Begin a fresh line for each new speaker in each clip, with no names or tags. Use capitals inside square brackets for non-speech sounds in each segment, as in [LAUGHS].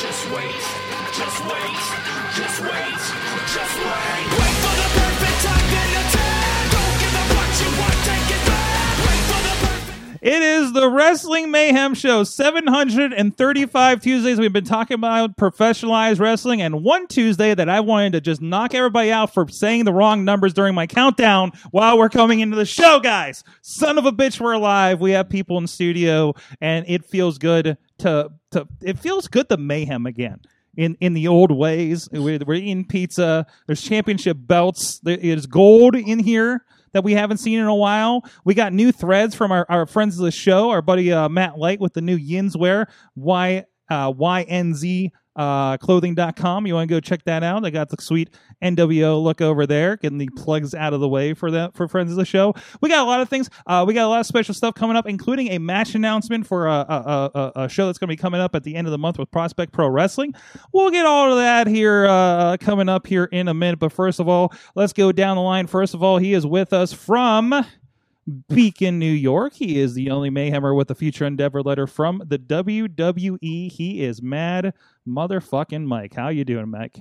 just wait, just wait, just wait, just wait. Wait for the perfect time then attack. Don't give up what you want, take it back. Wait for the perfect.
It is the Wrestling Mayhem Show, 735 Tuesdays. We've been talking about professionalized wrestling, and one Tuesday that I wanted to just knock everybody out for saying the wrong numbers during my countdown while we're coming into the show, guys. Son of a bitch, we're alive. We have people in studio, and it feels good to to it feels good to mayhem again. In, in the old ways, we're, we're eating pizza. There's championship belts. There is gold in here that we haven't seen in a while. We got new threads from our, our friends of the show, our buddy uh, Matt Light with the new Yinswear, Y, uh, YNZ uh, clothing.com. You want to go check that out. I got the sweet NWO look over there, getting the plugs out of the way for that for friends of the show. We got a lot of things. Uh, we got a lot of special stuff coming up, including a match announcement for a, a, a, a show that's going to be coming up at the end of the month with Prospect Pro Wrestling. We'll get all of that here uh, coming up here in a minute. But first of all, let's go down the line. First of all, he is with us from. Beacon, New York. He is the only Mayhemmer with a future endeavor letter from the WWE. He is mad motherfucking Mike. How you doing, Mike?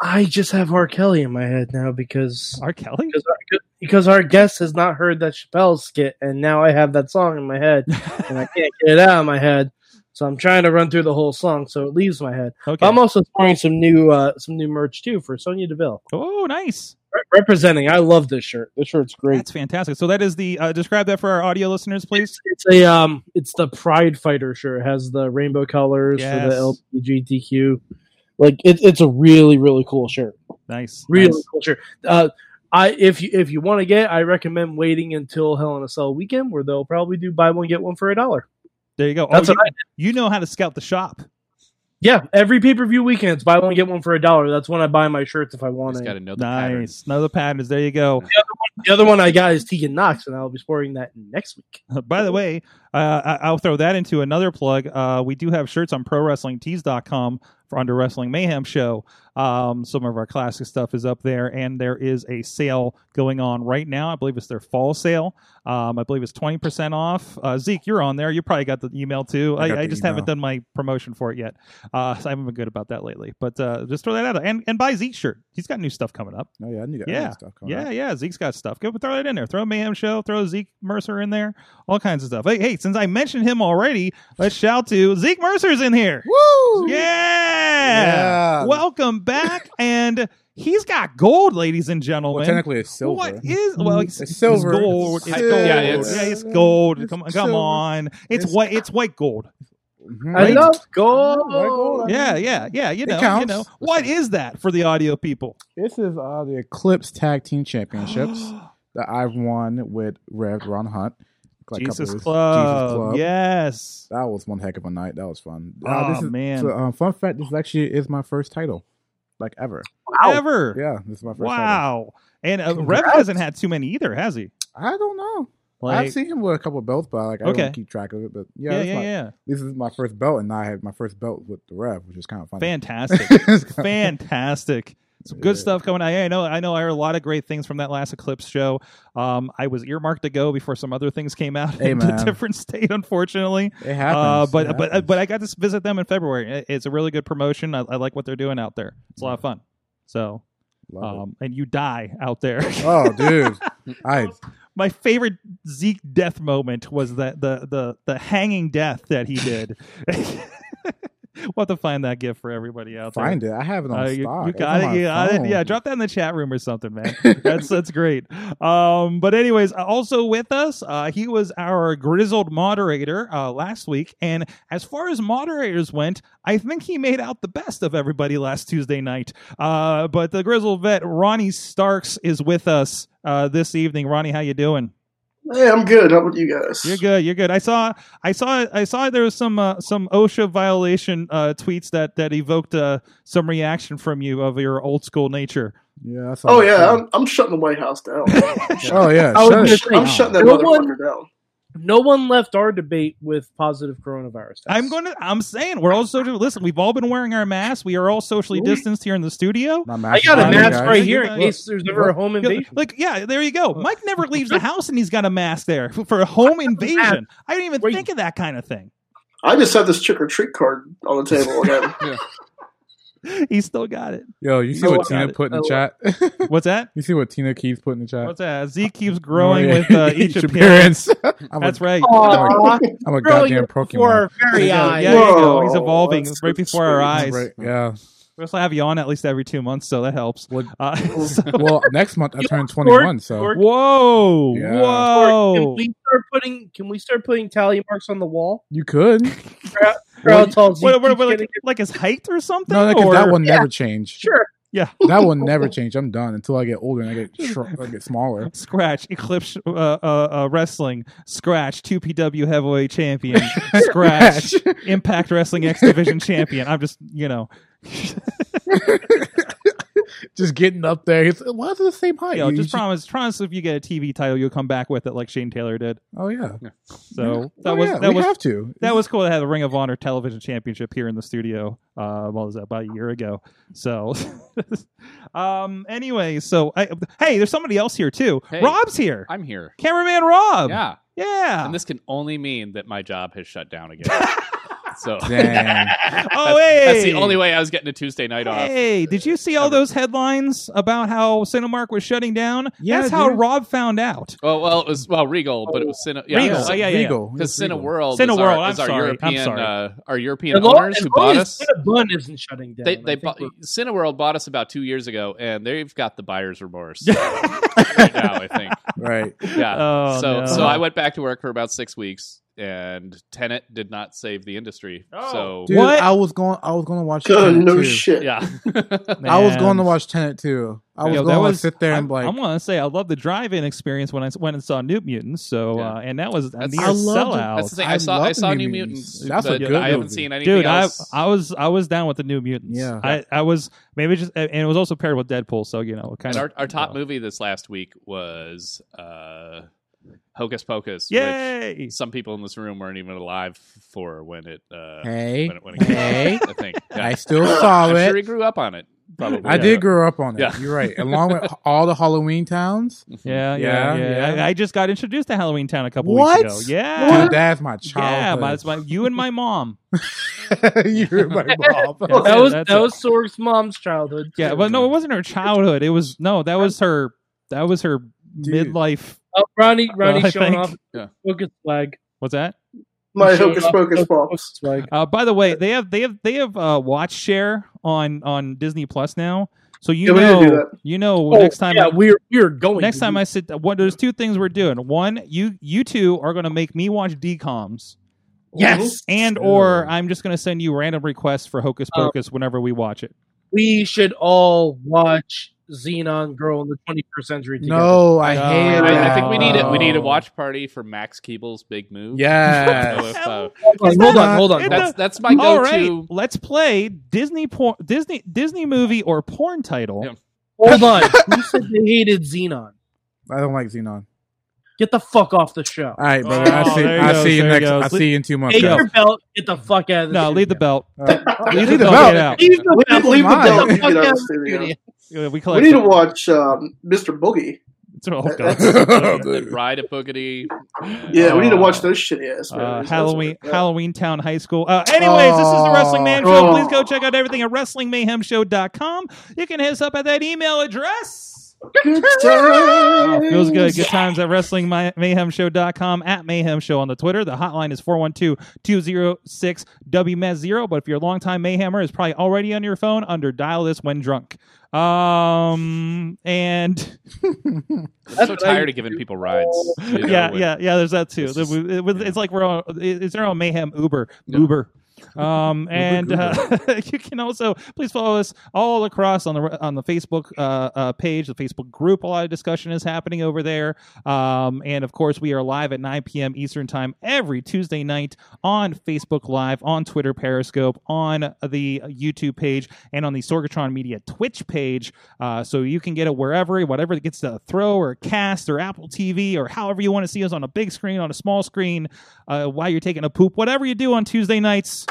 I just have R. Kelly in my head now because
R. Kelly? [LAUGHS]
because our, because our guest has not heard that Chappelle skit, and now I have that song in my head, and I can't get it out of my head. So I'm trying to run through the whole song, so it leaves my head.
Okay.
But I'm also scoring some new uh, some new merch too for Sonya Deville.
oh, nice.
Re- representing, I love this shirt. This shirt's great.
That's fantastic. So that is the uh, describe that for our audio listeners, please.
It's a um, it's the Pride Fighter shirt. It has the rainbow colors
Yes.
for the LGBTQ. Like it, it's a really really cool shirt.
Nice.
really
nice.
cool shirt. Uh, I if you if you want to get, it, I recommend waiting until Hell in a Cell weekend, where they'll probably do buy one get one for a dollar.
There you go. Oh,
That's
you,
what I did.
you know how to scout the shop.
Yeah, every pay per view weekends, buy one get one for a dollar. That's when I buy my shirts if I want
Just
it.
got to know the pattern.
Nice. Another patterns. There you go.
The other one I got is Tegan Knox, and I'll be sporting that next week.
[LAUGHS] By the way, uh, I- I'll throw that into another plug. Uh, we do have shirts on prowrestlingtees.com for Under Wrestling Mayhem Show. Um, some of our classic stuff is up there, and there is a sale going on right now. I believe it's their fall sale. Um, I believe it's 20% off. Uh, Zeke, you're on there. You probably got the email too.
I
I,
got
I,
the
just
email.
haven't done my promotion for it yet. Uh, so I haven't been good about that lately. But uh, just throw that out. And, and buy Zeke's shirt. He's got new stuff coming up.
Oh yeah, I knew that.
Yeah.
stuff coming
Yeah,
up.
yeah, Zeke's got stuff. Go throw that in there. Throw Mayhem Show. Throw Zeke Mercer in there. All kinds of stuff. Hey, hey, since I mentioned him already, let's shout to Zeke Mercer's in here.
Woo!
Yeah!
Yeah.
Welcome back, [LAUGHS] and he's got gold, ladies and gentlemen.
Well, technically, it's silver.
What is well? It's,
It's silver.
It's gold. It's
It's
gold.
Yeah,
Yeah,
it's-
it's, gold.
it's
come come
silver.
on, it's,
It's-
white. It's white gold.
Mhm.
I
Right.
love gold.
I love gold.
Yeah, yeah, yeah. You
It
know, you
counts.
know. What is that for the audio
[GASPS]
people?
This is uh, the Eclipse Tag
[GASPS]
Team Championships that I've won with Rev Ron Hunt. Like a couple
Jesus,
of- Jesus
Club.
Club.
Yes.
That was one heck of a night. That was fun. Uh,
Aw,
this is,
man.
So, um, fun fact: This actually is my first title, like ever.
Ever.
Yeah, this is my first. Title.
Wow. And uh, Rev hasn't had too many either, has he?
I don't know.
Like,
I've seen him with a couple of belts, but like I
Okay.
don't keep track of it. But yeah,
yeah,
that's
yeah,
my- [LAUGHS]
yeah.
this is my first belt, and I had my first belt with the Rev, which is kind of funny. [LAUGHS]
Fantastic.
It's kinda-
Fantastic. Some good
Yeah.
stuff coming. I, I know. I know. I heard a lot of great things from that last Eclipse show. Um, I was earmarked to go before some other things came out [LAUGHS]
Hey,
in a
man.
different state, unfortunately.
It
Uh,
happens.
but
It
but
happens.
but I got to visit them in February. It- It's a really good promotion. I, I like what they're doing out there. It's a lot of fun. So,
Love it.
um, and you die out there. [LAUGHS]
oh, dude, I
my favorite Zeke death moment was that the the the hanging death that he did. [LAUGHS] we'll have to find that gift for everybody out there.
find it. I have it on
Uh, you,
stock.
you
It's
got
on
it.
my
You got it.
phone.
Yeah, drop that in the chat room or something, man. that's that's great. Um, but anyways, also with us, uh, he was our grizzled moderator uh, last week, and as far as moderators went, I think he made out the best of everybody last Tuesday night. Uh, but the grizzled vet Ronnie Starks is with us uh, this evening. Ronnie, how you doing?
Hey, I'm good. How about you guys?
You're good. You're good. I saw. I saw. I saw. There was some uh, some OSHA violation uh, tweets that that evoked uh, some reaction from you of your old school nature.
Yeah. That's all
Oh
I
yeah,
saw.
I'm, I'm shutting the White
[LAUGHS]
House down.
Oh yeah.
I was
shut
gonna
it
say,
I'm
down.
shutting that
No one-
motherfucker down.
No one left our debate with positive coronavirus. tests.
I'm going to. I'm saying we're all social. Listen, we've all been wearing our masks. We are all socially distanced here in the studio.
My
I
mask
got
is
a
on,
mask
guys.
right here in
Look.
case there's ever a home
Yeah,
invasion.
Like, yeah, there you go. Mike never leaves [LAUGHS] the house and he's got a mask there [LAUGHS] for a home invasion. I didn't even
Wait.
think of that kind of thing.
I just had this trick or treat card on the
[LAUGHS]
table again.
He still got it.
Yo, you see
No,
what
I
Tina
got it.
put in the
I
chat?
What's that?
you see what Tina Keys put in the chat?
What's that? Zeke keeps growing
Oh, yeah.
with uh, [LAUGHS] each appearance. Oh, [LAUGHS]
I'm
That's
a,
right.
Aw,
I'm a
growing
goddamn
before
Pokemon.
our very
Yeah,
eyes.
yeah, there you go. He's
Whoa,
evolving
that's
right
so
before our
sweet.
eyes.
Right, Yeah.
We also have you on at least every two months, so that helps.
Well,
Uh, [LAUGHS] so-
well, next month I
You
turn
know,
21,
Sorg-
so
Sorg-
whoa,
Yeah.
whoa!
Can we start putting? Can we start putting tally marks on the wall?
you could.
For how tall Zeke
What, what,
keeps
what, like,
getting-
like his height or something?
No, no, 'cause
or,
that will never change.
Sure.
That will never change. I'm done until I get older and I get shr- I get smaller.
Scratch Eclipse uh, uh, uh, Wrestling Scratch two PW Heavyweight
[LAUGHS]
Champion Scratch Impact Wrestling X Division [LAUGHS] Champion. I'm just you know
Just getting up there. It's, why is it the same height?
you know,
You-
just
you-
promise promise if you get a TV title you'll come back with it like Shane Taylor did.
oh yeah.
So that
Oh,
was
yeah,
that
we
was
have to.
that was cool to have the Ring of Honor Television Championship here in the studio. Uh, what was that about a year ago? So, [LAUGHS] um, anyway, so I, hey, there's somebody else here too.
Hey.
Rob's here,
I'm here.
cameraman Rob.
Yeah.
Yeah.
And this can only mean that my job has shut
[LAUGHS]
down again. so
Dang.
oh, hey,
that's the only way I was getting a Tuesday night off.
Hey, did you see all
Ever.
those headlines about how Cinemark was shutting down?
Yeah,
That's how
dude.
Rob found out.
Oh well, it was well Regal, but it was Cine. Yeah,
Regal. Oh, yeah, yeah, yeah.
Regal.
Because
Yes, Regal.
Cineworld, is
Cineworld,
our,
I'm
is our
sorry, I'm
European,
sorry.
Uh, our European
As long-
owners
as
who
long
bought
as
us.
Cinnabon isn't shutting down.
They,
I
they
think
bought
we're-
Cineworld bought us about two years ago, and they've got the buyer's remorse right now. I think,
[LAUGHS]
Right.
yeah.
Oh,
so
no.
so I went back to work for about six weeks, and Tenet did not save the industry.
Oh.
Dude,
What?
I was going. I was going to watch.
Oh,
Tenet,
no
too.
So
shit.
yeah, [LAUGHS]
I was
Man.
going to watch Tenet too. I was
Yo, that
going to
was-
sit there and
I,
like.
am gonna say I love the drive-in experience when I s- went and saw New Mutants. So uh, and that was a
That's-
near
I
loved it.
sellout.
that's the thing.
I
I saw
love
I saw
the
New
New
Mutants.
Mutants. That's a
but
good
I haven't
movie.
seen anything
dude I,
else.
I was i was down with the new mutants
Yeah.
i i was maybe just and it was also paired with deadpool so you know kind
And
of
our, our top movie this last week was uh, Hocus Pocus,
yay
which some people in this room weren't even alive for when it, uh,
[LAUGHS] hey,
when it, when it
[LAUGHS]
came
Hey.
out. I think. Yeah.
I still
I'm
saw
sure he
it.
grew up on it. Probably.
I did grow up on it.
Yeah.
You're right.
[LAUGHS]
Along with all the Halloween towns, [LAUGHS]
yeah yeah yeah,
Yeah, yeah.
I, I just got introduced to halloween town a couple
What?
weeks ago yeah
dude, that's my
yeah my,
childhood.
it's my you and my mom [LAUGHS]
[LAUGHS] You're my mom.
That's
that
it,
was
that's
that
it.
was Sorg's mom's childhood.
yeah
too.
but no it wasn't her childhood it was no that was her that was her
Dude.
midlife
Oh, Ronnie Ronnie
I
showing
think-
off
Yeah.
focus flag.
what's that
My
Showing
hocus
off
pocus
hocus
[LAUGHS]
pops.
flag.
Uh, by the way, they have they have they have uh, watch share on on Disney Plus now. So you
Yeah, we need to do
know
that.
you know
Oh,
next time
yeah, we're we're going.
next
to
time
do-
I sit what there's two things we're doing. One, you you two are gonna make me watch DComs.
yes,
And or I'm just gonna send you random requests for Hocus
Oh.
Pocus whenever we watch it.
we should all watch Xenon Girl in the 21st Century. Together.
No, I
No.
hate
I,
it.
I think we need a, we need a
Oh. [LAUGHS]
watch party for Max Keeble's big move.
Yes.
[LAUGHS] So if, uh,
hold on, hold on, hold
It's
on.
that's that's my
All
go
right,
to.
let's play Disney porn Disney Disney movie or porn title.
Yeah.
Hold
[LAUGHS]
on. Who said they hated Xenon?
I don't like Xenon.
Get the fuck off the show.
All right, brother.
Oh,
I see.
there you
I
go,
see you
there you
next.
go.
I see you in two months.
Take
guys.
your belt. Get the fuck out of this.
No, leave the belt.
All right.
[LAUGHS]
Leave
Leave
the
the
belt. Get
belt.
it out.
[LAUGHS]
Leave the belt.
We need to leave the
Mine.
belt.
Get
We
the fuck [LAUGHS] out of
need to get out of
the
the studio.
studio.
Yeah, We
We
collect.
need to watch um, Mr. Boogie. [LAUGHS]
Oh, God.
The Bride of Boogity. and-
Yeah, we need to
Uh,
watch those shitty ass movies.
uh,
That's
Halloween
what-
Halloween Town High School. Uh, anyways, this is the Wrestling Mayhem Show.
Oh.
Please go check out everything at WrestlingMayhemShow.com. You can hit us up at that email address.
Good times.
Oh, feels good. Good times at WrestlingMayhemShow.com, at Mayhem Show on the Twitter. The hotline is 412-206-WMEZ0. E But if you're a longtime Mayhemmer, it's probably already on your phone under Dial This When Drunk. Um, and...
I'm so
That's what I
tired of giving people rides. you know,
yeah,
when-
yeah, yeah. There's that too.
It's just-
It was- it was-
yeah.
It's like we're on. It's our own mayhem Uber,
Yeah.
Uber.
[LAUGHS]
Um, and uh, [LAUGHS] you can also please follow us all across on the on the Facebook uh, uh, page, the Facebook group. A lot of discussion is happening over there. Um, and of course, we are live at 9 p.m. Eastern time every Tuesday night on Facebook Live, on Twitter, Periscope, on the YouTube page, and on the Sorgatron Media Twitch page. Uh, so you can get it wherever, whatever it gets to throw or cast or Apple TV or however you want to see us on a big screen, on a small screen, uh, while you're taking a poop, whatever you do on Tuesday nights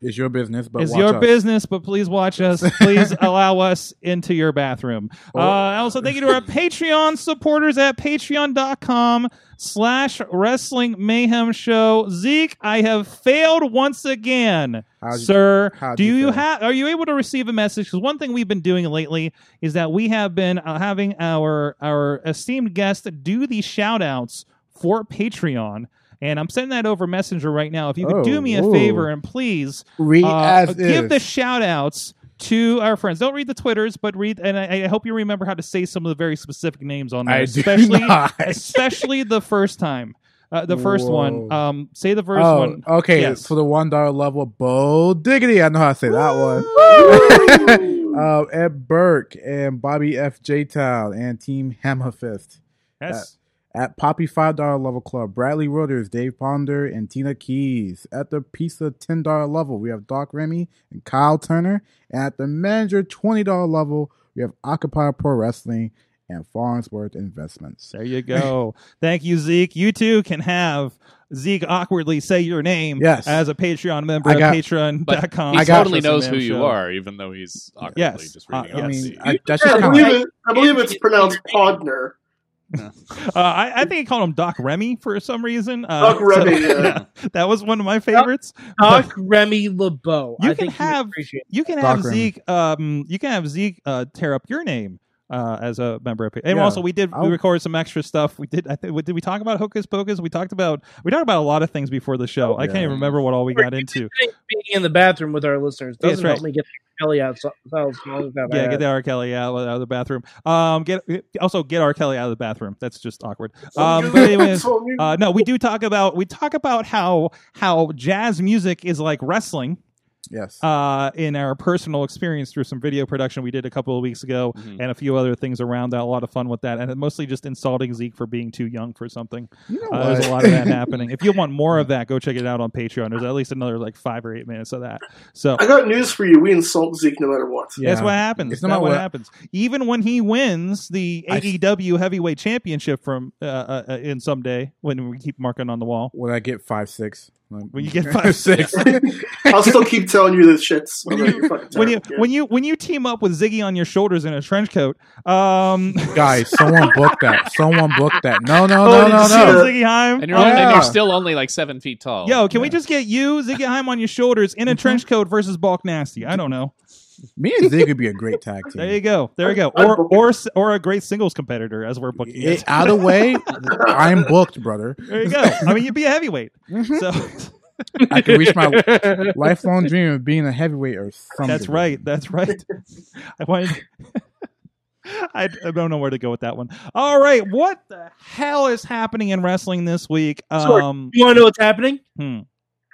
It's your business, but
is
watch
your
us.
business, but please watch
[LAUGHS]
us. Please allow us into your bathroom. Uh,
Oh.
also, thank you to our Patreon supporters at patreon.com slash wrestling mayhem show. Zeke, I have failed once again.
How'd you-
Sir,
how'd
do
you
you
fail?
have are you able to receive a message? Because one thing we've been doing lately is that we have been uh, having our our esteemed guest do the shout outs for Patreon. And I'm sending that over Messenger right now. If you could
Oh,
do me a
ooh.
favor and please
Read
uh,
as
give
is.
the shout outs to our friends. Don't read the Twitters, but read, and I, I hope you remember how to say some of the very specific names on there,
I do
especially,
[LAUGHS] not.
especially the first time, uh, the first one.
Whoa.
Um, say the first
oh,
one.
Okay,
Yes.
for the one dollar level, bold diggity. I know how to say that one. [LAUGHS] uh, Ed Burke and Bobby F. J. Town and Team Hammerfist
Yes.
at Poppy five dollar level club. Bradley Roters, Dave Ponder, and Tina Keys at the Pizza ten dollar level. We have Doc Remy and Kyle Turner, and at the Manager twenty dollar level, we have Occupy Pro Wrestling and Farnsworth Investments.
there you go. Thank you, Zeke. You too can have Zeke awkwardly say your name
Yes.
as a Patreon member
I
at
got-
But
patreon.com.
he
I got-
totally knows who you
Show.
are, even though he's awkwardly
Yes.
just reading
Uh,
off
I
yes.
the-
mean, I, that's
I
just kind
believe
of
it. I believe it's pronounced Podner.
Uh, I, I think I called him Doc Remy for some reason. Uh,
Doc Remy, yeah.
[LAUGHS] that was one of my favorites.
Doc [LAUGHS] Remy LeBeau.
You
I
can
think you would
have-
appreciate it.
You can
Doc
have
Remy.
Zeke. Um, you can have Zeke uh, tear up your name uh, as a member of. Patreon. And
Yeah.
also, we did we
I'll-
recorded some extra stuff. We did. I think. Did we talk about Hocus Pocus? We talked about. We talked about a lot of things before the show. I can't
Oh, Yeah.
even remember what all we got into.
I think being in the bathroom with our listeners
That's
doesn't help
right.
me get Kelly out. So, so as long as that I
Yeah,
had.
get the R. Kelly out, out of the bathroom. Um, get also get R. Kelly out of the bathroom. That's just awkward.
[LAUGHS]
Um, but anyways,
It's on you.
Uh, no, we do talk about we talk about how how jazz music is like wrestling
yes.
uh, in our personal experience through some video production we did a couple of weeks ago
Mhm.
and a few other things around that. A lot of fun with that, and mostly just insulting Zeke for being too young for something.
You know
Uh, there's
what?
a lot of
[LAUGHS]
that happening. If you want more of that, go check it out on Patreon. There's at least another like five or eight minutes of that. So.
I got news for you. We insult Zeke no matter what.
[LAUGHS] Yeah.
That's what happens.
It's
That's
not
what,
what-
happens. Even when he wins the
I-
AEW Heavyweight Championship from uh, uh, uh, in someday, when we keep marking on the wall,
when I get five six. Like,
When you get
[LAUGHS]
five, six.
I'll still keep telling you this [LAUGHS] shit. so that you're fucking
when you
tired. Yeah.
when you when you team up with Ziggy on your shoulders in a trench coat,
[LAUGHS]
um,
Guys, someone booked that. Someone booked that. No, no,
Oh,
no,
did
no,
you see
no.
that?
Ziggy Heim.
And you're,
Oh,
only, and
yeah.
you're still only like seven feet tall.
Yo, can we just get you, Ziggy Heim, on your shoulders
Mm-hmm.
in a trench coat versus Balk Nasty? I don't know.
Me and Zig would be a
[LAUGHS]
great tag team.
There you go. There you go.
I- I
Or
book
or s- or a great singles competitor as we're booking
It,
it.
out of the way, I'm booked, brother.
There you go. I mean, you'd be a heavyweight.
Mhm.
So
[LAUGHS] I can reach my
[LAUGHS]
lifelong dream of being a heavyweight or something.
that's right. That's right. I wanted. [LAUGHS] I, I don't know where to go with that one. All right, what the hell is happening in wrestling this week?
Sorry.
Um,
You want to know what's happening?
hmm.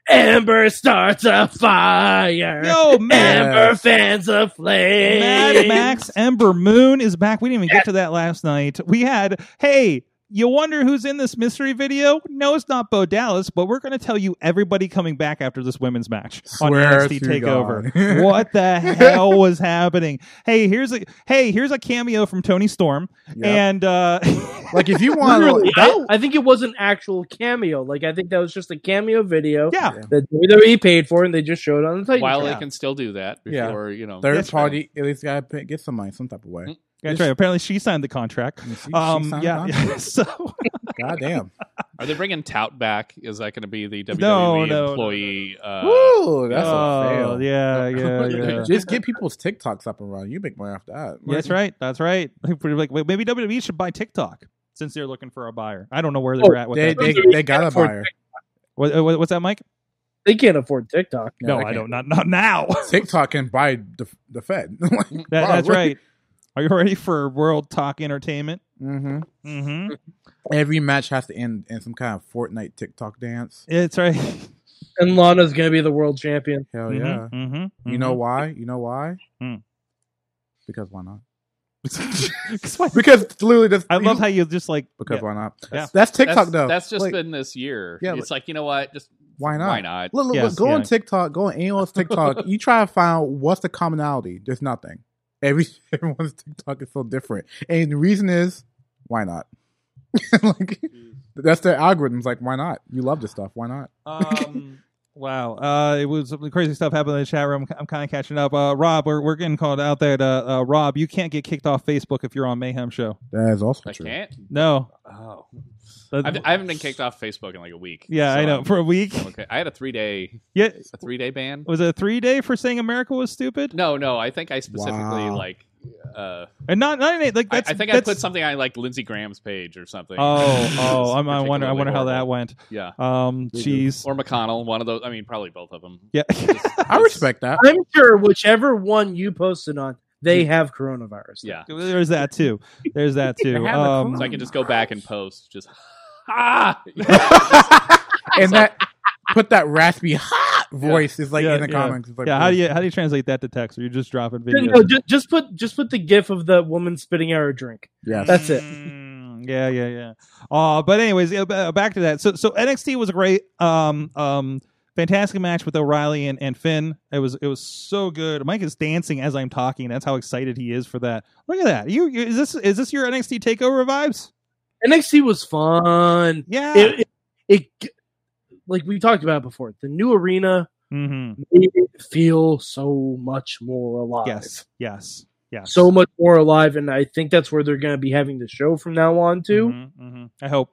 Amber starts a fire.
Yo, man,
Amber fans of flame.
Mad Max Ember Moon is back. We didn't even get to that last night. We had, hey, you wonder who's in this mystery video? No, it's not Bo Dallas, but we're going to tell you everybody coming back after this women's match
Swear
on NXT
to
Takeover. [LAUGHS]
God. [LAUGHS]
what the hell was happening? Hey, here's a hey, here's a cameo from Tony Storm,
Yeah.
and uh, [LAUGHS]
Like if you want,
Literally, I,
that,
I think it was an actual cameo. Like I think that was just a cameo video
yeah,
that WWE paid for, and they just showed on the Titan.
While they
Yeah.
can still do that
Yeah.
before, you know.
third
that's right.
party, at least gotta pay, get some money, some type of way.
that's right. Apparently, she signed the contract.
She- she
Um,
signed
yeah,
on.
yeah. [LAUGHS] so
God
[LAUGHS]
damn.
Are they bringing Tout back? Is that going to be the WWE
No, no, no,
employee? Uh,
Woo, that's a
oh,
fail. [LAUGHS]
yeah, yeah, yeah.
Just get people's TikToks up and running. You make money off that.
That's right. That's right. [LAUGHS] We're like, wait, maybe WWE should buy TikTok since they're looking for a buyer. I don't know where they
Oh,
were at with
They,
that.
they, they got a buyer.
What- uh, what- what's that, Mike?
They can't afford TikTok.
No,
they
I don't.
can't.
Not not
[LAUGHS]
now. [LAUGHS]
TikTok can buy the, the Fed. [LAUGHS]
That- that's right. Are you ready for World Talk Entertainment?
hmm
Mm-hmm.
Every match has to end in some kind of Fortnite TikTok dance.
It's right.
and Lana's gonna be the world champion.
Hell
Mhm,
Oh, yeah.
mhm,
You know why? You know why?
Hmm.
Because why not?
mhm.
[LAUGHS]
[LAUGHS] 'Cause what-
Because literally, that's,
I love how you just like
[LAUGHS] Because
yeah.
why not?
Yeah.
That's TikTok
That's,
though.
that's just
Like,
been this year.
Yeah,
it's like you know what? Just
why not?
why not?
Look, look,
Yes,
look, go on
yeah.
TikTok, go on
[LAUGHS]
anyone's TikTok. you try to find what's the commonality. There's nothing. Every [LAUGHS] everyone's TikTok is so different, and the reason is why not? [LAUGHS] like that's their algorithms. Like why not? You love this stuff. Why not?
Um, [LAUGHS] wow, uh, it was some crazy stuff happened in the chat room. I'm kind of catching up. Uh, Rob, we're we're getting called out there. To, uh, Rob, you can't get kicked off Facebook if you're on Mayhem Show.
That is also
I
true.
can't.
No,
Oh,
That-
I've, I haven't been kicked off Facebook in like a week.
yeah,
so
I know.
I'm-
For a week,
I'm okay. I had a three day
yeah,
a three day ban.
was it a three day for saying America was stupid?
No, no. I think I specifically
Wow.
like. Uh,
And not not any, like
I,
that's.
I think I
that's,
put something on like Lindsey Graham's page or something.
Oh, oh,
[LAUGHS] It's
I'm, I wonder. I
particularly
wonder how that
horrible.
went.
Yeah,
Um, jeez.
or McConnell. One of those. I mean, probably both of them.
Yeah. [LAUGHS]
Just-
I respect that.
I'm sure whichever one you posted on,
Mm.
they have coronavirus.
Yeah,
There's that too. There's that too.
have a
Um,
so I can just go back and post. Just [LAUGHS]
[LAUGHS]
ah.
and that put that raspy hot voice is like
Yeah,
in the
yeah.
comments. It's like,
yeah. How do you how do you translate that to text? Are you just dropping
No,
videos?
no, just, just put just put the gif of the woman spitting out her drink.
Yes.
That's it.
Mm, yeah, yeah, yeah. Uh, but anyways, yeah, ba- back to that. So so NXT was a great, um, um, fantastic match with O'Reilly and, and Finn. It was it was so good. Mike is dancing as I'm talking. That's how excited he is for that. Look at that. You, you is this is this your NXT takeover vibes?
NXT was fun.
Yeah.
It, it, it like we talked about before, the new arena
hmm
made it feel so much more alive.
Yes. Yes. Yes.
So much more alive, and I think that's where they're going to be having the show from now on. Too
Mhm, mhm. I hope.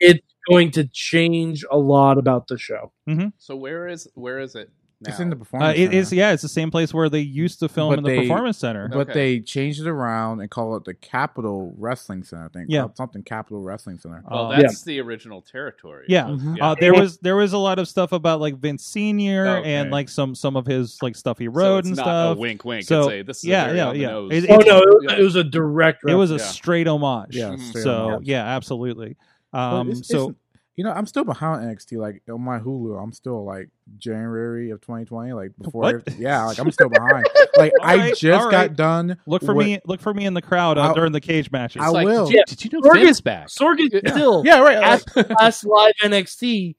going to change a lot about the show.
so where is where is it? Now?
It's in the performance.
Uh, it is
center.
yeah. It's the same place where they used to film
But
in the
they-
performance center.
But
Okay.
they changed it around and call it the Capital Wrestling Center. I think.
Yeah.
Called something Capital Wrestling Center.
Well,
Uh,
that's the original territory.
Yeah.
So,
Mhm.
yeah. Oh,
Uh, there was there was a lot of stuff about like Vince Senior
Okay.
and like some some of his like stuff he
So
wrote
it's
and
not
stuff.
A wink, wink.
So,
So this is
yeah,
a very
yeah,
on the
yeah.
nose.
It- it-
Oh no, it,
Yeah.
it was a direct.
it was a
Yeah.
straight homage.
Yeah.
Mhm.
straight
So
on.
yeah, absolutely.
But
Um.
it's- it's-
so
you know, I'm still behind NXT. Like on my Hulu, I'm still like January of 2020. Like before,
What?
every- yeah, like I'm still behind.
[LAUGHS]
like
All
I
right,
just
all
got
right.
done.
look for
what-
me look for me in the crowd uh,
I'll-
during the cage matches.
I
It's like,
will.
Did you, did you know
Morgan-
Vince back?
Sorg is
Yeah.
still
Yeah, right.
As-
I-
last live NXT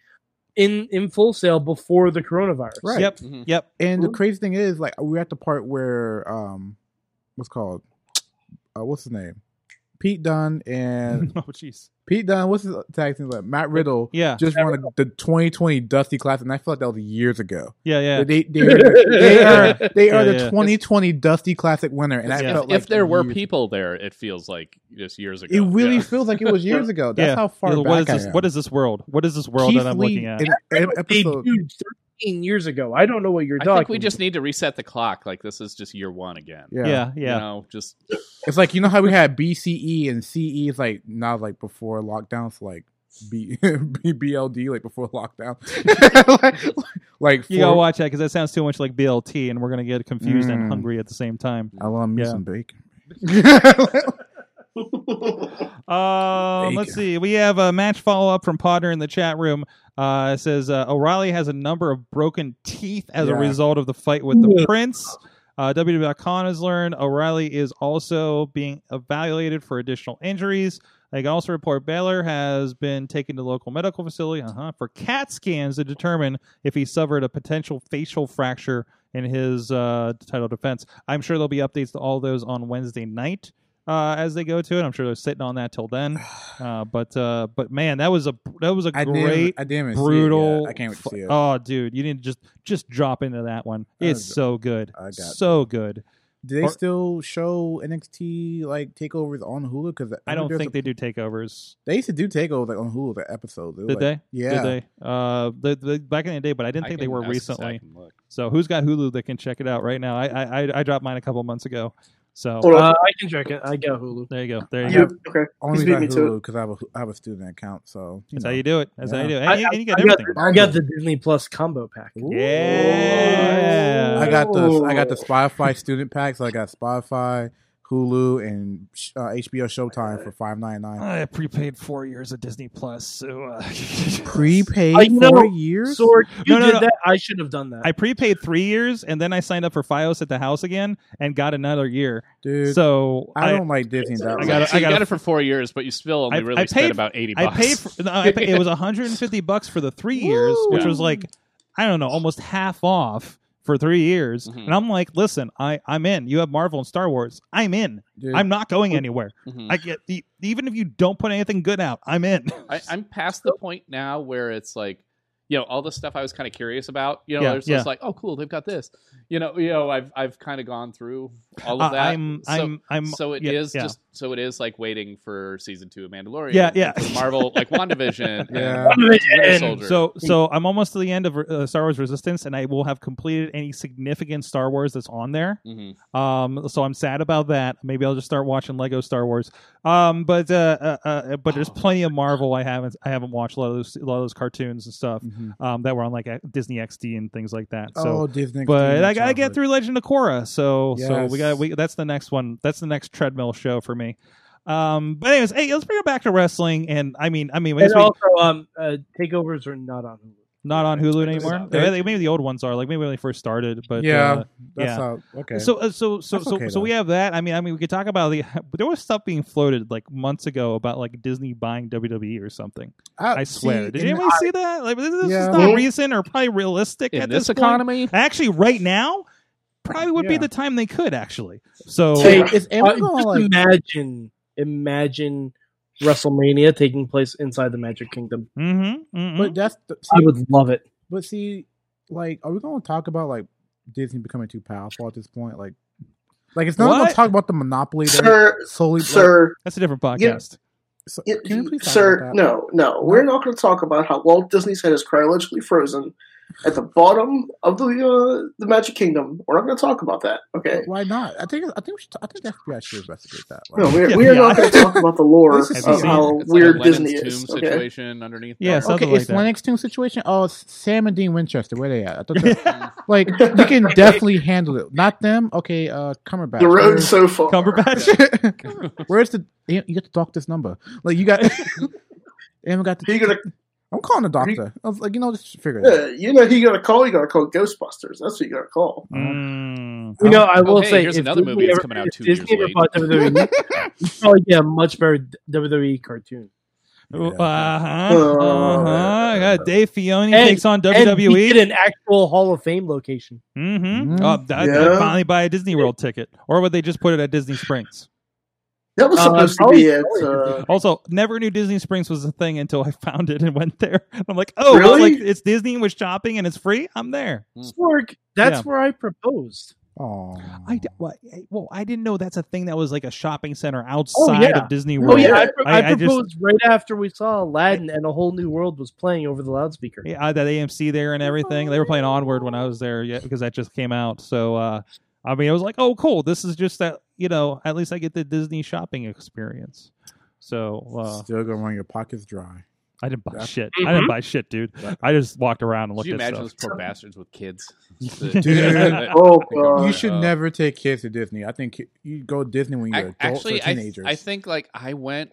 in in full sale before the coronavirus.
right.
Yep.
Mhm.
Yep.
And the crazy thing is, like we're at the part where um, what's called, uh, what's his name, Pete Dunn and
[LAUGHS] oh jeez.
Pete Dunn. What's his tag team like? Matt Riddle.
Yeah.
Just won the 2020 Dusty Classic, and I feel like that was years ago.
Yeah. Yeah. [LAUGHS]
They they are they are, they are
Yeah,
the
yeah.
2020 Dusty Classic winner, and I
Yeah.
If,
felt
if
like
there were
years-
people there, it feels like just years ago.
It really
Yeah.
feels like it was years ago. That's
Yeah.
how far
You know,
back
what is
I
this?
am.
What is this world? What is this world
Keith
that I'm
Lee
looking at?
in an episode?
Debuted 13 years ago. I don't know what you're
I
talking.
think we just need to reset the clock. Like this is just year one again.
Yeah.
yeah.
You
Yeah.
know, just
[LAUGHS]
it's like you know how we had BCE and CE. It's like now, like before lockdowns, like B, [LAUGHS] BLD, like before lockdown. [LAUGHS] like, like
You gotta
for-
watch that because that sounds too much like BLT, and we're gonna get confused
Mm.
and hungry at the same time.
I love me
Yeah.
some bacon.
Um, let's
Bacon.
see. We have a match follow up from Podner in the chat room. Uh, it says uh, O'Reilly has a number of broken teeth as a
Yeah.
result of the fight with the
Yeah.
Prince. Uh, WWE.com has learned O'Reilly is also being evaluated for additional injuries. They can also report Baylor has been taken to local medical facility uh-huh, for CAT scans to determine if he suffered a potential facial fracture in his uh, title defense. I'm sure there'll be updates to all those on Wednesday night uh, as they go to it. I'm sure they're sitting on that till
[SIGHS]
then. Uh, but uh, but man, that was a that was a
[LAUGHS] I didn't.
great
I didn't even see it yet.
brutal.
I can't wait to
fu-
see it.
Oh, dude, you need to just just drop into that one.
I
It's
was-
so good,
I got
so good.
Do they
or-
still show NXT like takeovers on Hulu? Because
I don't think they do takeovers.
they used to do takeovers like on Hulu the episodes. It was
Did
like-
they?
Yeah.
Did they? Uh, the, the, back in the day, but I didn't
I
think they
can-
were
I was just- I
recently.
can look.
So who's got Hulu that can check it out right now? I I, I, I dropped mine a couple months ago. So
Hold
Uh,
on.
I can check it. I got Hulu.
there you go. There you
You-
go.
okay.
Only
He's beat
got
me to
Hulu because I have a I have a student account. So
That's how you do it. That's how you do it.
I-
And, you, and you get
I got,
everything.
I got the Disney Plus combo pack.
Ooh.
Yeah.
I got the I got the
Ooh.
Oh.
Spotify student pack. So I got Spotify, Hulu, and uh, HBO Showtime for five ninety nine.
I prepaid four years of Disney Plus, so uh, [LAUGHS]
Prepaid
I know.
four years.
Sorg, you
No, no,
did
no.
that. I should have done that.
I prepaid three years, and then I signed up for FiOS at the house again and got another year.
Dude,
So
I
I,
don't like Disney that
I
much.
gotta-
so you
I gotta-
got it for four years, but you still only
I-
really
I paid-
spent about eighty
I
bucks.
paid
[LAUGHS]
for no, I paid, it
[LAUGHS]
was 150 bucks for the three years, which was like I don't know, almost half off for three years.
Mhm.
And I'm like, listen, I I'm in. You have Marvel and Star Wars. I'm in.
Dude,
I'm not going anywhere.
Mhm.
I get the, even if you don't put anything good out, I'm in.
I, I'm past the point now where it's like, you know, all the stuff I was kind of curious about. You know,
Yeah,
there's
yeah.
just like, oh, cool, they've got this. You know, you know, I've I've kind of gone through all of
Uh,
that.
I'm
so,
I'm I'm
so it is
yeah, yeah.
just so it is like waiting for season two of Mandalorian.
Yeah, yeah.
and
[LAUGHS]
for Marvel like WandaVision.
[LAUGHS]
Yeah.
and Winter
And
Soldier.
So, so I'm almost to the end of uh, Star Wars Resistance, and I will have completed any significant Star Wars that's on there.
Mhm.
Um, so I'm sad about that. Maybe I'll just start watching Lego Star Wars. Um, but uh, uh, uh, but
Oh.
there's plenty of Marvel I haven't I haven't watched a lot of those a lot of those cartoons and stuff
Mhm.
Hmm.
um, that were on like a- Disney XD and things like that. So.
oh, Disney.
But
Disney
I gotta get
chocolate.
through Legend of Korra, so so we
Yes.
got we that's the next one. That's the next treadmill show for me. Um, but anyways, hey, let's bring it back to wrestling. And I mean, I mean, I
and
guess we-
also, um, uh, takeovers are not on Hulu.
not on Hulu
It's
anymore.
not.
Maybe, maybe the old ones are like maybe when they first started, but
yeah,
uh,
that's
yeah.
how. Okay.
So, uh, so, so,
That's
so,
okay,
so we
though.
have that. I mean, I mean, we could talk about the. [LAUGHS] But there was stuff being floated like months ago about like Disney buying WWE or something. I swear.
Uh, see,
Did
in-
anybody see that? Like, this, this
Yeah.
is not recent or probably realistic
in
at
this,
this, point.
economy,
Actually, right now, probably would be
Yeah.
the time they could actually. So,
Hey, is
Uh,
Amazon
just
like?
imagine, imagine WrestleMania taking place inside the Magic Kingdom.
mm-hmm,
But that's the,
I
see,
would love it.
but see, like, are we going to talk about like Disney becoming too powerful at this point? Like, like it's not going
What?
to talk about the monopoly. that
Sir,
solely, like-
sir,
that's a different
Yeah.
podcast.
so-
y-
can you please talk
sir,
about that?
no, no. We're not going to talk about how Walt Disney's head is cryogenically frozen at the bottom of the uh, the Magic Kingdom. We're not going to talk about that. Okay.
Why not? I think I think we should, I think the FBI should investigate that. Like,
No, we're,
Yeah,
we're
yeah.
not going to talk about the lore
This is
of
easy.
how
it's
weird
like a
Disney
Lenin's tomb
is. Okay.
situation underneath.
Yeah,
there.
something
okay,
like
is
that.
Lennox Tomb situation? Oh, it's Sam and Dean Winchester. Where they at? I thought
[LAUGHS]
they-
[LAUGHS]
like we can definitely handle it. Not them. Okay, uh, Cumberbatch.
The road
Where's,
so far.
Cumberbatch.
[LAUGHS] where's the? You you get to talk this number. Like you got. [LAUGHS] and we got.
He
The,
gonna,
I'm calling the
he-
doctor. I was like, you know, just figure it out.
yeah, you know, he gonna call. You gotta call Ghostbusters. That's what you gotta call.
Mm.
You know, I will
Oh, hey,
say,
here's
if
another
Disney
movie that's
ever-
coming out
if
two
Disney
years
ever bought
[LAUGHS]
WWE, you'd probably get a much better WWE cartoon.
Uh huh.
Uh,
Uh huh. Dave Fioni
And-
takes on
And
WWE.
get an actual Hall of Fame location.
Mm-hmm.
Mhm.
Oh, that,
Yeah.
would finally buy a Disney World ticket, or would they just put it at Disney Springs?
That was
Uh,
supposed to
probably-
be at. Uh,
Also, never knew Disney Springs was a thing until I [LAUGHS] found it and went there. I'm like, oh,
Really?
it's like it's Disney with shopping and it's free. I'm there.
Hmm.
Sorg, that's
Yeah.
where I proposed.
Oh,
I d- well, I- well, I didn't know that's a thing that was like a shopping center outside
yeah.
of Disney
Oh,
World.
Oh yeah, I,
yeah.
pro-
I-
I,
I just-
proposed right after we saw Aladdin and a whole new world was playing over the loudspeaker.
[LAUGHS]
Yeah, I- that AMC there and everything. They were playing Onward when I was there, yeah, because that just came out. So, uh, I mean, I was like, oh, cool. This is just that you know. At least I get the Disney shopping experience. So uh,
still gonna run your pockets dry.
I didn't buy
Yeah.
shit. I didn't buy shit, dude. I just walked around and
Could
looked
you
at
imagine
stuff.
those poor bastards with kids? [LAUGHS]
Dude.
[LAUGHS] oh god.
you should
uh,
never take kids to Disney. I think ki- you go to Disney when you're
I,
adults
actually,
or
I,
teenagers.
I think like I went.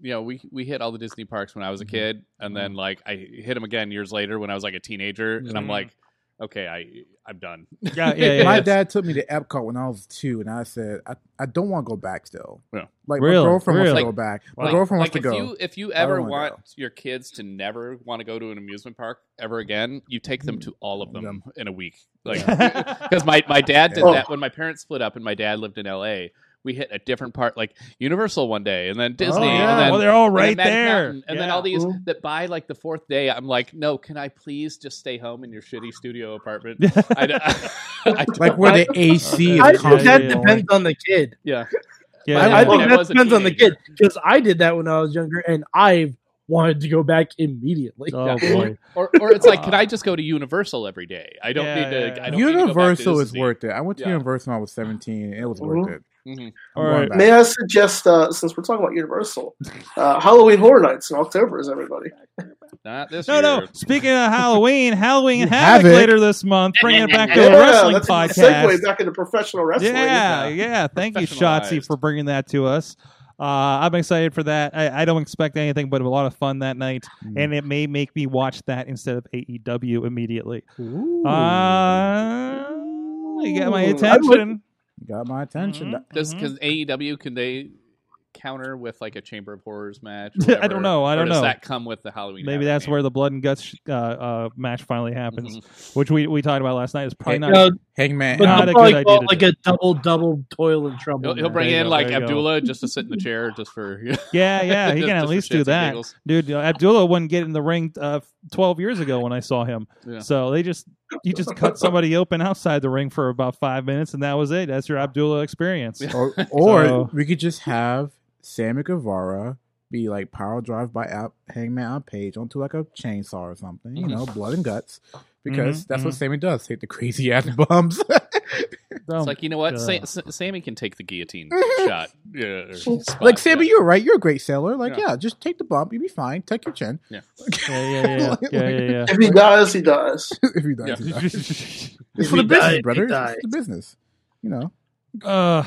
You know, we we hit all the Disney parks when I was a
Mm-hmm.
kid, and then like I hit them again years later when I was like a teenager, and
Mm-hmm.
I'm
Mhm.
like, okay, I I'm done.
Yeah,
[LAUGHS]
yeah, yeah.
my
yeah.
dad took me to Epcot when I was two, and I said, I, I don't want to go back still.
Yeah.
Like,
Really?
my girlfriend wants
Really?
to go back. My
Like-
girlfriend
like
wants to
if
go.
You, if you
I don't
ever
wanna
want
go.
your kids to never want to go to an amusement park ever again, you take them to all of them
Them.
in a week. Like [LAUGHS] because my, my dad did
Oh.
that when my parents split up and my dad lived in L.A. We hit a different part, like Universal one day, and then Disney,
Oh, yeah.
and then
well, they're all right
and then Magic
there,
Mountain, and then
Yeah.
all these
Mhm.
that by like the fourth day, I'm like, no, can I please just stay home in your shitty
[LAUGHS]
studio apartment? I, d- [LAUGHS] I don't-
like, where
[LAUGHS]
the AC
I
is
think
yeah,
that
yeah.
constant.
depends on the kid.
yeah,
yeah,
I-
yeah.
I
when
think
I
that
was a
depends on the
teenager.
kid because I did that when I was younger, and I wanted to go back immediately. [LAUGHS]
oh
Yeah.
boy.
or or it's like, can I just go to Universal every day? I don't
Yeah,
need to.
yeah, yeah.
I don't need to go back to
Universal is
Disney.
worth it. I went to
Yeah.
Universal when I was 17, and it was
Mhm.
worth it.
Mhm.
I'm
All
going
right.
back.
May I suggest, uh, since we're talking about Universal, uh, Halloween Horror Nights in October is everybody.
Not this
No,
year.
no. Speaking of Halloween, Halloween
You
Havoc
have it.
later this month, bringing it back to
[LAUGHS] yeah,
a wrestling
that's a
podcast.
segue back into professional wrestling.
Yeah, yeah. Thank you, Shotzi,
Professionalized.
for bringing that to us. Uh, I'm excited for that. I, I don't expect anything but a lot of fun that night,
Mm.
and it may make me watch that instead of AEW immediately.
Ooh.
Uh, you got my
Ooh, I would-
attention.
You got my attention.
Mhm,
Does
mhm.
because AEW E can they counter with like a Chamber of Horrors match? or
[LAUGHS] I don't
whatever?
know, I
Or
don't
does
know.
that come with the Halloween?
Maybe
Havoc
that's
name?
where the blood and guts sh- uh, uh, match finally happens, which we, we talked about last night. It's probably
Hey, um,
not.
No,
Hangman.
but
Not
they'll
a
probably
good
call
idea
it
to
like a double double toil and trouble.
He'll, he'll
match.
bring
There you
in
go,
like
there you go.
Abdullah just to sit in the chair just for [LAUGHS]
yeah, yeah. He
just-
can at
just for
least
shits
do
and
that.
giggles.
dude uh, abdullah wouldn't get in the ring uh, 12 years ago when i saw him
Yeah.
so they just you just cut somebody open outside the ring for about five minutes and that was it that's your abdullah experience
Yeah. [LAUGHS]
Or, or
So-
we could just have Sammy Guevara be like power drive by Al- Hangman Al Page onto like a chainsaw or something, you
Mhm.
know, blood and guts. Because
Mhm,
Mm-hmm,
that's what
mhm.
Sammy does take the crazy [LAUGHS] ass bumps.
Oh,
It's like you know what, Sa-
God.
Sa- Sammy can take the guillotine shot. Yeah, or spot,
like, Sammy,
yeah.
you're right. You're a great sailor. Like,
Yeah.
yeah. just take the bump. You'll be fine. Take your chin. [LAUGHS]
Yeah.
yeah yeah yeah
Like-
yeah, yeah,
[LAUGHS]
If he dies, he dies.
if he dies,
Yeah.
he
[LAUGHS]
dies.
yeah.
It's
If
for
he
the business,
dies, he
brother. It's
dies.
for the business. You know,
[LAUGHS]
uh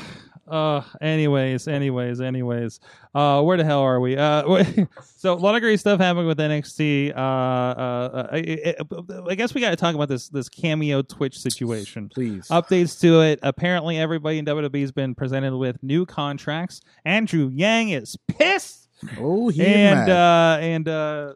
uh anyways anyways anyways uh where the hell are we uh [LAUGHS] so a lot of great stuff happening with nxt uh uh i, I, I guess we got to talk about this this cameo twitch situation
please.
Um,
updates to it. Apparently, everybody in WWE has been presented with new contracts. Andrew Yang is pissed,
oh, he
and
and,
uh, and uh,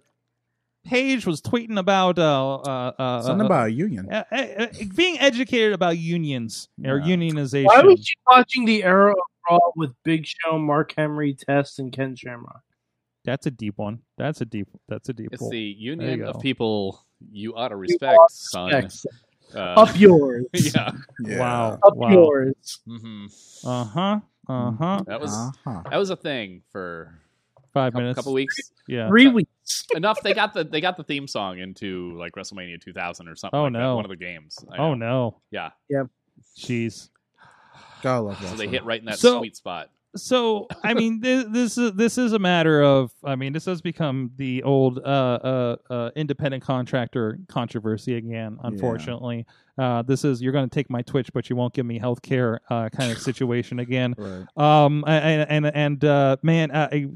Paige was tweeting about uh, uh, uh,
something
uh,
about a union.
uh, uh, uh, being educated about unions or
Yeah.
unionization.
Why was she watching the era of Raw with Big Show, Mark Henry, Test, and Ken Shamrock?
that's a deep one. That's a deep. That's a deep
It's
one.
the union
go.
of people you ought to respect,
ought
son.
X.
Uh,
Up yours.
[LAUGHS] yeah.
Yeah.
Wow.
Up
wow.
yours.
hmm
Uh huh. Uh huh.
That was
Uh-huh.
that was a thing for a
Five
couple,
minutes.
couple weeks.
Yeah.
Three weeks.
Enough. They got the they got the theme song into like WrestleMania 2000 or something.
Oh,
like that,
no.
one of the games. I
Oh
know.
no.
Yeah.
Jeez.
Gotta love
So they
wrestling.
hit right in that
So-
sweet spot.
so I mean, this, this is this is a matter of I mean, this has become the old uh, uh, uh, independent contractor controversy again. Unfortunately, uh, this is you're going to take my Twitch, but you won't give me health care uh, kind of situation again.
Right.
Um, and and, and uh, man, uh, I,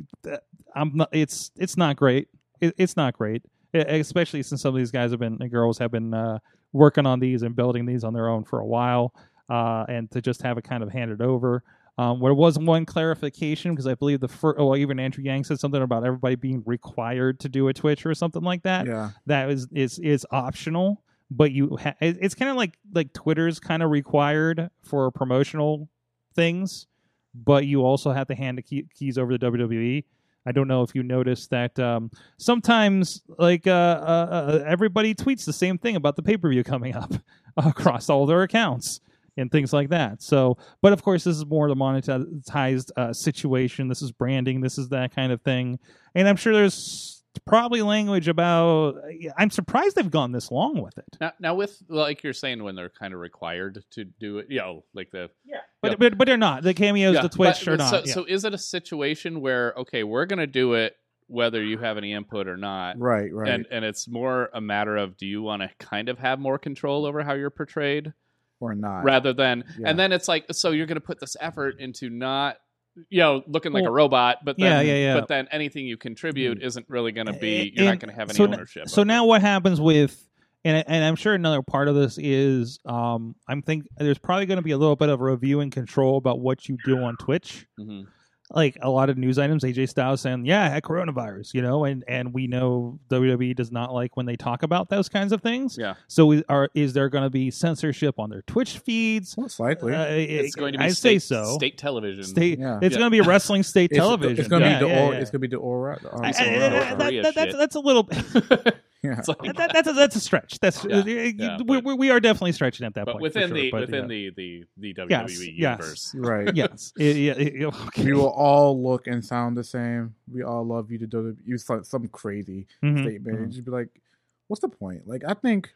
I'm not. It's it's not great. It, it's not great, E- especially since some of these guys have been and girls have been uh, working on these and building these on their own for a while, uh, and to just have it kind of handed over. Um, there was one clarification because I believe the first, well, even Andrew Yang said something about everybody being required to do a Twitch or something like that
Yeah.
that is is is optional but you ha- it- it's kind of like like twitter's kind of required for promotional things but you also have to hand the key- keys over to wwe i don't know if you noticed that um, sometimes like uh, uh, uh, everybody tweets the same thing about the pay-per-view coming up [LAUGHS] across all their accounts and things like that so but of course this is more the monetized uh, situation this is branding this is that kind of thing and I'm sure there's probably language about. I'm surprised they've gone this long with it.
Now, now with like you're saying when they're kind of required to do it, you know, like the
But
Yeah.
but, but they're not. The cameos,
Yeah,
the Twitch,
but-
or
so-
not. yeah.
So is it a situation where okay, we're gonna do it whether you have any input or not?
Right. Right.
And and it's more a matter of do you want to kind of have more control over how you're portrayed
or not.
rather than
Yeah.
and then it's like so you're gonna put this effort into not you know looking like a
Well,
robot, but then
yeah, yeah, yeah.
but then anything you contribute isn't really gonna be
Uh,
you're
and
not gonna have any
so n-
ownership.
So
over
now
it.
what happens with and and I'm sure another part of this is um I'm think there's probably going to be a little bit of review and control about what you do on Twitch.
Mhm.
Like a lot of news items, AJ Styles saying, "Yeah, I had coronavirus," you know, and and we know WWE does not like when they talk about those kinds of things.
Yeah.
So is, are is there going to be censorship on their Twitch feeds?
Most likely.
Uh,
it's
it-
going to be
I say
state,
so.
state television. [LAUGHS]
State-
Yeah.
It's
Yeah.
going to be wrestling state
It's-
television.
It's gonna
Yeah,
be the
yeah,
or,
yeah.
it's gonna be the aura. the
I-
Uh,
I-
aura.
I-
that-
Korea
that- that's,
shit.
that's a little
[LAUGHS]
yeah.
It's like- [LAUGHS]
that, that's a, that's a stretch. That's
Yeah,
uh, you-
yeah,
we-
but-
we, we are definitely stretching at that
but
point. for
within
sure,
the
but,
within the the the WWE
Yes, yes.
universe. [LAUGHS]
Right.
yeah. [LAUGHS] yes, Yeah, yeah, yeah, okay.
[LAUGHS] We will all look and sound the same. We all love you to do the- you some, some crazy
Mhm,
statement.
mhm.
And just be like, what's the point? Like, I think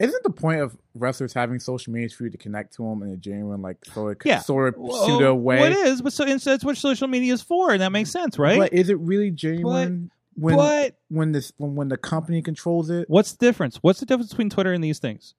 isn't the point of wrestlers having social media for you to connect to them in a genuine, like, sort of
Yeah.
sort of
Well,
pseudo way?
What is? But so and so that's what social media is for, and that makes sense, right?
But is it really genuine? when
but
when this when, when the company controls it.
what's the difference? What's the difference between Twitter and these things?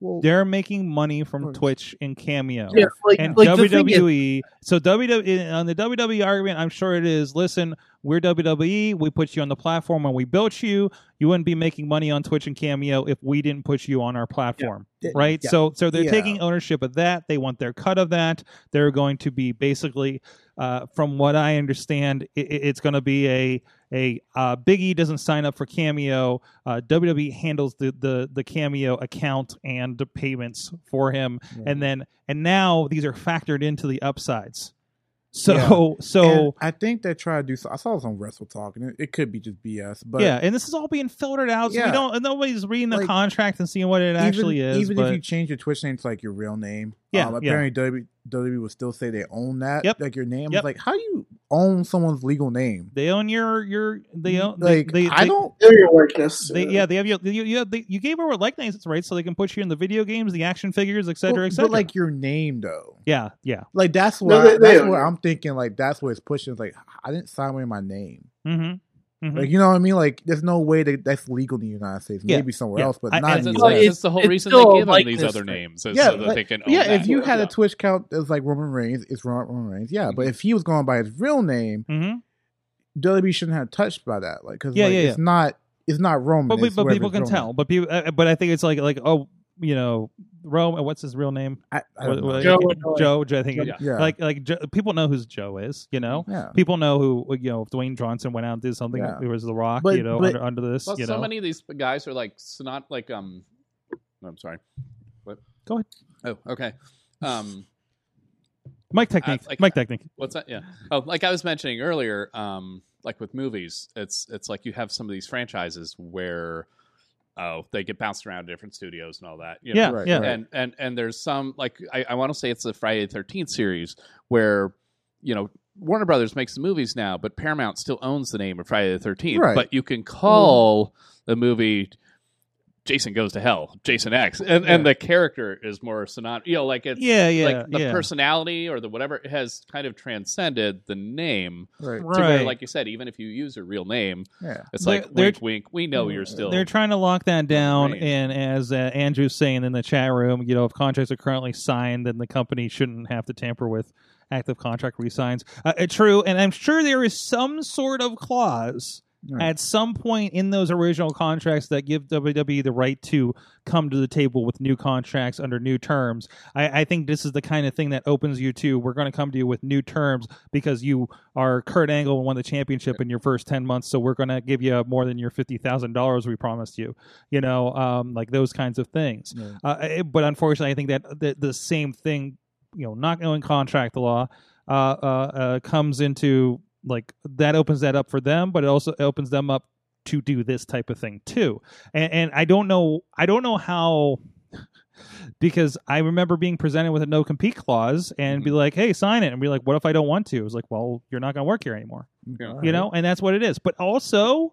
Well,
They're making money from
Right.
Twitch and Cameo.
Yeah, like,
and
like the thing
E
is,
WWE. so WWE on the WWE argument, I'm sure it is. Listen, we're WWE. We put you on the platform when we built you. You wouldn't be making money on Twitch and Cameo if we didn't put you on our platform,
Yeah.
right?
Yeah.
So, so they're
Yeah.
taking ownership of that. They want their cut of that. They're going to be basically, uh, from what I understand, i i- it's going to be a a uh, Big E doesn't sign up for Cameo. Uh, WWE handles the, the the Cameo account and the payments for him and then and now these are factored into the upsides so
And
so
I think they try to do. So, I saw some Wrestle Talk, and it, it could be just BS. But
yeah and this is all being filtered out so we
Yeah.
don't and nobody's reading the
Like,
contract and seeing what it actually
even,
is
even
but
if you change your Twitch name to like your real name,
Yeah,
um,
yeah.
apparently W WWE will still say they own that,
Yep.
like your name.
Yep.
It's like how do you own someone's legal name?
they own your your they own they,
Mm-hmm. like
they,
I
they-
don't.
They're your likeness.
they-
uh,
yeah, they have your, you. You, they, you gave over likeness rights, so they can put you in the video games, the action figures, et cetera, et
but-
cetera.
But like your name though,
yeah, yeah.
like that's
No,
what
they- they
that's
own
what
it.
I'm thinking. Like that's what it's pushing. It's like I didn't sign away my name.
Mm-hmm. hmm
Like you know what I mean? Like there's no way that that's legal in the United States.
Yeah,
Maybe somewhere
yeah.
else, but
I-
not
That's,
in
that's,
the
Well,
US.
it's-
that's the whole
it's
reason they
still
give them
like
these
this
other
thing.
names, is
Yeah,
so that
like-
they can. Own
yeah,
that.
if you had
Yeah.
a Twitch account that's like Roman Reigns, it's Ron- Roman Reigns. Yeah, but if he was going by his real name,
hmm
WWE shouldn't have touched by that. Like, because
Yeah,
like,
yeah,
it's not it's not Roman.
But, we-
it's
but
whoever's
people can
Roman.
tell. But people, uh, but I think it's like like oh, you know, Rome. What's his real name?
I, I don't
What-
know.
what-
Joe
Joe,
or
Joe, I think. it-
Yeah.
yeah,
Like like Joe, people know who Joe is, you know.
yeah.
People know who you know. If Dwayne Johnson went out and did something,
Yeah.
it was The Rock,
But-
you know,
but-
under, under this,
Plus,
you
so
know.
many of these guys are like s- not like um. I'm sorry. What?
Go ahead.
Oh, okay. Um,
Mike technique,
uh, like-
Mike technique.
what's that? Yeah. Oh, like I was mentioning earlier, um, like with movies, it's it's like you have some of these franchises where, oh, they get bounced around to different studios and all that. You know?
Yeah,
right,
yeah.
right.
and and and there's some like I, I want to say it's the Friday the Thirteenth series where you know Warner Brothers makes the movies now, but Paramount still owns the name of Friday the Thirteenth.
Right.
But you can call the movie Jason Goes to Hell, Jason X, and and
Yeah.
the character is more synonymous. You know, like it's
yeah, yeah,
like the
yeah.
personality or the whatever it has kind of transcended the name.
right.
To where,
Right.
like you said, even if you use your real name,
Yeah,
it's
They're-
like
they're-
wink, wink. We know you're still.
They're trying to lock that down,
Right.
and as uh, Andrew's saying in the chat room, you know, if contracts are currently signed, then the company shouldn't have to tamper with active contract resigns. Uh, uh, true, and I'm sure there is some sort of clause
Right.
at some point in those original contracts that give WWE the right to come to the table with new contracts under new terms. I, I think this is the kind of thing that opens you to we're going to come to you with new terms because you are Kurt Angle and won the championship in your first ten months, so we're going to give you more than your fifty thousand dollars we promised you. You know, um, like those kinds of things.
Yeah.
Uh, eh, but unfortunately, I think that the, the same thing, you know, not knowing contract law, uh, uh, uh, comes into like that opens that up for them, but it also opens them up to do this type of thing too. And, and I don't know, I don't know how. [LAUGHS] Because I remember being presented with a no compete clause and be like, "Hey, sign it," and be like, "What if I don't want to?" It was like, "Well, you're not going to work here anymore."
All
you
right.
know and that's what it is but also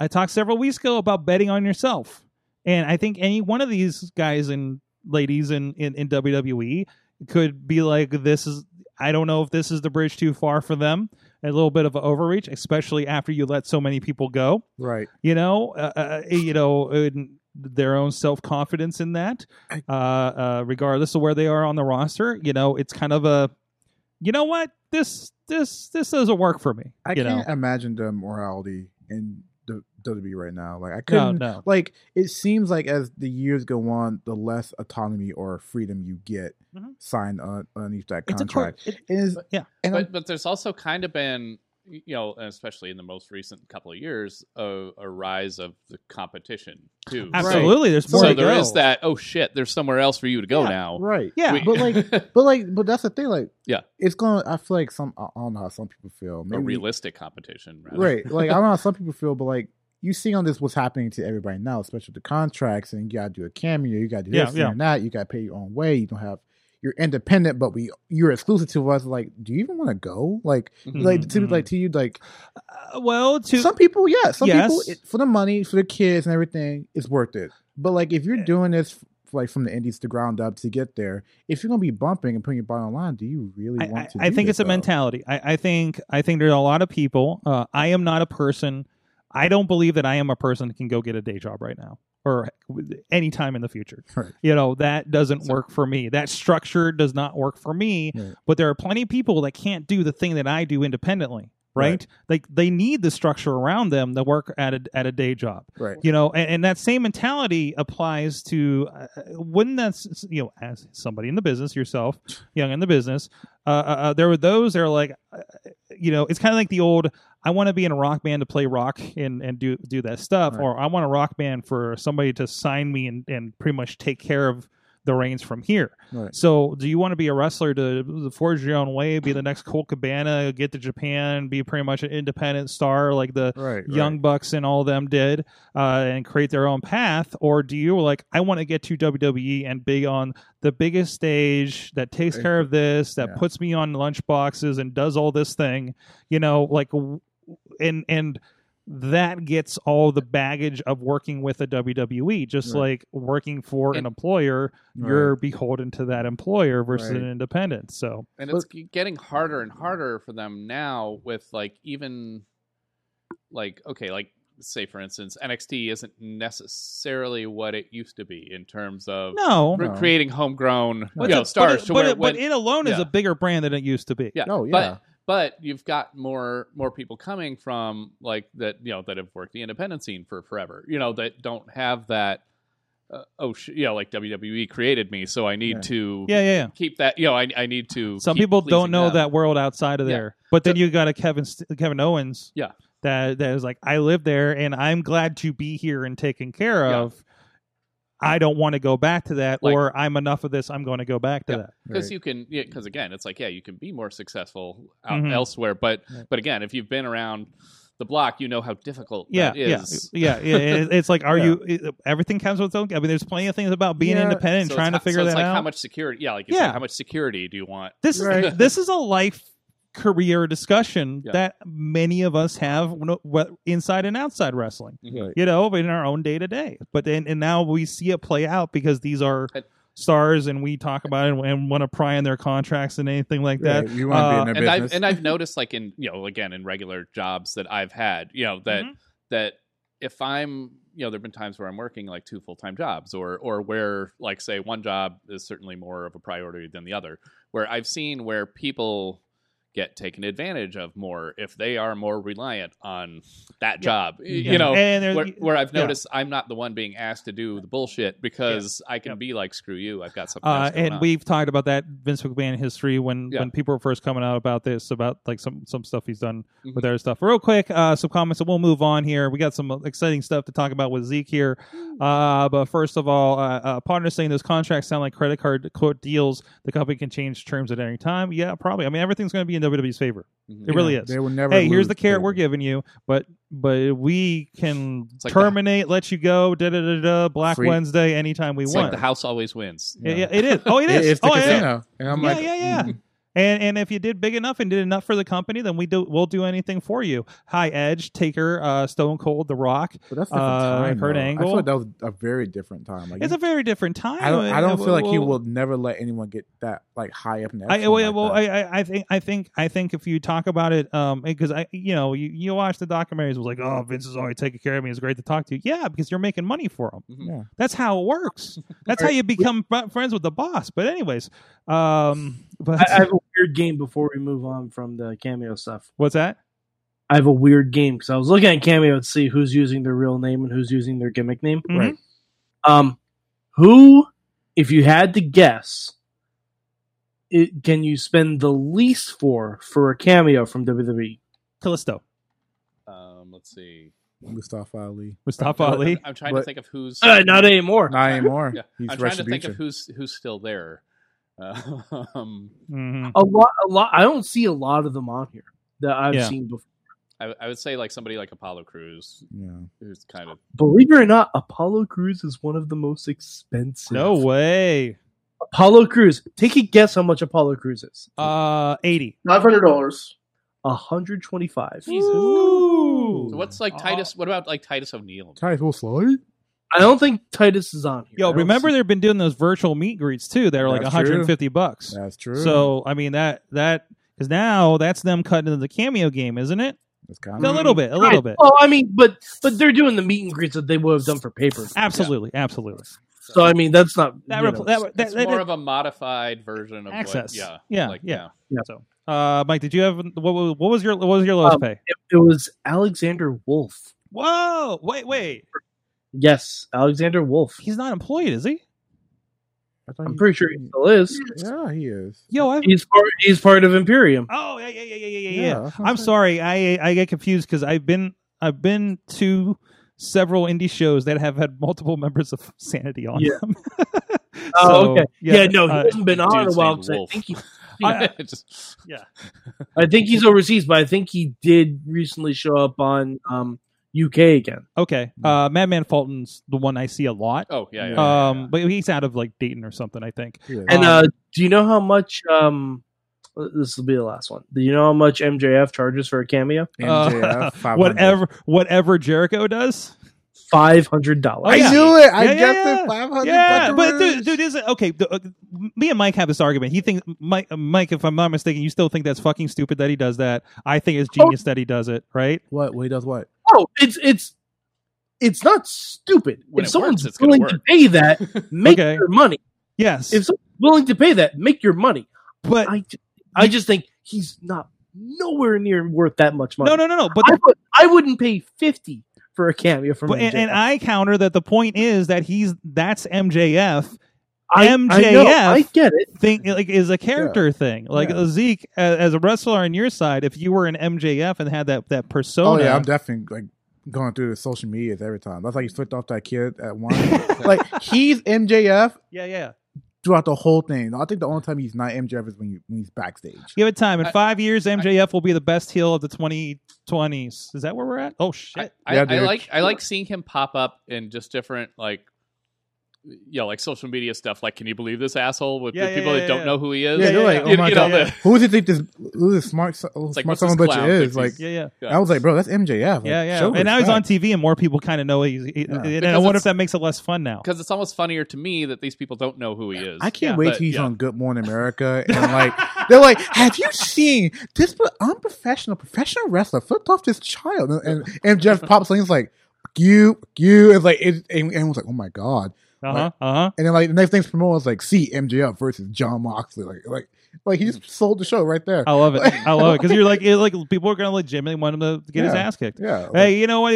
i talked several weeks ago about betting on yourself and i think any one of these guys and ladies in in, in wwe could be like this is i don't know if this is the bridge too far for them a little bit of an overreach especially after you let so many people go
right.
you know uh, uh, you know in their own self-confidence in that
I-
uh, uh, regardless of where they are on the roster you know it's kind of a you know what this this this doesn't work for me
I
you know?
can't imagine the morality in the WWE right now. Like I
No,
couldn't.
no.
Like it seems like as the years go on, the less autonomy or freedom you get
Mhm.
signed on underneath that
It's a court.
contract. Is
yeah.
and I'm-
but but there's also kind of been y- you know and especially in the most recent couple of years a, a rise of the competition too
Absolutely. There's
so,
more.
so
to
there
go.
is that oh shit there's somewhere else for you to go
Yeah,
now
right.
Yeah.
We-
but
[LAUGHS]
like- But like, but that's the thing. Like,
Yeah.
it's going. to I feel like some. I don't know how some people feel.
a
Maybe
realistic competition rather.
right. Like I don't know how some people feel, but like you see on this what's happening to everybody now, especially with the contracts, and you gotta do a cameo, you gotta do
Yeah,
this
yeah.
and that, you gotta pay your own way, you don't have you're independent, but we you're exclusive to us. Like, do you even want to go? Like, like to
Mhm.
like to you, like
Uh, well, to
some people, yeah, some people
Yes.
it, for the money, for the kids and everything, it's worth it. But like if
Eh.
you're doing this f- like from the indies to ground up to get there, if you're gonna be bumping and putting your bottom line, do you really
I,
want
I-
to?
I
do
think
this,
it's a
though?
mentality. I, I think I think there are a lot of people. Uh, I am not a person. I don't believe that I am a person that can go get a day job right now or any time in the future.
[LAUGHS] Right.
You know, that doesn't
So-
work for me. That structure does not work for me.
Right.
But there are plenty of people that can't do the thing that I do independently.
Right.
Right? Like they need the structure around them to work at a at a day job
Right.
you know and, and that same mentality applies to uh, wouldn't that s- s- you know as somebody in the business yourself young in the business uh, uh, uh, there were those that are like uh, you know it's kind of like the old i want to be in a rock band to play rock and and do do that stuff
Right.
or i want a rock band for somebody to sign me and, and pretty much take care of the reins from here
Right.
so, do you want to be a wrestler to forge your own way, be the next Colt Cabana, get to Japan, be pretty much an independent star like the
Right.
young bucks and all of them did uh, and create their own path or do you like i want to get to wwe and be on the biggest stage that takes care of this that
Yeah.
puts me on lunch boxes and does all this thing you know like w- and and that gets all the baggage of working with a WWE, just
Right.
like working for an
And-
employer,
Right.
you're beholden to that employer versus
Right.
an independent. So,
and it's g- getting harder and harder for them now with like even like okay like say for instance nxt isn't necessarily what it used to be in terms of
no,
re-
No.
creating homegrown
But
you know,
it-
stars
but it,
to
but,
where
it, but
when-
it alone is
yeah.
a bigger brand than it used to be.
yeah,
Oh,
but-
yeah.
but you've got more more people coming from like that you know that have worked the independent scene for forever you know that don't have that uh, oh sh- you know like wwe created me so i need
Yeah.
to
Yeah, yeah, yeah.
keep that you know i, I need to
Some
keep
people don't
pleasing
know
them.
that world outside of
Yeah.
there. But then
So-
you got a Kevin St- Kevin Owens.
Yeah.
That that is like I live there and I'm glad to be here and taken care
Yeah.
of. I don't want to go back to that,
Like-
or I'm enough of this. I'm going to go back to
Yeah.
that.
because
Right.
you can because again it's like yeah you can be more successful out
Mhm.
elsewhere but
Right.
but again if you've been around the block you know how difficult
Yeah,
that
yeah,
is
yeah, yeah. It- It's like,
[LAUGHS]
are
Yeah.
you? it- everything comes with its own. I mean, there's plenty of things about being
Yeah.
independent, and
So
trying
it's,
to
ho-
figure
so it's
that
like
out.
how much security yeah like you said,
Yeah.
how much security do you want
this
Right.
is this is a life career discussion
Yeah.
that many of us have when- when- inside and outside wrestling.
Right.
you know, in our own day to day. But then, and now we see it play out because these are
And-
stars, and we talk about it and, want to pry in their contracts and anything like that.
Right. You want to
uh,
be in their
and I've,
business.
[LAUGHS]
and I've noticed like in you know again in regular jobs that I've had you know that
Mhm.
that if I'm you know there've been times where I'm working like two full time jobs or or where like say one job is certainly more of a priority than the other where I've seen where people get taken advantage of more if they are more reliant on that job y-
Yeah.
you know
and there-
where, where I've
yeah.
noticed I'm not the one being asked to do the bullshit because I can
Yep.
be like screw you I've got something
Uh,
else going
and
on.
we've talked about that Vince McMahon history when,
Yeah.
when people were first coming out about this, about like some, some stuff he's done
Mhm.
with other stuff. Real quick, uh, some comments and we'll move on here. We got some exciting stuff to talk about with Zeke here. Uh, but first of all, uh, uh, partners saying those contracts sound like credit card quote deals. The company can change terms at any time. Yeah, probably. I mean, everything's going to be in WWE's favor.
Mhm.
It really
Yeah,
is.
They will never.
Hey, here's
lose
the carrot
favor.
we're giving you, but but we can
It's like the-
terminate, let you go, da da da da, Black
Free-
Wednesday anytime we
it's
want.
like the house always wins
Yeah,
Yeah.
yeah, it is. Oh,
[LAUGHS]
it is.
It's the
oh, yeah.
casino, and I'm
Yeah,
like,
yeah, yeah.
mm,
And and if you did big enough and did enough for the company, then we do we'll do anything for you. High Edge, Taker, uh, Stone Cold, The Rock.
But that's a different
Uh,
time.
Kurt
though. I
Angle.
feel like that was a very different time. Like,
It's
you-
a very different time.
I don't. I don't feel like he
Well,
will never let anyone get that like high up. in the
I,
echelon
well,
like
well,
that.
I, I, I think, I think, I think if you talk about it, um, because I, you know, you, you watch the documentaries, it was like, oh, Vince is already taking care of me. It's great to talk to you. Yeah, because you're making money for him.
Mhm.
Yeah.
That's how it works. That's how you become fr- friends with the boss. But anyways, um, but
I, I have a weird game before we move on from the cameo stuff.
[LAUGHS] what's that?
I have a weird game because I was looking at cameo to see who's using their real name and who's using their gimmick name.
Mm-hmm.
Mhm.
Right.
Um, who, if you had to guess, it, can you spend the least for for a cameo from E? WWE?
Callisto,
Um, let's see.
Mustafa Ali.
[LAUGHS]
Mustafa
Uh,
Ali.
I'm trying
But-
to think of who's.
Uh, not anymore.
Not anymore.
yeah,
He's
I'm trying to think
retribution.
of who's who's still there. Uh, [LAUGHS] um,
Mhm.
A lot, a lot. I don't see a lot of them on here that I've
Yeah.
seen before.
I, I would say like somebody like Apollo Crews,
yeah.
who's kind of
Believe it or not, Apollo Crews is one of the most expensive.
No way.
Apollo Crews. Take a guess how much Apollo Crews is.
Uh, eighty.
Nine hundred dollars.
hundred twenty-five.
Ooh.
So what's like
Uh,
Titus? What about like Titus O'Neil?
Title slide.
I don't think Titus is on here. I
Yo,
don't
remember
see-
they've been doing those virtual meet greets too. They're like
That's
150 bucks.
That's true.
So I mean that that because now that's them cutting into the cameo game, isn't it?
That's kind
A little bit, a little bit.
Well, Oh, I mean, but but they're doing the meet and greets that they would have done for paper.
Absolutely, absolutely.
So I mean, that's not
That,
you
repl-
know,
that, that,
It's
that-
more of a modified version of
access.
What, yeah,
yeah,
like,
yeah. So, uh, Mike, did you have what, what what was your what was your lowest
Um,
pay?
it, it was Alexander Wolf.
Whoa! Wait, wait.
Yes, Alexander Wolf.
He's not employed, is he?
I thought
I'm
he-
pretty sure he still
[LAUGHS]
is.
Yeah, he is.
Yo, I.
He's part. He's part of Imperium.
Oh yeah yeah yeah yeah yeah yeah. yeah.
that's what
I'm
saying.
sorry. I I get confused because I've been I've been to several indie shows that have had multiple members of Sanity on
Yeah.
them. [LAUGHS]
Oh,
So,
okay. Yeah, no, he
uh,
hasn't been on in a
dude's
while
named
'cause I
Wolf.
think he,
yeah. [LAUGHS] Just-
I think he's overseas, but I think he did recently show up on um, UK again.
okay.
Hmm.
Uh, Madman Fulton's the one I see a lot.
oh yeah, yeah, yeah, yeah,
Um, but he's out of like Dayton or something, I think. [LAUGHS]
He is.
And
Um,
uh, do you know how much? Um, this will be the last one. Do you know how much MJF charges for a cameo?
uh,
MJF, 500.
whatever whatever Jericho does.
Five hundred dollars.
Oh, yeah.
I knew it. I
Yeah, yeah,
guessed
yeah.
it. Five hundred.
Yeah, but dude, dude is it okay? The, uh, me and Mike have this argument. He thinks Mike, uh, Mike, if I'm not mistaken, you still think that's fucking stupid that he does that. I think it's
Oh.
genius that he does it. Right?
What? Well, he does what?
Oh, it's it's it's not stupid.
When
if
it
someone's
works, it's gonna
willing to
work.
pay that, make
Okay.
your money.
Yes.
If someone's willing to pay that, make your money.
but
I, ju- I just think he's not nowhere near worth that much money.
no, no, no, no. But
I, would, I wouldn't pay fifty for a cameo from
But,
MJF.
and, and I counter that the point is that he's that's MJF
I, I, know,
MJF
I get it.
thing like is a character thing like
Yeah.
Zeke as, as a wrestler on your side if you were an MJF and had that that
Oh
persona
yeah, I'm definitely like going through the social medias every time. That's like he flipped off that kid
[LAUGHS]
at one. like he's MJF
[LAUGHS] yeah yeah
throughout the whole thing. I think the only time he's not MJF is when, you, when he's backstage.
give it time in
I-
five years MJF will be the best heel of the 2020s is that where we're at oh
I,
shit
I,
Yeah,
I
dude.
like I
[LAUGHS]
like seeing him pop up in just different like you know, like social media stuff like can you believe this asshole with
Yeah,
the
yeah,
people
yeah,
that don't
yeah.
know who he is
Yeah,
[LAUGHS]
they're
yeah,
like,
yeah.
oh
You-
my
you
god,
know, the-
who does he think this who this smart son- little
like,
smart
what's
son of a
this
bitch
clown
is?
thinks
Like
yeah yeah
I was like, bro, that's MJF. Like,
yeah yeah
show
and now he's on
respect.
TV and more people kind of know he's he,
Yeah.
and I
Because
wonder
it's-
if that makes it less fun now
because it's almost funnier to me that these people don't know who he is
I can't
Yeah.
wait
But,
till he's
yeah.
on
[LAUGHS]
Good Morning America and like they're like, have you seen this pro- unprofessional professional wrestler flipped off this child and and,
[LAUGHS]
and Jeff pops in, he's like, "Fuck you, fuck you, it's like it, and everyone's like, oh my god,
uh huh uh huh
and then like the next thing's promoted is like, see MJF versus John Moxley, like like like he just sold the show right there.
I love it I love it because you're like you're like people are gonna legitimately want him to get his
Yeah.
ass kicked.
yeah, like,
Hey, you know what?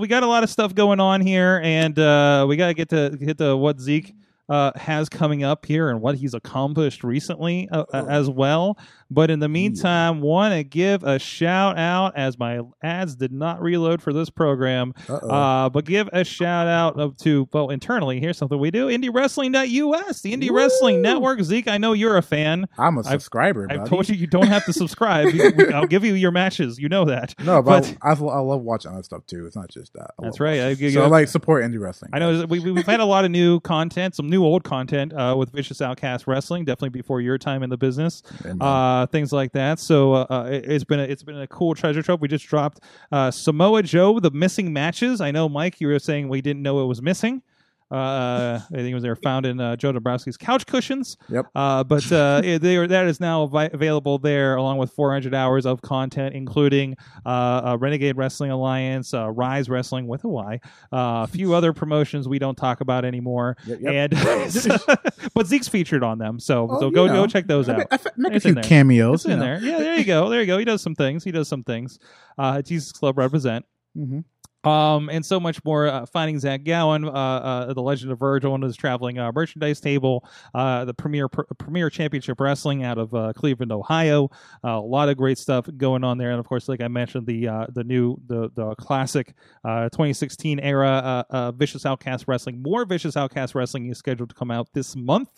We got a lot of stuff going on here, and uh, we got to get to hit the what Zeke uh, has coming up here and what he's accomplished recently uh, uh, as well. But in the meantime, want to give a shout out as my ads did not reload for this program.
uh-oh.
Uh, but give a shout out of- to well internally. Here's something we do: IndieWrestling.us, the Indie Wrestling
Woo!
Network. Zeke, I know you're a fan.
I'm a
I've-
subscriber.
I
buddy.
told you you don't have to
[LAUGHS]
subscribe. You- I'll give you your matches. You know that.
No, but,
but-
I, I, I love watching other stuff too. It's not just that. I
That's
love-
right. I,
Oh, So I like support indie wrestling.
I know we, we- we've had a lot of new content, some new old content uh, with Vicious Outcast Wrestling, definitely before your time in the business,
Amen.
uh, things like that. So uh, uh, it, it's been a, it's been a cool treasure trove. We just dropped uh, Samoa Joe, the missing matches. I know Mike, you were saying we didn't know it was missing. Uh, I think it was they were found in uh, Joe Dombrowski's couch cushions.
Yep.
Uh, but
[LAUGHS]
uh, yeah, they are, that is now vi- available there, along with 400 hours of content, including uh, uh, Renegade Wrestling Alliance, uh, Rise Wrestling with a Y, uh, a few other promotions we don't talk about anymore.
Yep, yep. [LAUGHS]
And [LAUGHS] but Zeke's featured on them, so
Oh,
so
you
go
know.
go check those
I
out.
mean, I fe- make a
It's in
few
there.
cameos.
It's in there. Yeah, there you go. There you go. He does some things. He does some things. Uh, Jesus Club represent.
Mm-hmm.
Um, and so much more. Uh, finding Zach Gowen, uh, uh, the Legend of Virgil, on his traveling uh, merchandise table, uh, the premier pr- premier championship wrestling out of uh, Cleveland, Ohio. Uh, a lot of great stuff going on there, and of course, like I mentioned, the uh, the new the the classic uh, 2016 era uh, uh, Vicious Outcast Wrestling. More Vicious Outcast Wrestling is scheduled to come out this month.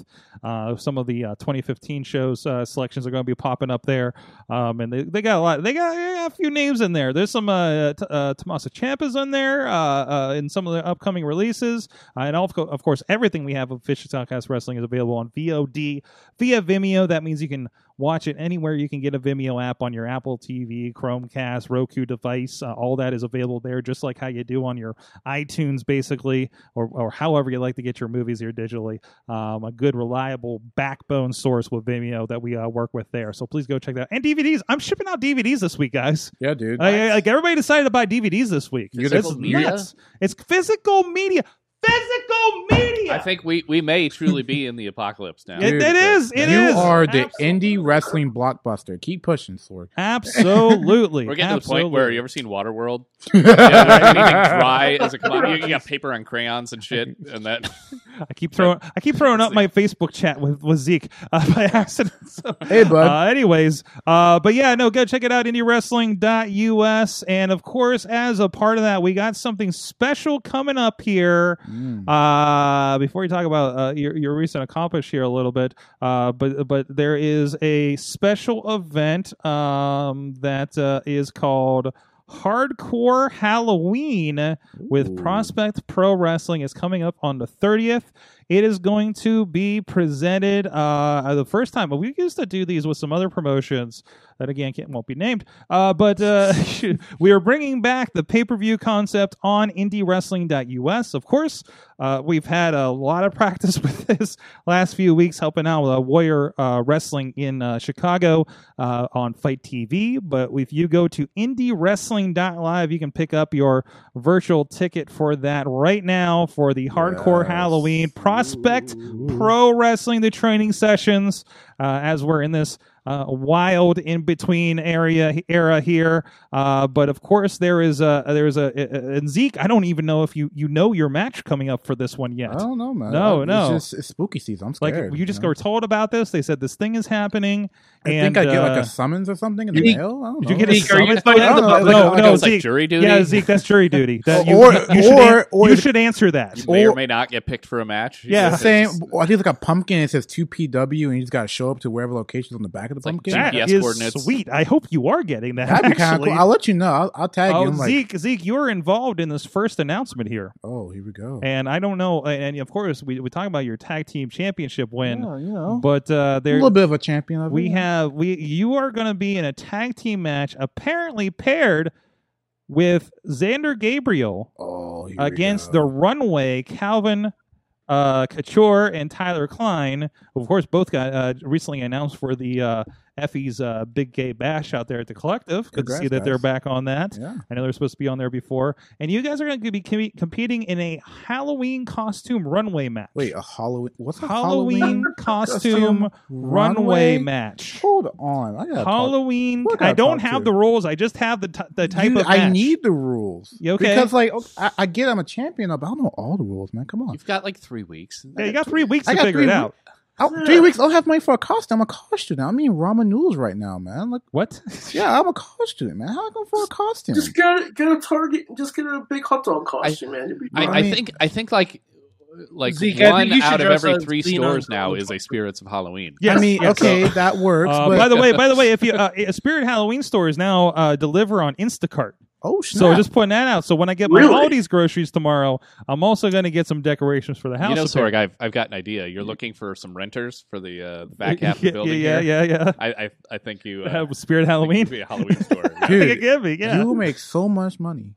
Uh, some of the uh, 2015 shows uh, selections are going to be popping up there, um, and they, they got a lot. They got, they got a few names in there. There's some uh, t- uh, Tommaso Ciampa's in there, uh, uh, in some of the upcoming releases, uh, and of, co- of course, everything we have of Vicious Outcast Wrestling is available on VOD via Vimeo. That means you can Watch it anywhere you can get a Vimeo app on your Apple TV, Chromecast, Roku device. Uh, all that is available there, just like how you do on your iTunes, basically, or, or however you like to get your movies here digitally. Um, a good, reliable backbone source with Vimeo that we uh, work with there. So please go check that out. And DVDs. I'm shipping out DVDs this week, guys.
Yeah, dude.
Like, like, everybody decided to buy DVDs this week.
Physical
it's
media?
nuts. It's physical media. Physical media.
I think we, we may truly be in the apocalypse now.
[LAUGHS] It-
Dude,
it is. It is.
you are the
Absolutely.
indie wrestling blockbuster. Keep pushing,
[LAUGHS]
Sorg.
Absolutely.
[LAUGHS] We're getting
Absolutely.
to the point where you ever seen Waterworld? [LAUGHS] yeah, where
[LAUGHS]
anything dry as a commodity. You got paper on crayons and shit, and that
I keep throwing I keep throwing
[LAUGHS]
up my Facebook chat with, with Zeke uh, [LAUGHS] by accident. So,
Hey, bud.
Uh, anyways, uh, but yeah, no, go check it out indiewrestling.us and of course, as a part of that, we got something special coming up here.
Mm.
Uh, before you talk about uh, your your recent accomplish here a little bit, uh, but but there is a special event um, that uh, is called Hardcore Halloween with
Ooh.
Prospect Pro Wrestling is coming up on the thirtieth. It is going to be presented uh, the first time, but we used to do these with some other promotions that again can't, won't be named. Uh, but uh, [LAUGHS] we are bringing back the pay per view concept on IndieWrestling.us. Of course, uh, we've had a lot of [LAUGHS] practice with this last few weeks, helping out with uh, Warrior uh, Wrestling in uh, Chicago uh, on Fight TV. But if you go to IndieWrestling.live, you can pick up your virtual ticket for that right now for the Hardcore
Yes.
Halloween Prospect Pro Wrestling, the training sessions, uh, as we're in this uh, wild in between area era here. Uh, but of course, there is a there is a and Zeke. I don't even know if you you know your match coming up for this one yet.
I don't know, man.
No,
it's
no.
Just, it's spooky season. I'm
like
Oh, scared.
you just
know?
were told about this. They said this thing is happening.
I
and,
think I get like
uh,
a summons or something in the
Zeke,
mail. I don't
Did [LAUGHS] you
[LAUGHS]
know.
get a
Zeke, are you
summons?
fighting
No,
the
no,
public?
no,
Like,
no,
it's like
Zeke.
jury duty.
Yeah, Zeke, that's jury
[LAUGHS]
duty. That
Or-
you, you, should
or-
an-
or
you
if-
should answer that.
you may or
Or-
may not get picked for a match.
Yeah.
the
It's
same?
just-
I think it's like a pumpkin. It says two PW, and you just got to show up to wherever location's on the back of the
like
pumpkin.
Jack-
That
GPS
is
coordinates.
sweet. I hope you are getting that.
That'd be kind of
actually.
cool. I'll let you know. I'll, I'll tag you.
Oh,
I'm like,
Zeke, Zeke, you're involved in this first announcement here,
oh, here we go.
and I don't know. And, and of course, we we talk about your tag team championship win,
Yeah, you know,
but uh,
a
there
little bit of a champion. Of
we
it.
have we you are going to be in a tag team match, apparently paired with Xander Gabriel
oh, here we
against the
go.
Runway Calvin. Uh, Couture and Tyler Klein, of course, both got uh, recently announced for the uh, Effie's uh, Big Gay Bash out there at the Collective. Good to
Congrats,
see that they're
guys.
back on that.
yeah.
I know they're supposed to be on there before, and you guys are going to be com- competing in a Halloween costume runway match.
Wait, a Halloween? What's a
Halloween, costume runway match.
Hold on, I gotta talk-
Halloween.
What
I
I
don't
talk
have
to?
the rules. I just have the t- the type
Dude,
of match.
I need the rules.
You okay?
Because like okay, I, I get I'm a champion, but I don't know all the rules, man. Come on.
You've got like three weeks.
Yeah, you got three weeks
I
to
got
figure
three
it
wee-
out.
I'll, three weeks. I'll have money for a college student. I'm a college student. I'm eating ramen noodles right now, man. Like,
[LAUGHS] What?
yeah, I'm a college student, man. How I going for a college student?
Just get a, get a Target and just get a big hot dog costume, man. You'll be
I,
fine.
I
mean-
think I think like like
Zeke, I think
one
you should
out of
dress
every
as
three
Dean
stores
Orton.
now is a Spirits of Halloween.
Yes,
I mean,
yes.
okay, that works.
Uh,
but
by the way, by the
[LAUGHS]
way, if you uh, Spirit Halloween stores now uh, deliver on Instacart,
oh snap!
so just putting that out. So when I get my
Really?
Aldi's groceries tomorrow, I'm also going to get some decorations for the house.
you know,
up here.
Sorg, I've, I've got an idea. You're looking for some renters for the, uh, the back half of
[LAUGHS] yeah,
the building.
yeah, yeah,
here.
yeah,
I, I I think you uh,
Have Spirit
I think
Halloween. [LAUGHS]
it'd be a Halloween store. yeah.
I think it
Dude,
could be, yeah.
you will make so much money.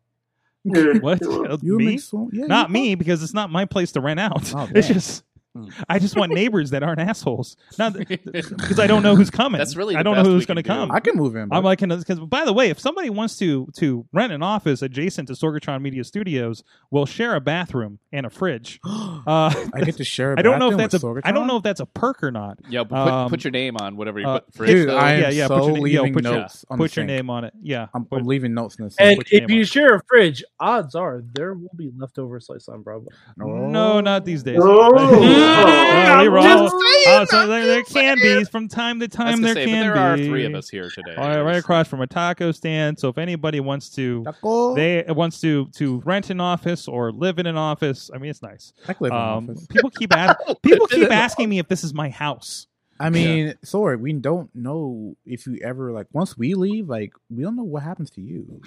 [LAUGHS]
Yeah.
What?
Yeah.
You will
me?
make so yeah,
Not
you-
me because it's not my place to rent out.
Oh,
[LAUGHS] it's
damn.
just
Mm.
I just want neighbors that aren't assholes. Not because I don't know who's coming.
That's really
I
the
don't
best
know
we
who's
can
going to
do.
come.
I can move in.
I'm
But
like, because by the way, if somebody wants to to rent an office adjacent to Sorgatron Media Studios, we'll share a bathroom and a fridge. Uh,
[GASPS]
[LAUGHS]
I get to share.
I
I
don't know if that's a I don't know if that's a perk or not.
[LAUGHS] Yeah, but put,
Um,
put your name on whatever you
uh,
put. For
Dude,
it,
I am
yeah, yeah.
so
put your, name- yo,
leaving
put your-
notes on the
put your
sink.
name on it. Yeah.
I'm,
Put-
I'm leaving notes in this.
And
your
if
name
you
on.
share a fridge, odds are there will be leftover slice on Broadway.
no, not these days.
Oh,
Mm,
Oh!
[LAUGHS] Well, we were all-
just
[LAUGHS]
saying,
uh, so there, there can be from time to
I was
time. There
gonna say,
can
but there are
be.
three of us here today.
Right, right across from a taco stand. So if anybody wants to,
Taco.
they uh, wants to to rent an office or live in an office. I mean, it's nice.
I can [LAUGHS] live in an
Um,
office.
people keep asking people keep asking me if this is my house.
I mean, Sorg, we don't know if you ever like once we leave, like we don't know what happens to you.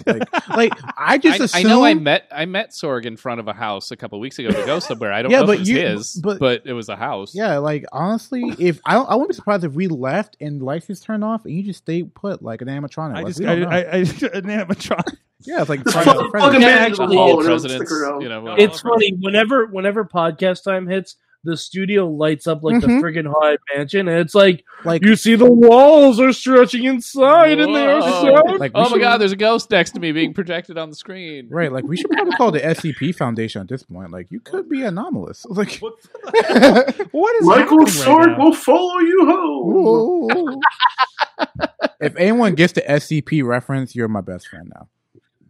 [LAUGHS]
Like, like I just
I, I
assume.
know I met I met Sorg in front of a house a couple weeks ago to go somewhere. I don't
Yeah,
know
but
if it was
you-
his,
but-
but, it was a house.
yeah, like honestly, if I don't, I wouldn't be surprised if we left and lights just turned off and you just stayed put like an animatronic.
I
Like,
just
we
I,
don't know.
I, I, [LAUGHS] an
[LAUGHS]
animatronic.
yeah,
[LAUGHS]
it's like
Just
Friday the
fucking plug him
Friday.
in into
The
the
whole
wall and it'll stick
president's,
around.
you know, uh,
It's funny whenever whenever podcast time hits, the studio lights up like
Mhm.
the friggin' haunted mansion, and it's like
Like,
you see the walls are stretching inside, and they are
Whoa.
so.
Like, we
oh my
should-
god, there's a ghost next to me being projected on the screen.
right, like we should probably call the SCP Foundation at this point. Like, you could be anomalous. [LAUGHS]
[LAUGHS]
Like, [LAUGHS]
What is
Michael
happening right
Sorg
now?
will follow you home.
Ooh. if anyone gets the SCP reference, you're my best friend now.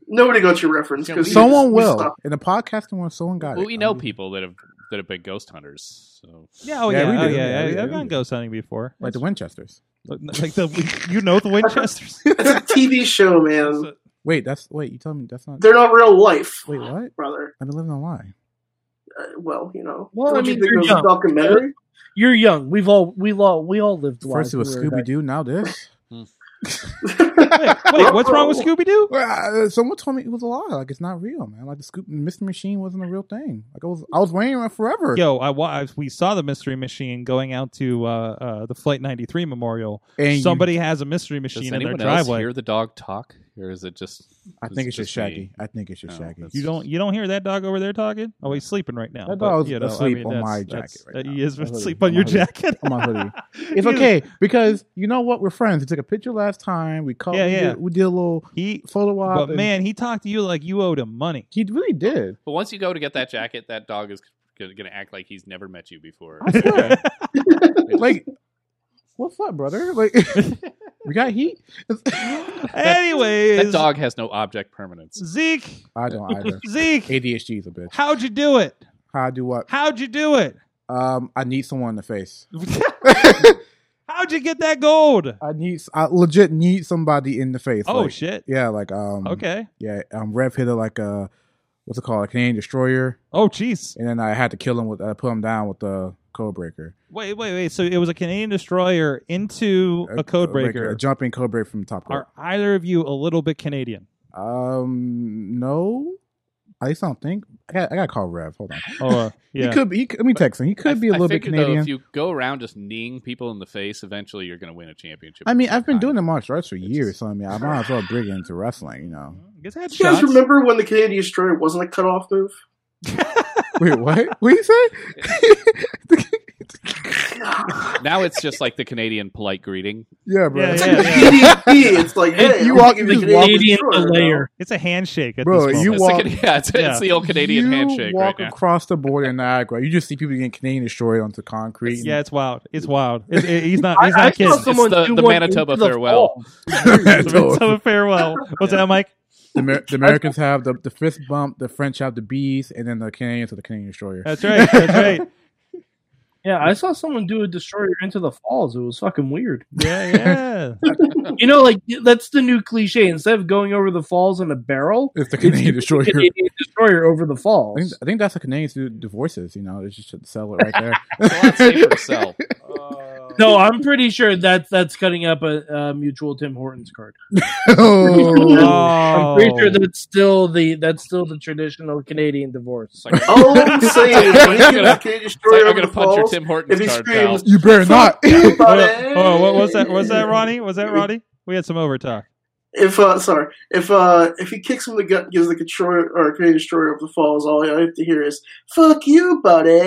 Nobody got your reference because
Someone will. In the podcasting one, someone
Well,
got it. Um,
we know people that have that have been ghost hunters. So
Yeah, oh
Yeah,
yeah,
we
oh,
do.
yeah,
Yeah,
yeah,
we do.
I've gone ghost hunting before.
Like the Winchesters.
like the you know the Winchesters.
[LAUGHS]
It's a TV show, man.
Wait, that's wait. You tell me that's not.
They're not real life,
Wait, what?
brother.
I've been living a lie.
Uh, well, you know.
Well, I
Don't you
mean,
think
you're
it was a
young.
documentary?
You're young. We've all we all we all lived. lives
First it was
we were
Scooby Doo. Now this.
wait, wait, what's wrong with Scooby Doo?
Well, uh, someone told me it was a lie. Like it's not real, man. Like the Scoop Mr. Machine wasn't a real thing. Like I was, I was waiting around forever.
Yo, I, wa- I we saw the mystery machine going out to uh, uh, the Flight 93 Memorial.
and you-
Somebody has a mystery
does
machine in their
anyone else
driveway.
hear the dog talk, or is it just?
I
is
think
it
it's just Shaggy.
me?
I think it's just
No,
Shaggy.
that's-
You don't you don't hear that dog over there talking? Oh, he's sleeping right now.
That
but,
dog's
you know, I
asleep
mean,
on
that's-
my
that's-
jacket right
uh,
now.
He is
My hoodie.
asleep on
My
your
hoodie.
jacket.
On
[LAUGHS]
my hoodie.
He's-
It's okay because you know what? We're friends. We took a picture last time. We called.
Yeah,
we,
yeah.
Did, we did a little
He,
photo op.
but
and
man, he talked to you like you owed him
[LAUGHS]
money.
he
[LAUGHS]
really did.
But once you go to get that jacket, that dog is going to act like he's never met you before.
I swear. like, what's up, brother? Like, we got heat.
[LAUGHS] Anyways,
that dog has no object permanence.
Zeke,
I don't either.
[LAUGHS] Zeke,
ADHD's a bitch.
how'd you do it?
How I do what?
How'd you do
[LAUGHS]
it? [LAUGHS]
Um, I need someone in the face.
How'd you get that gold?
I need. I legit need somebody in the face.
Oh
like,
shit.
Yeah, like um.
Okay.
Yeah, um, Rev hit it like a what's it called, a Canadian destroyer,
Oh jeez.
and then I had to kill him with I put him down with the code breaker.
Wait, wait, wait. So it was a Canadian destroyer into a code
a
breaker.
jumping code breaker from top.
Are either of you a little bit Canadian?
rope. Um, no, at least I don't think. I got, I got to call Rev. Hold on.
Oh, uh, yeah.
He could be. He could, let me text him. He could be a
I- I
little bit
figure, though,
Canadian.
if you go around just kneeing people in the face, eventually you're going to win a championship.
I
of
mean,
some
I've been
kind.
doing the martial arts for years,
just-
so I mean, I might as well bring it into wrestling.
[LAUGHS]
You know.
Gets headshots.
[LAUGHS] You guys remember when the Canadian destroyer wasn't a cutoff move?
Wait, [LAUGHS] what? What you
[LAUGHS]
say?
Now it's just like the Canadian polite greeting.
yeah, bro.
Yeah, yeah, yeah.
DDP, it's like, hey,
You
you
walk-
walk,
you
you the
just
Canadian
walk-
Canadian
destroyer,
the
now.
layer.
It's a handshake at
Bro,
this moment.
you
It's the
walk-
Can- [LAUGHS] yeah, it's,
Yeah.
it's the old Canadian
you
handshake right
walk
now.
across the border in Niagara. You just see people getting Canadian destroyed onto concrete.
yeah, it's wild. It's wild. It's, it- he's not.
[LAUGHS]
He's
I- I
not
saw
kidding.
someone
the-
do
the
one
Manitoba
into the
farewell.
fall.
[LAUGHS]
It's
the,
a [LAUGHS] farewell. What's that, Mike?
Amer- the Americans have the, the fist bump, the French have the bees, and then the Canadians have the Canadian destroyer.
That's right. That's right.
Yeah, I saw someone do a destroyer into the falls. It was fucking weird.
Yeah, yeah.
You know, like that's the new cliche. Instead of going over the falls in a
[LAUGHS]
barrel,
It's the Canadian destroyer.
Canadian destroyer over the
I think,
falls.
I think that's how Canadians do divorces. You know, they just should sell it right
[LAUGHS]
there. [LAUGHS]
It's a lot safer to sell.
No, I'm pretty sure that's that's cutting up a, uh mutual Tim Hortons card.
oh,
Oh.
I'm pretty sure that's still the that's still the traditional Canadian divorce.
It's
[LAUGHS]
like, [LAUGHS]
All I'm saying is when you do the Canadian
it's like,
destroyer
I'm
over
going
the
to punch your
falls,
Tim Hortons
if he
card, pal.
screams,
you better
fuck
not.
you,
Hold
buddy.
on. Hold on. What was that? Was that Ronnie? Was that Ronnie? We had some overtalk.
If uh, sorry, if uh, if he kicks him in the gut, and gives the controller or Canadian destroyer of the falls, all I have to hear is "fuck you, buddy."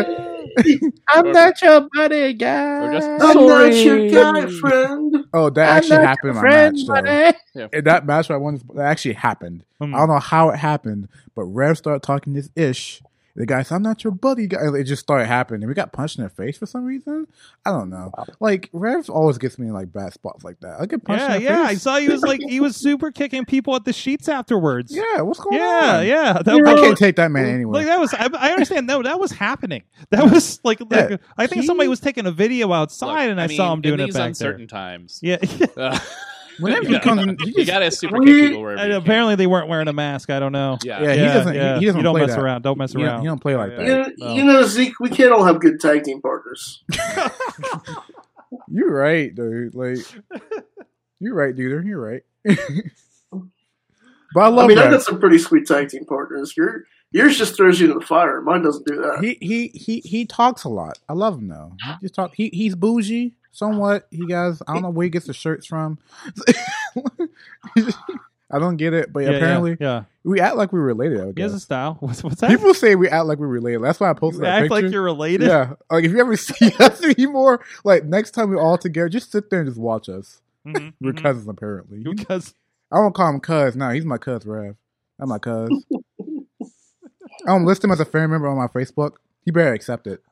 I'm not your buddy,
Or
guy.
just- I'm
I'm not your guy, friend.
Oh, that
I'm
actually
not
happened
your
in my
friend,
match, though.
buddy.
In that match, I won. That actually happened.
Hmm.
I don't know how it happened, but Rev started talking this ish. The guy said, I'm not your buddy. Guy. It just started happening. And we got punched in the face for some reason. I don't know. Like, Rev always gets me in like bad spots like that. I get punched
Yeah,
in the
yeah. I
face.
saw he was like he was super kicking people at the sheets afterwards.
Yeah, what's going
yeah,
on?
yeah. That
I
was-
can't take that man anywhere.
Like that was, I, I understand. No, that was happening. That was like, like,
Yeah.
I think
He-
somebody was taking a video outside,
Look,
and I, saw
mean,
him doing
in
it
these
back [LAUGHS]
uncertain times.
there. Yeah,
Uh,
Whenever
Yeah.
he comes
[LAUGHS]
in, he
You
just,
gotta super kick people wherever.
And
you can.
apparently, they weren't wearing a mask. I don't know.
yeah.
yeah, he doesn't. he- He, doesn't
you don't
play
mess
that.
around. Don't mess
He don't,
around.
he don't play like
Yeah.
that.
You know, you know, Zeke, we can't all have good tag team partners.
You're right,
[LAUGHS]
dude. Like, you're right, dude. You're right. [LAUGHS] but I love
I mean, I
that.
got some pretty sweet tag team partners. Your yours just throws you into the fire. Mine doesn't do that.
He he he he talks a lot. I love him though. He just talk. He he's bougie somewhat. He guys. I don't know where he gets the shirts from. [LAUGHS] I don't get it, but
Yeah, yeah,
apparently
yeah.
we act like we're related. I
He has a
guess.
style. [LAUGHS] What's, what's that?
People say we act like we're related. That's why I posted
You
that
act
picture.
like you're related.
yeah, like if you ever [LAUGHS] see us anymore, like next time we're all together, just sit there and just watch us.
Mhm,
[LAUGHS] We're
mhm.
cousins apparently. [SIGHS]
Because
I won't call him Cuz. No, he's my Cuz Rev. I'm
[LAUGHS]
my Cuz. I don't list him as a family member on my Facebook. He better accept it.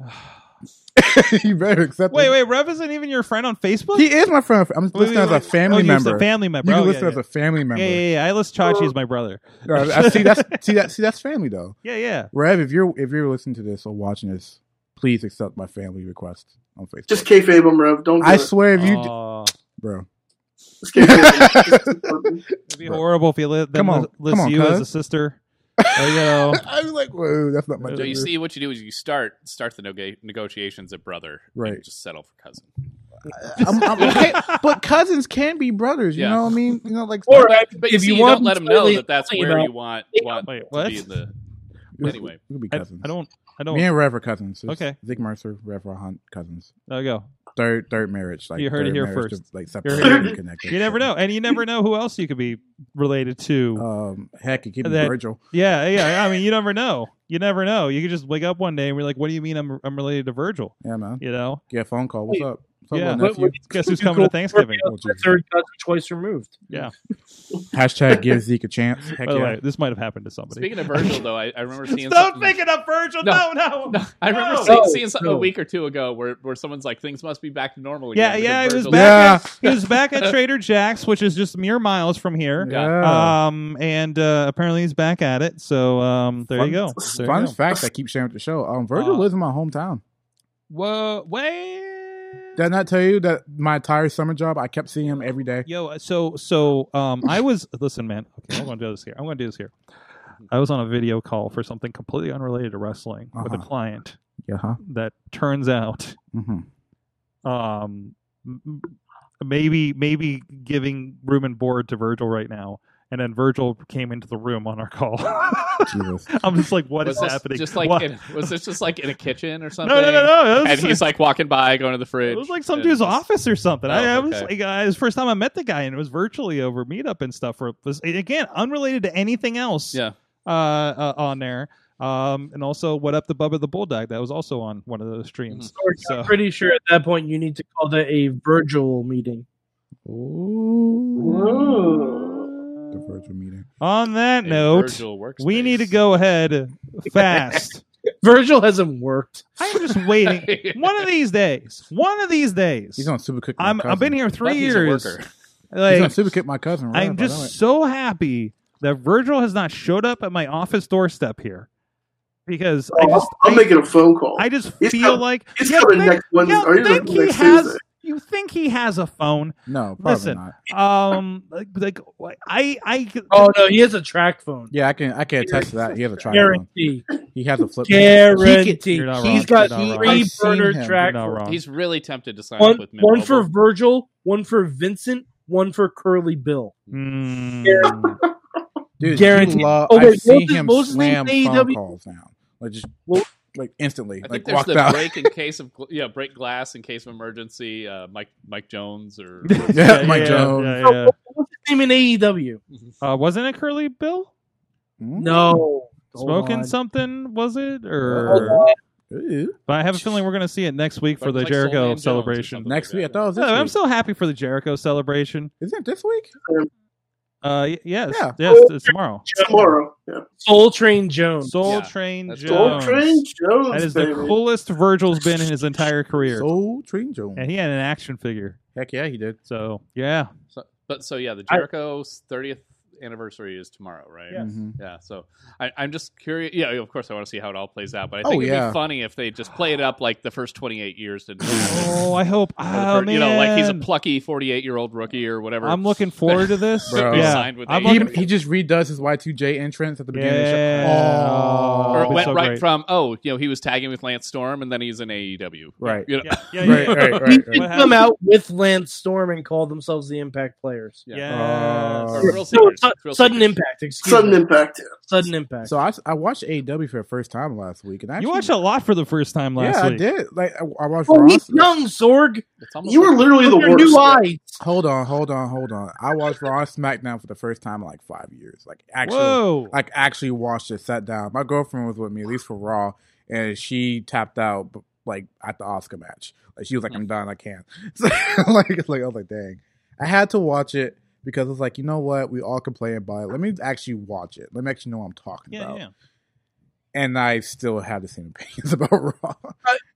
[LAUGHS] he better accept
wait,
it.
wait, Rev isn't even your friend on Facebook.
He is my friend. I'm
Wait,
listing
wait,
as a
wait.
family
oh, you're just
member.
a family member.
You can
Oh,
listen
yeah,
as a family member.
yeah. yeah, yeah, yeah. I list Chachi as my brother.
No, I see that's
[LAUGHS]
see that see that's family though.
Yeah, yeah.
Rev, if you're if you're listening to this or watching this, please accept my family request on Facebook.
Just kayfabe them, Rev. Don't do
I
it.
swear if you d-
Aw. [LAUGHS]
bro.
Just kayfabe 'em.
It'd be
Bro.
horrible if he li- them
Come on,
li-
come
lists
on,
you as
cuz.
a sister. Uh, you
[LAUGHS]
know,
I was like, whoa, that's not my
So
So you
gender.
see, what you do is you start start the nega- negotiations at brother, and [LAUGHS]
Right.
just settle for cousin.
I'm- I'm okay, but cousins can be brothers, you
Yeah.
know what I mean? You know, like
Or uh,
But you
if
see,
you
you
want
don't let them know
slightly
that that's
funny
where
about-
you want want
Wait,
to
what?
be
[LAUGHS]
in the. [LAUGHS] Anyway.
we could be
I,
cousins.
I don't. I
Me
don't.
and Rev are cousins. It's
Okay.
Zeke Mercer, Rev are hun- cousins.
There you go.
Third, third marriage. Like
You heard it
third
here
marriage
first.
To, like
here-
separated and connected.
You never know, and you never know who else you could be related to.
Um, heck, it could be
That-
Virgil.
yeah, yeah. I mean, you never know. You never know. You could just wake up one day and be like, "What do you mean I'm I'm related to Virgil?"
Yeah, man.
You know.
Get a phone call. What's up? What's up,
Yeah.
little
What-
nephew?
Guess who's coming to Thanksgiving?
Oh, Jesus.
Third cousin twice removed.
Yeah.
Hashtag give Zeke
[LAUGHS]
a chance. Heck
By the
yeah.
way, this might have happened to somebody.
Speaking of Virgil, though, I,
[LAUGHS]
I remember seeing
Don't
something-
make it up, Virgil. No,
No.
no.
[LAUGHS] No, I remember
No.
seeing,
No,
seeing something
no.
a week or two ago where, where someone's like, things must be back to normal.
Yeah,
Again
yeah.
because
He was
Virgil- [LAUGHS]
back. At, he was back at Trader Jack's, which is just mere miles from here.
Yeah.
Um, and uh, apparently he's back at it. So um, there
Fun-
you go. There
Fun
you go.
fact I keep sharing with the show. Um, Virgil
Uh,
lives in my hometown.
Whoa, wait.
Did I not tell you that my entire summer job, I kept seeing him every day?
Yo, uh, so so um, I was listen, man. Okay, I'm gonna do this here. I'm gonna do this here. I was on a video call for something completely unrelated to wrestling with a
Uh-huh.
client
Yeah. Huh?
that turns out
Mm-hmm.
um, m- m- maybe maybe giving room and board to Virgil right now. And then Virgil came into the room on our call. [LAUGHS]
Jesus.
I'm just like, what is
was this
happening?
Just like
What-
in, was this just like in a kitchen or
no,
something?
no, no, no. It
And
was,
he's like walking by, going to the fridge.
it was like some
and
dude's
just-
office or something. I, I
Oh,
was
okay.
like, uh, it was the first time I met the guy, and it was virtually over meetup and stuff. For was again unrelated to anything else.
Yeah.
uh, uh, on there. Um, and also, what up the Bubba the Bulldog? That was also on one of those streams.
Mm-hmm.
So-
I'm pretty sure at that point you need to call that a virtual meeting.
[LAUGHS] The Virgil meeting.
On that
a
note,
Virgil workspace.
we need to
[LAUGHS]
go ahead fast.
Virgil hasn't worked.
I am just waiting. One of these days. One of these days.
He's on Super Kick. My
I'm.
cousin.
I've been here
But
three
he's a
years.
worker.
He's on
Like,
Super Kick. My cousin. Right?
I'm just so happy that Virgil has not showed up at my office doorstep here because I
Oh,
just
I'm,
I-
I'm making a phone call.
I just
He's
feel
com-
like
he's
you
coming
think,
next Wednesday-
you
or he's
think
coming
he
next
has
Tuesday.
you think he has a phone?
[LAUGHS]
no, probably
Listen.
not.
Um, like, like I I
Oh no, he has a track phone.
Yeah, I can. I can attest to that. He has a triathlon.
Guarantee.
He has a flip. He
Guarantee.
You're not wrong.
He's got
You're not wrong.
three
I've seen
burner
him.
track.
no wrong.
He's really tempted to sign up
One,
with Mint
one for
Mobile.
Virgil, one for Vincent, one for Curly Bill.
Mm. [LAUGHS]
Dude,
Guaranteed.
He lo-
Oh, wait,
I've seen
Moses-
him
Moses is
slam phone
AEW.
calls now. Like just
Well-
like instantly,
I think
like
there's
walked
the
out.
break in case of gl- yeah break glass in case of emergency. Uh, Mike Mike Jones
[LAUGHS]
or
[LAUGHS] Yeah, Mike Jones.
Yeah, yeah.
What's his name in E AEW?
Uh, wasn't it Curly Bill
Hmm?
No. Hold
smoking
on.
something? Was it
Hold
or?
on. Mm-hmm. Ooh.
But I have a feeling we're gonna see it next week for
Like-
the
like Soul Man
Jericho
Jones or
celebration.
something.
Next week, I thought it was this
No, I'm
week.
so happy for the Jericho celebration.
Isn't it this week?
Uh, y- yes,
Yeah.
yes, it's tomorrow.
tomorrow. Yeah.
Soul Train Jones.
Soul
Yeah,
Train
that's
Soul
Jones.
Train Jones.
That is the
baby.
coolest Virgil's been in his
[LAUGHS]
entire career,
Soul Train Jones.
and he had an action figure.
Heck yeah, he did.
So yeah,
So, but so yeah, the
I-
Jericho's thirtieth anniversary is tomorrow, right?
Yes.
Mhm.
Yeah, so I, I'm just curious. Yeah, of course, I want to see how it all plays out, but I
Oh,
think it'd
yeah.
be funny if they just play it up like the first 28
[LAUGHS]
years did.
Oh, I
[LAUGHS]
hope. Oh, man.
you know, like he's a plucky 48 year old rookie or whatever.
I'm
[LAUGHS]
looking forward to this.
Bro. He
Yeah.
signed with
I'm
the-
He,
looking,
he just redoes his Y2J entrance at the beginning
Yeah.
of
or
the show.
it
Oh,
Oh,
it's
went
so
right
great.
from oh, you know, he was tagging with Lance Storm, and then he's in E AEW.
right.
You know,
yeah, yeah, yeah.
Right, right, right,
They [LAUGHS]
right.
should
What
come
happened?
out with Lance Storm and call themselves the Impact Players.
Yeah.
Yes.
Oh.
Or Thrill
No,
Seekers,
su-
Thrill
sudden
Seekers.
impact. Excuse
Sudden
me.
impact.
sudden impact.
So I, I watched AEW for the first time last week, and I
You
actually-
watched a lot for the first time last
yeah,
week.
I did. Like I, I watched
oh,
Raw.
he's young, Sorg.
It's almost
You were
like-
literally the
Look your
worst.
new eyes.
Hold on, hold on, hold on. I watched Raw and SmackDown for the first time in like five years. Like actually,
Whoa.
like actually watched it. Sat down. My girlfriend was with me at least for Raw, and she tapped out b- like at the Oscar match. Like she was like, "I'm done. I can't." [LAUGHS] So, like it's like I was like, "Dang." I had to watch it because it's like you know what we all complain about it. Let me actually watch it. Let me actually know what I'm talking
yeah,
about.
yeah.
And I still have the same [LAUGHS] opinions about Raw.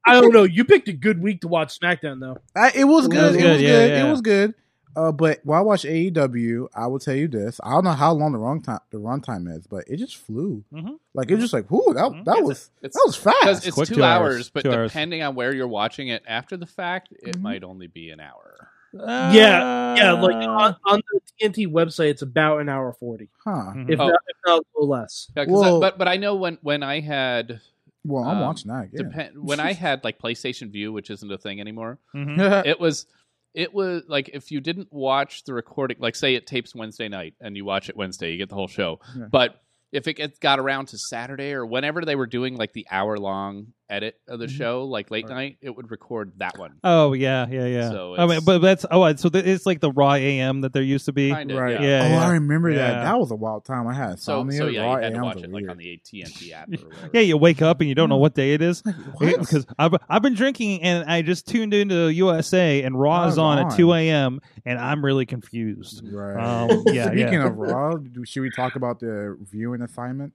I don't know. You picked a good week to watch SmackDown, though.
I, it was
It
good.
was
It
good,
was
yeah,
good.
yeah.
It was good. Uh, but when I watch AEW, I will tell you this: I don't know how long the wrong time the runtime is, but it just flew.
Mhm.
Like it was just like, whoo, that
Mhm.
that was
it's,
that was
because
fast.
it's
Quick
two,
two hours.
hours, but
Two hours.
depending on where you're watching it after the fact, it
Mm-hmm.
Mhm.
might only be an hour.
Yeah, Yeah, like
Uh,
on, on the TNT website, it's about an hour 40,
Huh.
Mhm.
if,
Oh.
not, if not a little less.
Yeah, 'cause I-
Well-
but but I know when when I had
Well, I'm
Um,
watching that. Yeah. [LAUGHS]
depend [LAUGHS] when I had like PlayStation View, which isn't a thing anymore.
[LAUGHS]
mhm.
yeah.
It was it was like if you didn't watch the recording, like say it tapes Wednesday night and you watch it Wednesday, you get the whole show.
Yeah.
But if it gets, got around to Saturday or whenever they were doing like the hour long edit of the
Mhm.
show, like late
Right.
night, it would record that one.
Oh yeah, yeah, yeah.
So
I mean,
it's-
but that's oh, so th- it's like the raw AM that there used to be.
Kinda,
Right.
yeah.
Yeah,
oh,
yeah.
I remember
Yeah.
that. That was a wild time. I had
So,
insomnia.
so yeah,
Raw
you had to
AMs
watch
are
it like
weird.
on the
[LAUGHS]
AT&T app or whatever.
Yeah, you wake up and you don't know what day it is
Mm. What?
because I've I've been drinking and I just tuned into USA and Raw
Raw's
is on at
on.
two a.m. and I'm really confused.
[LAUGHS] Right.
Um, yeah,
Speaking
yeah.
of Raw, do- should we talk about the viewing assignment?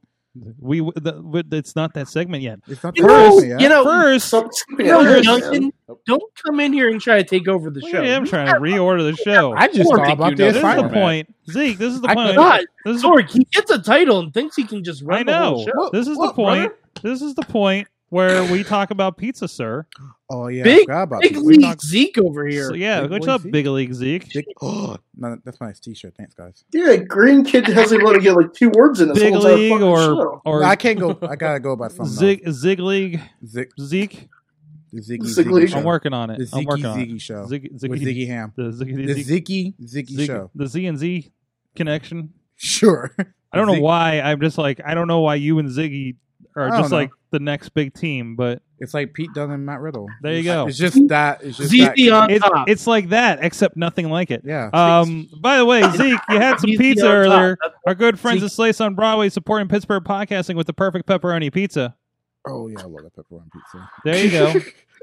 We w- the, w- it's not that segment yet.
It's not
You know,
yeah.
you know,
First,
Some-
you know,
yeah,
Duncan,
Oh.
don't come in here and try to take over the
look
show.
at
[LAUGHS]
him trying to reorder the show.
I just
I
thought
think you
about
know
the
this is the
format.
assignment.
point, Zeke. This is the
I
point.
God,
this is the
Sorg, he gets a title and thinks he can just run
I
the whole
know.
show.
This is the
What,
point. This is the point where we talk about pizza, sir.
Oh yeah, I
Big-
forgot about
Big
this.
League
talk-
Zeke over here.
So, yeah,
Big
what's
boy
up,
Zeke.
Big League Zeke?
Dick- Oh, [GASPS] no, that's my t-shirt. Thanks, guys.
yeah, Green Kid hasn't been able to get like two words in this
Big
whole entire
League
fucking
or
show.
or
I can't go. I gotta go by something.
Zig Zig League
else. Zig,
Zeke?
the Ziggy,
Zig
Ziggy
League.
show.
I'm working on it.
The
I'm
Ziggy
working on it.
Ziggy show
Zig,
with
Ziggy,
Ziggy Ham.
the [LAUGHS] Ziggy,
The
Zig-
Ziggy Ziggy
Zig-
show. [LAUGHS]
the Z and Z connection.
Sure.
I don't know
Zig-
why. I'm just like I don't know why you and Ziggy are
I don't
just
know.
like the next big team, but
It's like Pete Dunne and Matt Riddle.
There you
It's-
go.
It's just that. It's just that.
ZZ on
it's
top.
it's like that except nothing like
[LAUGHS]
it.
Yeah.
Um, by the way, Zeke,
[LAUGHS]
you had some
He's
pizza
the on top.
earlier.
That's-
Our good friends
Zeke.
at Slice on Broadway supporting Pittsburgh podcasting with the perfect pepperoni pizza.
Oh yeah, I love that pepperoni pizza.
There you go.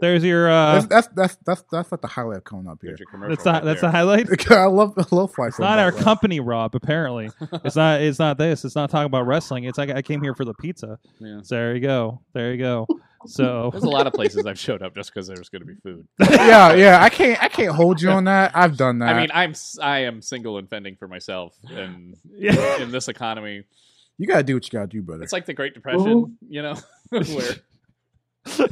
There's your.
that's,
Uh,
that's that's that's that's like the highlight of coming up
[LAUGHS]
here. [LAUGHS]
There's your commercial
that's the
right
that's
there.
the highlight.
I love I love fly.
It's not our company, Rob. Apparently, it's not. It's not this. It's not talking about wrestling. It's like I came here for the pizza.
Yeah.
So there you go. There you go. So
There's a lot of places I've showed up just because there's going to be food.
[LAUGHS] yeah, yeah. I can't I can't hold you on that. I've done that.
[LAUGHS] I mean, I'm s- I am single and fending for myself,
[LAUGHS]
and in this economy,
you gotta do what you gotta do, brother.
it's like the Great Depression,
Ooh.
[LAUGHS]
[LAUGHS]
you know, where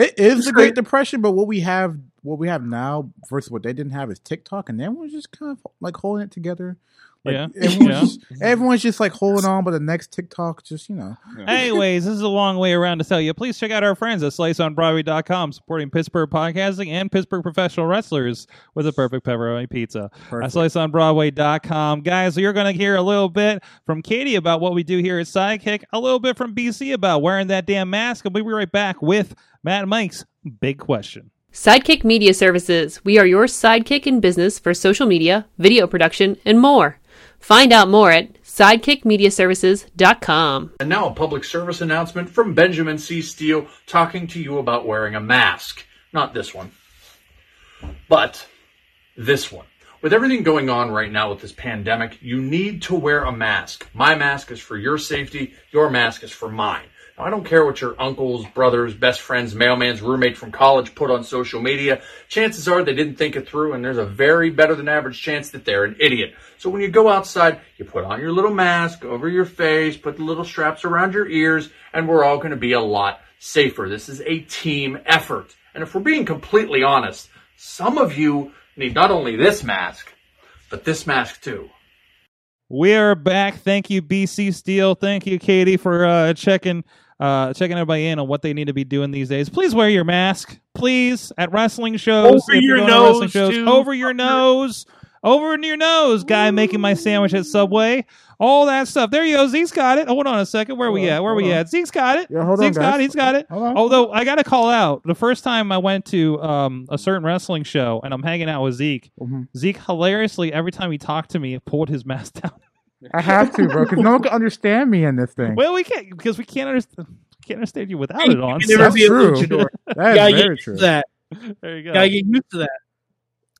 It is the
great.
Great Depression, but what we have, what we have now versus what they didn't have is TikTok, and everyone's just kind of like holding it together. Like,
Yeah.
everyone's,
Yeah.
Just, everyone's just like holding on, but the next TikTok, just you know,
Anyways, this is a long way around to tell you. Please check out our friends at sliceonbroadway.com supporting Pittsburgh podcasting and Pittsburgh professional wrestlers with a perfect pepperoni pizza. At
perfect.
sliceonbroadway.com. Guys, you're going to hear a little bit from Katie about what we do here at Sidekick, a little bit from BC about wearing that damn mask, and we'll be right back with Matt and Mike's big question.
Sidekick Media Services. We are your sidekick in business for social media, video production, and more. Find out more at sidekickmediaservices.com.
And now a public service announcement from Benjamin C. Steele talking to you about wearing a mask. Not this one, but this one. With everything going on right now with this pandemic, you need to wear a mask. My mask is for your safety, your mask is for mine. Now, I don't care what your uncles, brothers, best friends, mailman's roommate from college put on social media. Chances are they didn't think it through, and there's a very better than average chance that they're an idiot. So when you go outside, you put on your little mask over your face, put the little straps around your ears, and we're all going to be a lot safer. This is a team effort. And if we're being completely honest, some of you need not only this mask, but this mask too.
We are back. Thank you, BC Steel. Thank you, Katie, for uh, checking uh, checking everybody in on what they need to be doing these days. Please wear your mask, please, at wrestling shows.
Over
if you're
your
going to wrestling
nose, too,
over your nose, over in your nose. Guy making my sandwich at Subway. All that stuff. There you go. Zeke's got it. Hold on a second. Where we
Hold on,
at? Where
hold
we
on.
at? Zeke's got it.
Yeah, hold on,
Zeke's got
guys.
it. He's got it.
Hold on.
Although I got to call out the first time I went to um, a certain wrestling show and I'm hanging out with Zeke.
Mhm.
Zeke hilariously every time he talked to me pulled his mask [LAUGHS] down.
I have to, bro, because no one can understand me in this thing.
Well, we can't because we can't understand. Can't understand you without it on.
You can never
so-
be a
true.
[LAUGHS]
luchador.
That
Gotta
is
get
very
used to
true.
that.
there you go.
Gotta get used to that.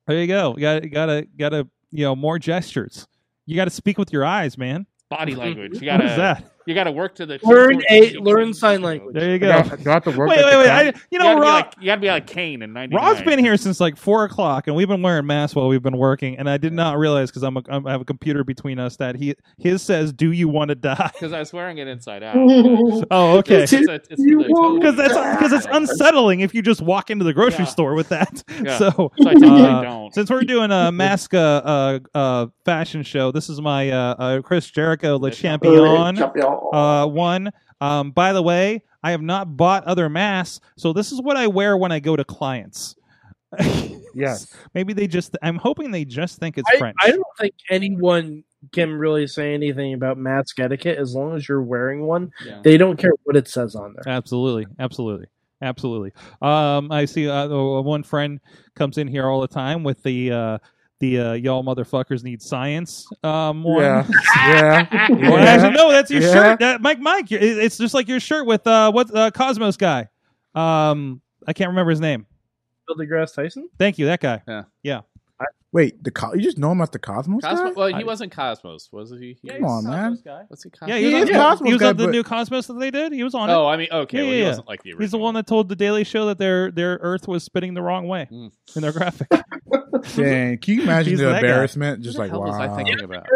There you go. You gotta, gotta, gotta. You know, more gestures. You got to speak with your eyes, man.
Body language. You
What is
gotta
that?
you gotta work to the
Learn a learn sign language.
There you
Do
go.
I
Wait,
have- do I have to work
wait,
at the
wait.
counter?
I, you
You gotta,
know,
be
Ra-
like, you gotta be like Kane in '99.
Ra's been here since like four o'clock, and we've been wearing masks while we've been working. And I did not realize because I'm, a, I'm I have a computer between us that he his says, "Do you want to die?"
because I was wearing it inside out. but
[LAUGHS] Oh, [LAUGHS] okay.
It's, a, it's for
You
the total-
Because that's because it's unsettling if you just walk into the grocery
Yeah.
store with that. [LAUGHS]
Yeah.
So
So I tell you I
Uh,
don't.
Since we're doing a mask uh, uh, uh, fashion show, this is my uh, uh, Chris Jericho Le Champion uh, one. Um, by the way, I have not bought other masks, so this is what I wear when I go to clients. [LAUGHS]
Yes.
Maybe they just. I'm hoping they just think it's
I,
French.
I don't think anyone can really say anything about mask etiquette as long as you're wearing one.
Yeah.
They don't care what it says on there.
Absolutely, absolutely, absolutely. Um, I see uh, uh, one friend comes in here all the time with the uh, the uh, y'all motherfuckers need science. Um, one.
Yeah. Yeah.
Well, actually,
yeah.
no, that's your
Yeah.
shirt, that, Mike. Mike, you- it- it's just like your shirt with uh, what uh, Cosmos guy. Um, I can't remember his name.
Bill deGrasse Tyson?
Thank you, that guy.
Wait, the co- you just know him as the Cosmos? guy? [LAUGHS]
Cosmo- well, he
I-
wasn't Cosmos, was he? he
Come on, man.
Was he Cosmos?
Yeah, he was,
is
on,
Cosmos
he was
guy,
on the
but-
new Cosmos that they did. He was on it.
Oh, I mean, okay.
Yeah,
well,
yeah,
he
yeah.
wasn't like the original.
He's the one that told the Daily Show that their their Earth was spinning the wrong way
Mm.
in their graphic.
Dang, can you imagine
He's
the
that guy.
embarrassment? Just
What
like
the hell
wow.
was I thinking about?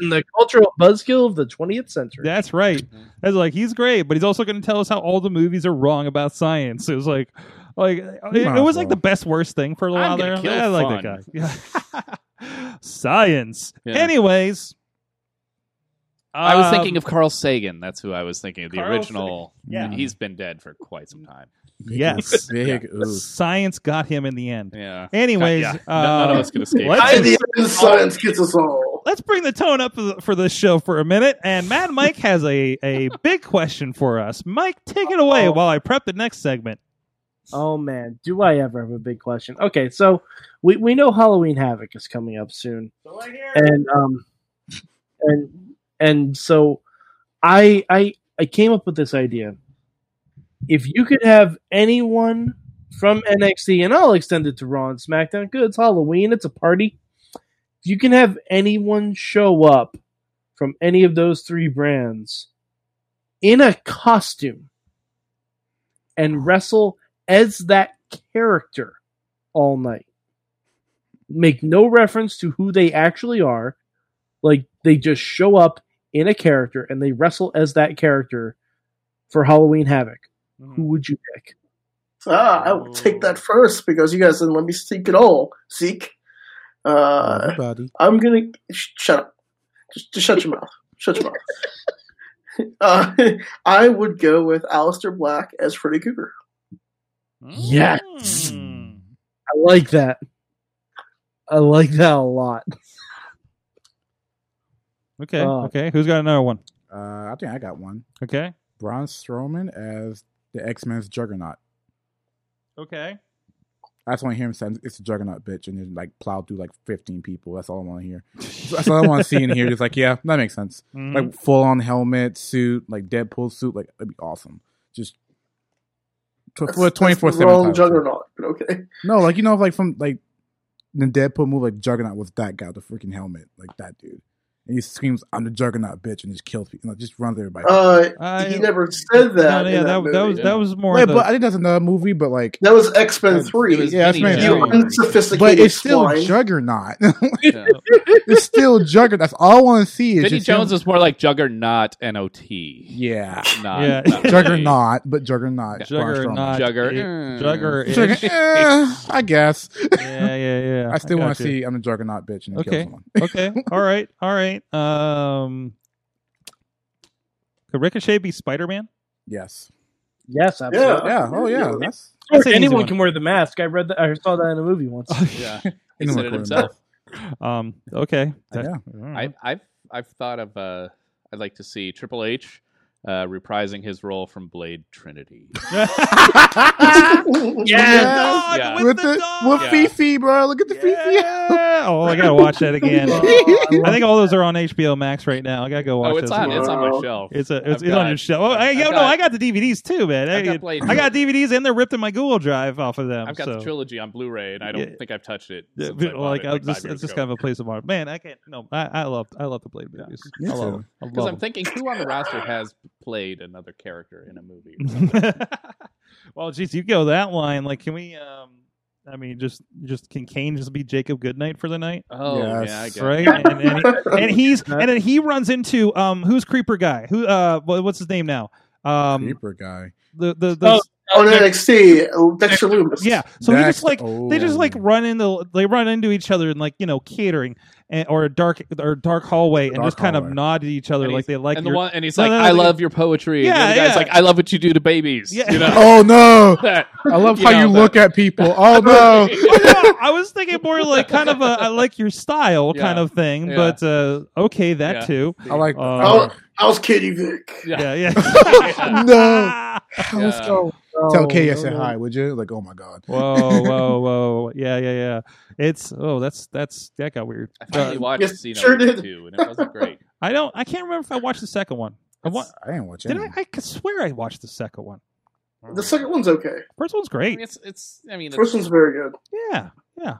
In the cultural buzzkill of the 20th century.
That's right.
Mm-hmm.
That's like he's great, but he's also going to tell us how all the movies are wrong about science. It was like, like it, it was like the best worst thing for a
I'm
while
gonna
there.
kill
I like
fun.
that guy. Yeah. [LAUGHS] science.
Yeah.
Anyways,
I was
um,
thinking of Carl Sagan. That's who I was thinking of. The
Carl
original.
Sagan. Yeah.
He's been dead for quite some time.
Yes.
Big oof.
Um, science got him in the end.
Yeah.
Anyways,
Yeah.
uh,
none of us could escape.
let's-
In the end, science gets us all.
let's bring the tone up for the- for this show for a minute. And
[LAUGHS]
Mad Mike has a, a big question for us. Mike, take it away while I prep the next segment.
Oh man, do I ever have a big question? Okay, so we, we know Halloween Havoc is coming up soon, and um, and and so I I I came up with this idea. If you could have anyone from NXT, and I'll extend it to Raw and SmackDown. Good, it's Halloween, it's a party. If you can have anyone show up from any of those three brands in a costume and wrestle as that character all night. Make no reference to who they actually are. Like they just show up in a character and they wrestle as that character for Halloween Havoc. Who would you pick?
Ah, I will take that first because you guys didn't let me seek at all. Seek. Uh,
Everybody.
I'm gonna sh- shut up. Just, just shut your mouth. Shut your mouth. Uh, [LAUGHS] I would go with Alistair Black as Freddy Cougar.
Yes.
Hmm.
I like that. I like that a lot.
Okay.
Oh.
Okay. Who's got another one?
Uh, I think I got one.
Okay.
Braun Strowman as the X Men's Juggernaut.
Okay.
I just want to hear him say it's a Juggernaut bitch, and then like plow through like fifteen people. That's all I want to hear. That's all I want to see in here. Just like yeah, that makes sense.
Mm.
Like full on helmet suit, like Deadpool suit. Like that'd be awesome. Just. tw-
That's-
For a
that's the
twenty four
Wrong
seven
juggernaut, but okay.
No, like you know, like from like the Deadpool movie, like Juggernaut was that guy, with the freaking helmet, like that dude. and he screams, "I'm the Juggernaut, bitch!" and just kills people, and just runs everybody.
Uh, he never said that.
no,
in
yeah, that-
movie.
that was- that was more Wait,
[LAUGHS]
the- but I think that's another movie, but like
that was X Men Three.
yeah, that's right.
You unsophisticated
but it's still
swine. [LAUGHS]
Juggernaut. [LAUGHS]
[LAUGHS]
it's still Juggernaut. That's all I want to see. Is
Vinny
just
Jones
him-
is more like Juggernaut N O T.
[LAUGHS]
Yeah.
Not,
Yeah.
not
Juggernaut, but Juggernaut.
Juggernaut.
Jugger-
It-
Mm.
Jugger.
Jugger- eh, I guess.
Yeah, yeah, yeah.
I still
I
want
got
to
you.
see I'm the Juggernaut bitch and then kill
Okay.
someone.
okay. All right. All right. Um, could Ricochet be Spider Man?
Yes.
Yes, absolutely.
Yeah, oh, yeah, that's-
Or
That's an easy
anyone
one.
can wear the mask. I read that. I saw that in a movie
[LAUGHS]
once.
[LAUGHS]
[LAUGHS] yeah, he
Anyone
said
can
it
wear a
himself.
Um. Okay.
[LAUGHS] I, I've I've thought of uh, I'd like to see Triple H uh, reprising his role from Blade
[LAUGHS]
Trinity.
Dog,
Yeah.
With, the, with
Yeah.
Fifi, bro. Look at the
Yeah. Oh, I gotta watch that
[LAUGHS]
again.
Oh,
I think all those are on HBO Max right now. I gotta go watch.
Oh, it's
those
on. It's on my
again.
shelf.
It's a, it's,
I've
it's on
got-
your shelf. Oh, I,
I've
yo, no,
got-
I got the DVDs too, man. I,
I've got Blade
I got DVDs and they're ripped in my Google Drive off of them.
I've got
so.
the trilogy on Blu-ray, and I don't
Yeah.
think I've touched it.
Yeah,
since I
but,
bought
like
it,
I was
five
just,
years
it's just
ago.
kind of a place of honor. Man, I can't. No, I, I loved, I love the Blade movies.
Me
I love
too.
them. I
Because
love
I'm
them.
thinking, who on the roster has played another character in
[LAUGHS]
a movie? or something?
Well, geez, you go that line. Like, can we? um I mean, just just can Kane just be Jacob Goodnight for the night?
Oh, Yes. yeah, I guess. [LAUGHS]
right. And, and, he- and he's and then he runs into um who's Creeper guy? Who uh what- what's his name now? Um
Creeper guy.
The the, the
Oh, on NXT, Dexter Loomis.
Yeah, so he just like they just like run into they run into each other in like you know catering and, or a dark or dark hallway and
Dark
just kind of nod at each other
And
like they like
and
[LAUGHS]
the
your-
one, and he's
No,
like,
no, no,
"I
they-
love your poetry."
Yeah,
and the other guy's
yeah.
like, "I love what you do to babies."
Yeah.
You know?
[LAUGHS]
[LAUGHS]
Oh no!
That-
I love
you
how
know,
you
that-
look at people.
[LAUGHS]
Oh no!
I was thinking more like kind of a I like your style kind of thing,
Yeah.
but uh, okay, that
Yeah.
too. [LAUGHS]
I like-
Uh,
I, I was kidding, Vic.
yeah, yeah.
[LAUGHS]
Oh. [LAUGHS]
no. Let's
Yeah.
go.
No,
Oh,
Tell Kay I
no,
said
Um,
no.
hi, would you? Like, oh my god.
whoa, whoa, whoa! Yeah, yeah, yeah. It's oh, that's that's that got weird. I
finally watched Yes, Xeno sure did. 2, and it
[LAUGHS]
wasn't great.
I don't. I can't remember if I watched the second one. I, wa-
I didn't watch
Did
any.
I? I could swear I watched the second one.
The second one's okay.
First one's
I mean,
great.
it's it's. I mean,
First one's
it's,
very good.
Yeah, yeah.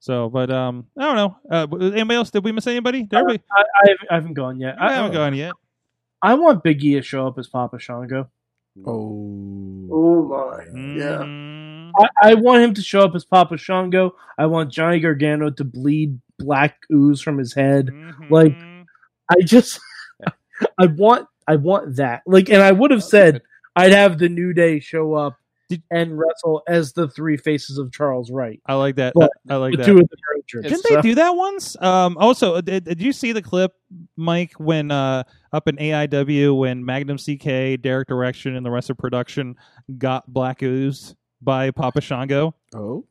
So, but um, I don't know. Uh, but anybody else? Did we miss anybody? Did everybody?
I, I, I haven't gone yet.
I haven't gone yet.
I want Big E to show up as Papa Shango.
Oh.
Oh my.
Mm-hmm.
Yeah. I, I want him to show up as Papa Shango. I want Johnny Gargano to bleed black ooze from his head.
Mm-hmm.
Like I just [LAUGHS] I want I want that. Like and I would have said I'd have the New Day show up and wrestle as the three faces of Charles Wright.
I like that.
But
I like
the
that.
two of them are injured,
Didn't
so-
they do that once? Um, also, did, did you see the clip, Mike, when uh, up in AIW when Magnum CK, Derek Direction, and the rest of production got black oozed by Papa Shango?
Oh.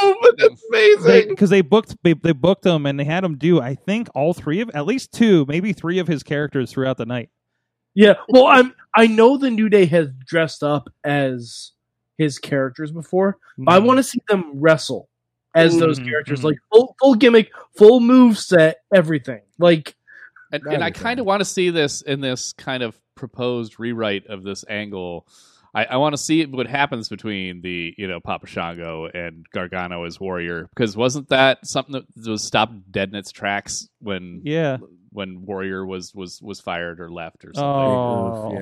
Oh, but that's amazing.
because they booked they, they booked him and they had him do I think all three of at least two maybe three of his characters throughout the night.
Yeah. Well, I'm I know the New Day has dressed up as his characters before, but
Mm-hmm. Mm.
I want to see them wrestle as those characters, like full full gimmick, full move set, everything. Like
and, and I kind of want to see this in this kind of proposed rewrite of this angle. I, I want to see what happens between the you know Papa Shango and Gargano as Warrior because wasn't that something that was stopped dead in its tracks when
Yeah.
when Warrior was was was fired or left or something.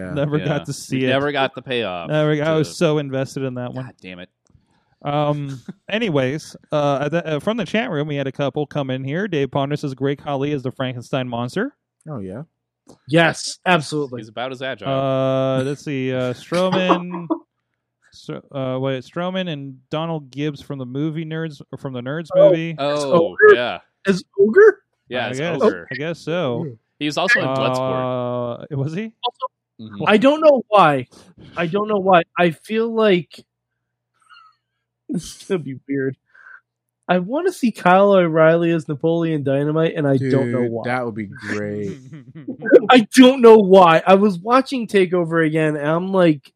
Oh, never got to see
We
it.
Never got the payoff.
Never, I
to-
was so invested in that one.
God damn it.
Um. anyways, uh, th- uh, from the chat room, we had a couple come in here. Dave Ponder says Greg Holly is the Frankenstein monster.
Oh yeah.
Yes, absolutely.
He's about as agile.
Uh, let's see. Uh, Strowman. So, uh, wait, Strowman and Donald Gibbs from the movie Nerds or from the Nerds movie.
Oh, yeah.
As ogre?
Yeah,
I
it's
guess,
Ogre.
I guess so.
He was also in Mm-hmm.
Bloodsport. Uh, was he?
I don't know why. I don't know why. I feel like [LAUGHS] this is gonna be weird. I want to see Kyle O'Reilly as Napoleon Dynamite, and I don't know
Dude,
why.
That would be great.
I don't know why. I was watching Takeover again, and I'm like,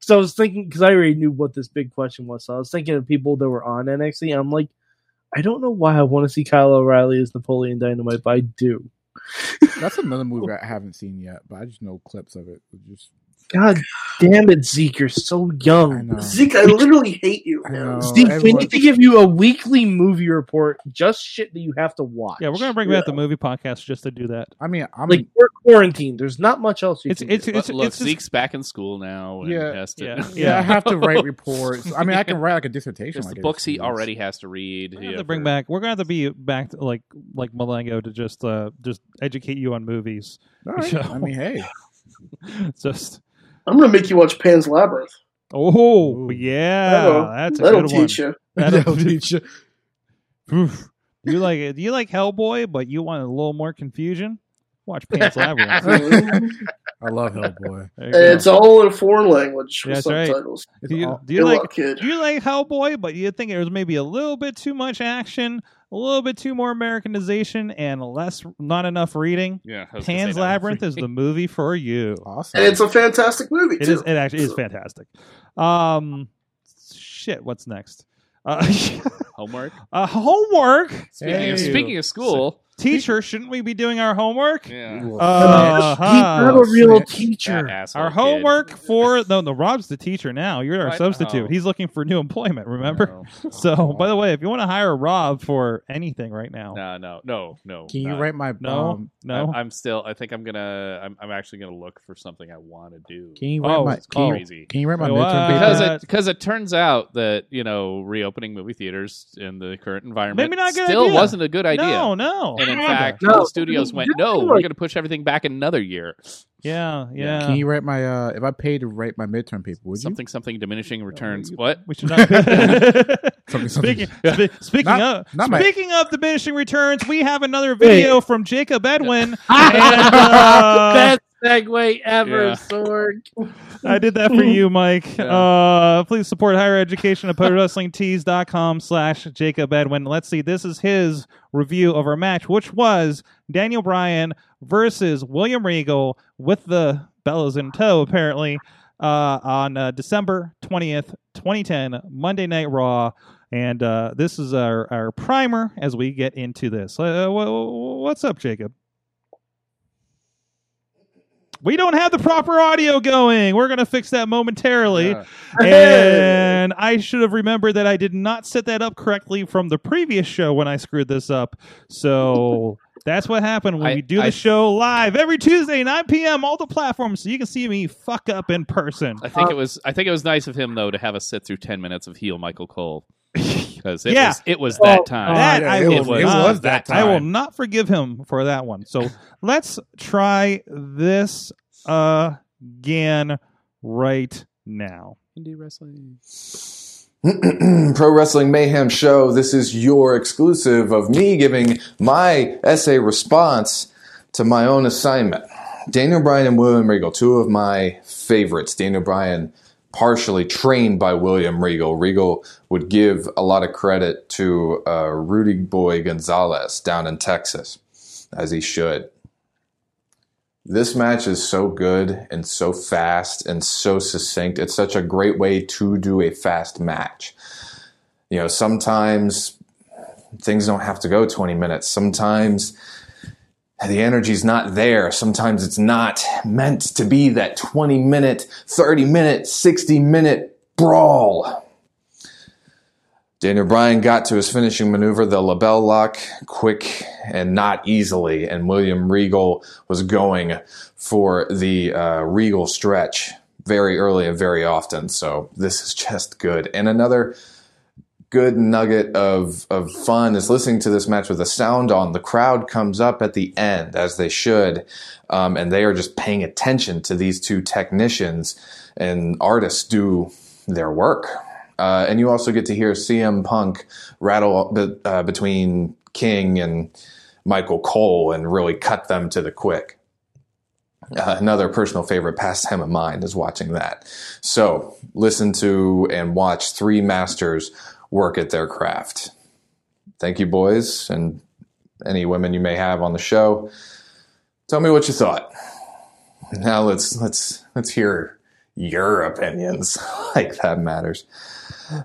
so I was thinking because I already knew what this big question was. So I was thinking of people that were on NXT. I'm like, I don't know why I want to see Kyle O'Reilly as Napoleon Dynamite, but I do.
That's another movie I haven't seen yet, but I just know clips of it. Just
God damn it, Zeke, you're so young.
Zeke, I literally hate you.
know,
Zeke, we
everyone-
need to give you a weekly movie report, just shit that you have to watch.
Yeah, we're gonna bring back the movie podcast just to do that.
I mean, I'm
like we're quarantined. There's not much else you
It's
can
it's
do.
[LAUGHS]
But
it's,
look,
it's just-
Zeke's back in school now. And
Yeah.
has to,
Yeah.
[LAUGHS]
Oh
yeah, I have
[LAUGHS]
to write reports. I mean, I can write like a dissertation.
Just
like
the
I
books he
used to.
already has to read.
We're gonna
yeah,
have to bring
for-
back. We're gonna have to be back to like like Malengo to just uh just educate you on movies. [LAUGHS]
All right.
So-
I mean,
[LAUGHS]
hey,
just
I'm gonna make you watch Pan's Labyrinth.
oh
Ooh.
yeah,
That'll,
that's a
that'll
good
teach you.
one.
that'll [LAUGHS]
[LAUGHS]
teach you.
Oof. You like it? You like Hellboy, but you want a little more confusion? Watch Pants
[LAUGHS]
Labyrinth.
I love Hellboy.
There you go.
It's all in a foreign language with
That's right.
subtitles.
It's
do you,
all-
do you
Good
like
luck, kid.
do you like Hellboy, but you think it was maybe a little bit too much action, a little bit too more Americanization, and less not enough reading?
Yeah, I was gonna say
Pan's
that was
Labyrinth
[LAUGHS]
is the movie for you.
awesome.
And it's a fantastic movie [LAUGHS]
It
too.
is. It actually is
So-
fantastic. Um, shit. What's next? Uh, [LAUGHS]
homework.
uh, homework.
Speaking, of,
Hey.
speaking of school,
Teacher, shouldn't we be doing our homework?
yeah,
uh,
He's
Uh-huh.
not a real
snitch.
that
teacher.
asshole
Our
kid.
homework
[LAUGHS]
for no, no. Rob's the teacher now. You're our
Right.
substitute.
Oh.
He's looking for new employment. Remember. [LAUGHS]
No.
So, by the way, if you want to hire Rob for anything right now,
No, no, no, no.
Can you
not.
write my
no,
um,
no.
I, am still. I think I'm gonna. I'm, I'm actually gonna look for something I want to do.
Can you write
Oh,
my?
it's
Can you,
crazy.
can you write my
Oh,
midterm
uh,
paper?
because
Uh,
it because it turns out that you know reopening movie theaters in the current environment
Maybe not a good
still
idea.
wasn't a good idea.
No, no.
And in
Yeah.
fact,
No.
the studios went, "No, we're going to push everything back another year."
yeah, yeah.
Can you write my? Uh, if I paid to write my midterm paper, would
something, something diminishing returns. What?
we should
[LAUGHS]
not. [LAUGHS]
Something, something.
speaking spe- speaking
Not-
of
not my-
speaking of diminishing returns, we have another video from Jacob Edwin. And, uh,
[LAUGHS] Best segue ever,
Yeah.
Sorg.
I did that for you, Mike. Uh, please support higher education at prowrestlingtees.com slash Jacob Edwin. Let's see. This is his review of our match, which was Daniel Bryan versus William Regal with the bellows in tow, apparently, uh, on uh, December 20th, 2010, Monday Night Raw. And uh, this is our, our primer as we get into this. Uh, wh- wh- what's up, Jacob? We don't have the proper audio going. We're going to fix that momentarily. [LAUGHS]
Yeah.
And I should have remembered that I did not set that up correctly from the previous show when I screwed this up. So that's what happened when
I-
we do the
I-
show live every Tuesday, 9 p.m., all the platforms, so you can see me fuck up in person.
I think it was. I think it was nice of him though to have us sit through ten minutes of heel
[LAUGHS]
Michael Cole because it
Yeah.
was it was that time.
That I
it
will
was, it
not-
was that time.
I will not forgive him for that one. So let's try this again right now.
Indie wrestling.
[CLEARS THROAT] Pro Wrestling Mayhem Show. This is your exclusive of me giving my essay response to my own assignment. Daniel Bryan and William Regal, two of my favorites. Daniel Bryan, partially trained by William Regal. Regal would give a lot of credit to uh, Rudy Boy Gonzalez down in Texas, as he should. This match is so good and so fast and so succinct. It's such a great way to do a fast match you know sometimes things don't have to go 20 minutes sometimes the energy's not there sometimes it's not meant to be that 20 minute 30 minute 60 minute brawl daniel bryan got to his finishing maneuver the label lock quick and not easily and william regal was going for the uh, regal stretch very early and very often so this is just good and another good nugget of of fun is listening to this match with the sound on. The crowd comes up at the end as they should, um, and they are just paying attention to these two technicians and artists do their work. Uh, and you also get to hear CM Punk rattle be- uh, between King and Michael Cole and really cut them to the quick. Uh, another personal favorite pastime of mine is watching that. So listen to and watch three masters work at their craft. Thank you, boys, and any women you may have on the show. Tell me what you thought. Now let's let's let's hear your opinions. [LAUGHS] like that matters.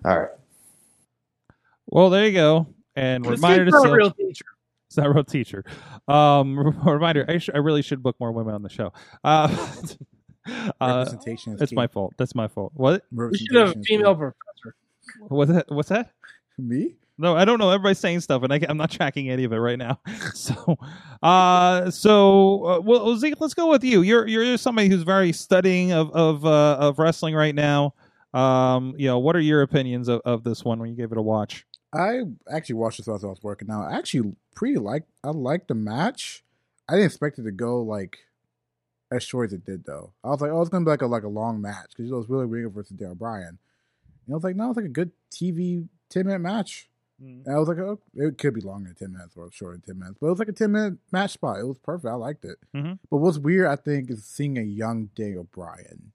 All right.
Well, there you go. And
This
reminder
kid's
to
not a
self-
real teacher.
[LAUGHS] It's not a [LAUGHS] real teacher. Um, reminder: I, sh- I really should book more women on the show. Uh, [LAUGHS] Uh,
Representation is
It's
key.
my fault. That's my fault. What?
We should have a female professor.
What's that? What's that?
Me?
No, I don't know. Everybody's saying stuff, and I, am not tracking any of it right now. [LAUGHS] So, uh, so uh, well, Zeke, let's go with you. You're you're somebody who's very studying of of uh, of wrestling right now. Um, you know, what are your opinions of, of this one when you gave it a watch?
I actually watched this as I was working out. I actually pretty like I liked the match. I didn't expect it to go like as short as it did though. I was like, oh, it's gonna be like a like a long match because it was really Regal versus Daniel Bryan. And I was like, no, it's like a good TV ten minute match. And I was like, oh, it could be longer than ten minutes or shorter than ten minutes, but it was like a ten minute match spot. It was perfect. I liked it.
Mhm.
But what's weird, I think, is seeing a young Daniel Bryan.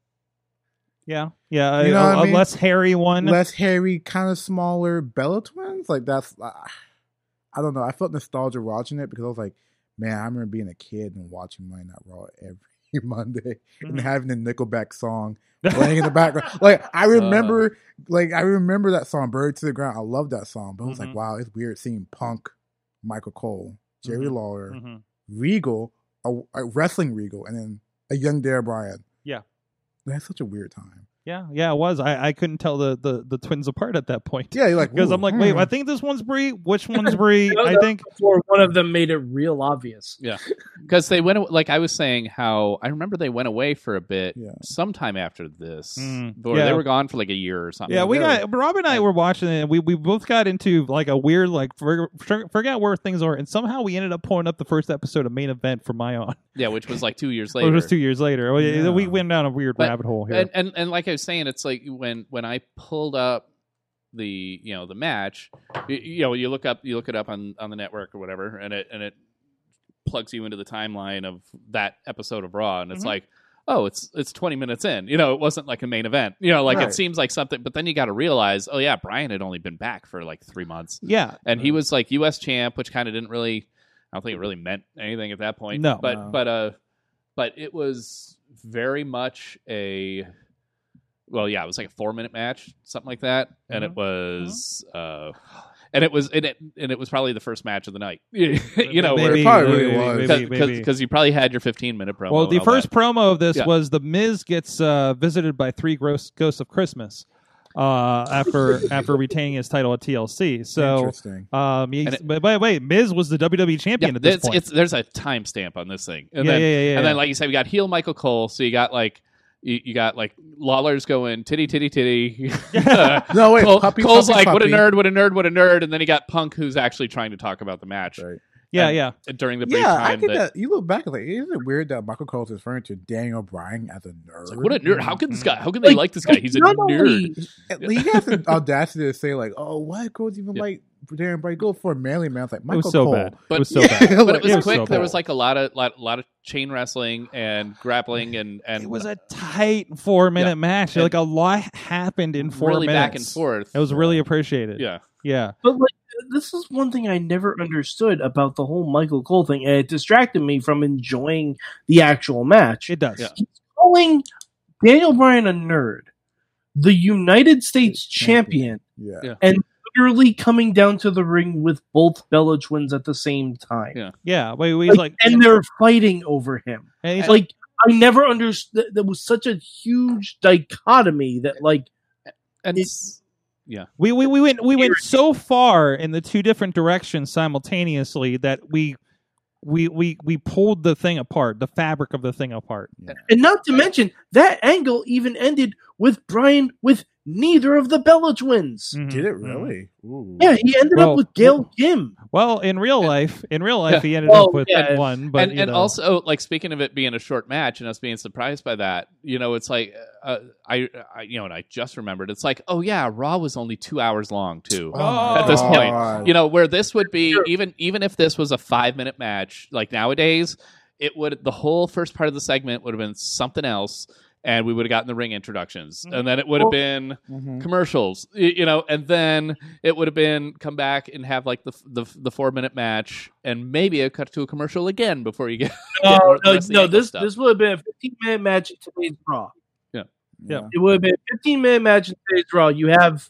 Yeah, yeah,
You
a-
know
a,
what I
a
mean?
less hairy one.
less hairy, kind of smaller Bella twins. Like that's, ah, I don't know. I felt nostalgia watching it because I was like, man, I remember being a kid and watching Monday Night Raw every [LAUGHS] Monday
Mm-hmm.
and having the
[LAUGHS]
Nickelback song playing in the background. Like I
Uh.
remember, like I remember that song, "Bird to the Ground." I love that song, but I was
Mhm.
like, wow, it's weird seeing Punk, Michael Cole, Jerry
Mhm.
Lawler,
Mhm.
Regal, a, a wrestling Regal, and then a young Dare Bryan.
Yeah.
That's such a weird time.
Yeah, yeah, it was. I, I couldn't tell the, the, the twins apart at that point.
Yeah, you're like,
because I'm
"Ooh,
like, wait,
hmm."
I think this one's Bree.
[LAUGHS]
Which one's Bree? I think
Before one of them made it real obvious.
Yeah, because they went like I was saying how I remember they went away for a bit sometime after this,
Mm,
or
yeah.
they were gone for like a year or something.
Yeah, we got Rob and I were watching it. And we we both got into like a weird like for, for- forgot where things are, and somehow we ended up pulling up the first episode of main event from my [LAUGHS] own.
yeah, which was like two years
It
later.
was two years later. We-
Yeah.
We went down a weird rabbit hole here.
And, and and like I was saying, it's like when when I pulled up the you know the match, you, you know you look up you look it up on on the network or whatever, and it and it plugs you into the timeline of that episode of Raw, and it's
Mhm.
like. Oh, it's it's twenty minutes in. You know, it wasn't like a main event. You know, like
Right.
it seems like something, but then you got to realize, oh yeah, Brian had only been back for like three months.
Yeah.
and he was like U.S. champ, which kind of didn't really, I don't think it really meant anything at that point.
No.
but
No.
but uh, but it was very much a well yeah it was like a four minute match something like that and it
Mm-hmm.
was uh and it was and it, and it was probably the first match of the night [LAUGHS] you know where
Maybe, It probably [LAUGHS] maybe, was. maybe, maybe.
because you probably had your 15 minute promo
well, the
and all
first
that.
promo of this
Yeah.
was the Miz gets uh, visited by three gross ghosts of Christmas uh,
[LAUGHS]
after after retaining his title at TLC. So
Interesting.
Um, he's- but by the way, Miz was the WWE champion at this
It's-
point.
it's- there's a timestamp on this thing and
Yeah,
then,
yeah, yeah, yeah,
and
yeah.
then like you said we got heel michael cole so you got like you, you got like Lawler's going titty titty titty. [LAUGHS]
no wait,
Cole,
puppy,
Cole's
puppy,
like what a
puppy.
nerd, what a nerd, what a nerd, and then he got Punk who's actually trying to talk about the match. Right.
Yeah, yeah.
During the brief
yeah, I
time
think that, you look back and like, isn't it weird that Michael Cole is referring to Daniel Bryan as a nerd?
Like, what a nerd! How can this guy? How can they like, this guy? He's a
not
nerd.
He
[LAUGHS]
has the audacity to say like, "Oh, what girls even like Daniel Bryan? Go for a manly man." It's like
was
Michael
so
Cole, [LAUGHS]
bad.
But
It was so
[LAUGHS]
bad. Like,
but it was
it was
quick.
so
there
bad.
was like a lot of lot, lot of chain wrestling and grappling and and
It was a tight four minute
Yeah.
match. Like a lot happened in four
Really
minutes.
back and forth.
It was really appreciated.
Yeah.
Yeah.
But like, this is one thing I never understood about the whole Michael Cole thing, and it distracted me from enjoying the actual match.
It does.
He's calling Daniel Bryan a nerd, the United States champion,
Yeah.
Yeah.
and literally coming down to the ring with both Bella twins at the same time.
Yeah,
Yeah. Wait, we
Like,
like
and they're fighting over him.
And he's-
like I never understood. That was such a huge dichotomy that like,
and yeah.
We, we we went we went so far in the two different directions simultaneously that we we we we pulled the thing apart, the fabric of the thing apart.
And not to mention that angle even ended with Brian with neither of the Bella twins.
Did
it really?
Yeah, he ended
Well,
up with Gail Kim.
Mm-hmm. Well, in real life, in real life, he ended up with one, but
and,
you
and
know.
also like speaking of it being a short match and us being surprised by that, you know, it's like uh, I, I, you know, and I just remembered, it's like, oh yeah, Raw was only two hours long too
Oh,
at this
my
point.
God.
You know, where this would be even even if this was a five minute match, like nowadays, it would the whole first part of the segment would have been something else. And we would have gotten the ring introductions,
Mm-hmm.
and then it would have
Well-
been
Mhm.
commercials, y- you know, and then it would have been come back and have like the f- the, f- the four minute match, and maybe a cut to a commercial again before you get
No,
get more- the
no,
rest of the
no,
angle
this
stuff.
this would have been a 15 minute match in today's Raw.
yeah
yeah
It would have been a 15 minute match in today's Raw. You have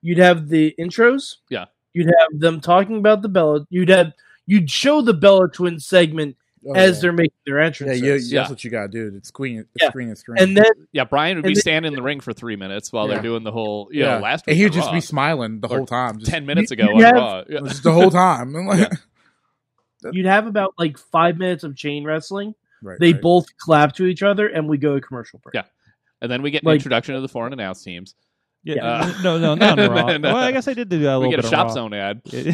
you'd have the intros.
yeah
You'd have them talking about the Bella. You'd have you'd show the Bella twin segment as they're making their entrance.
Oh, Yeah, you, that's what you gotta do. It's screen, it's
Yeah.
screen, and screen.
And then
yeah, Brian would be
and then-
standing in the ring for three minutes while
Yeah.
they're doing the whole, you know, last week.
and he'd
on
just
Raw.
be smiling the
Or
whole time. Just,
[LAUGHS] Ten minutes
You-
ago
you
on
have-
Raw. Yeah.
just [LAUGHS] the whole time. I'm like,
you'd have about like five minutes of chain wrestling.
[LAUGHS] Right,
they
right.
both clap to each other, and we go to commercial break.
Yeah. And then we get an
Like-
introduction to the foreign announce teams.
Yeah,
[LAUGHS] Uh,
no, no, not on Raw.
and then, uh,
well, I guess I did do that a little
we get
bit
a
on
shop
Raw.
zone ad.
Yeah.
[LAUGHS]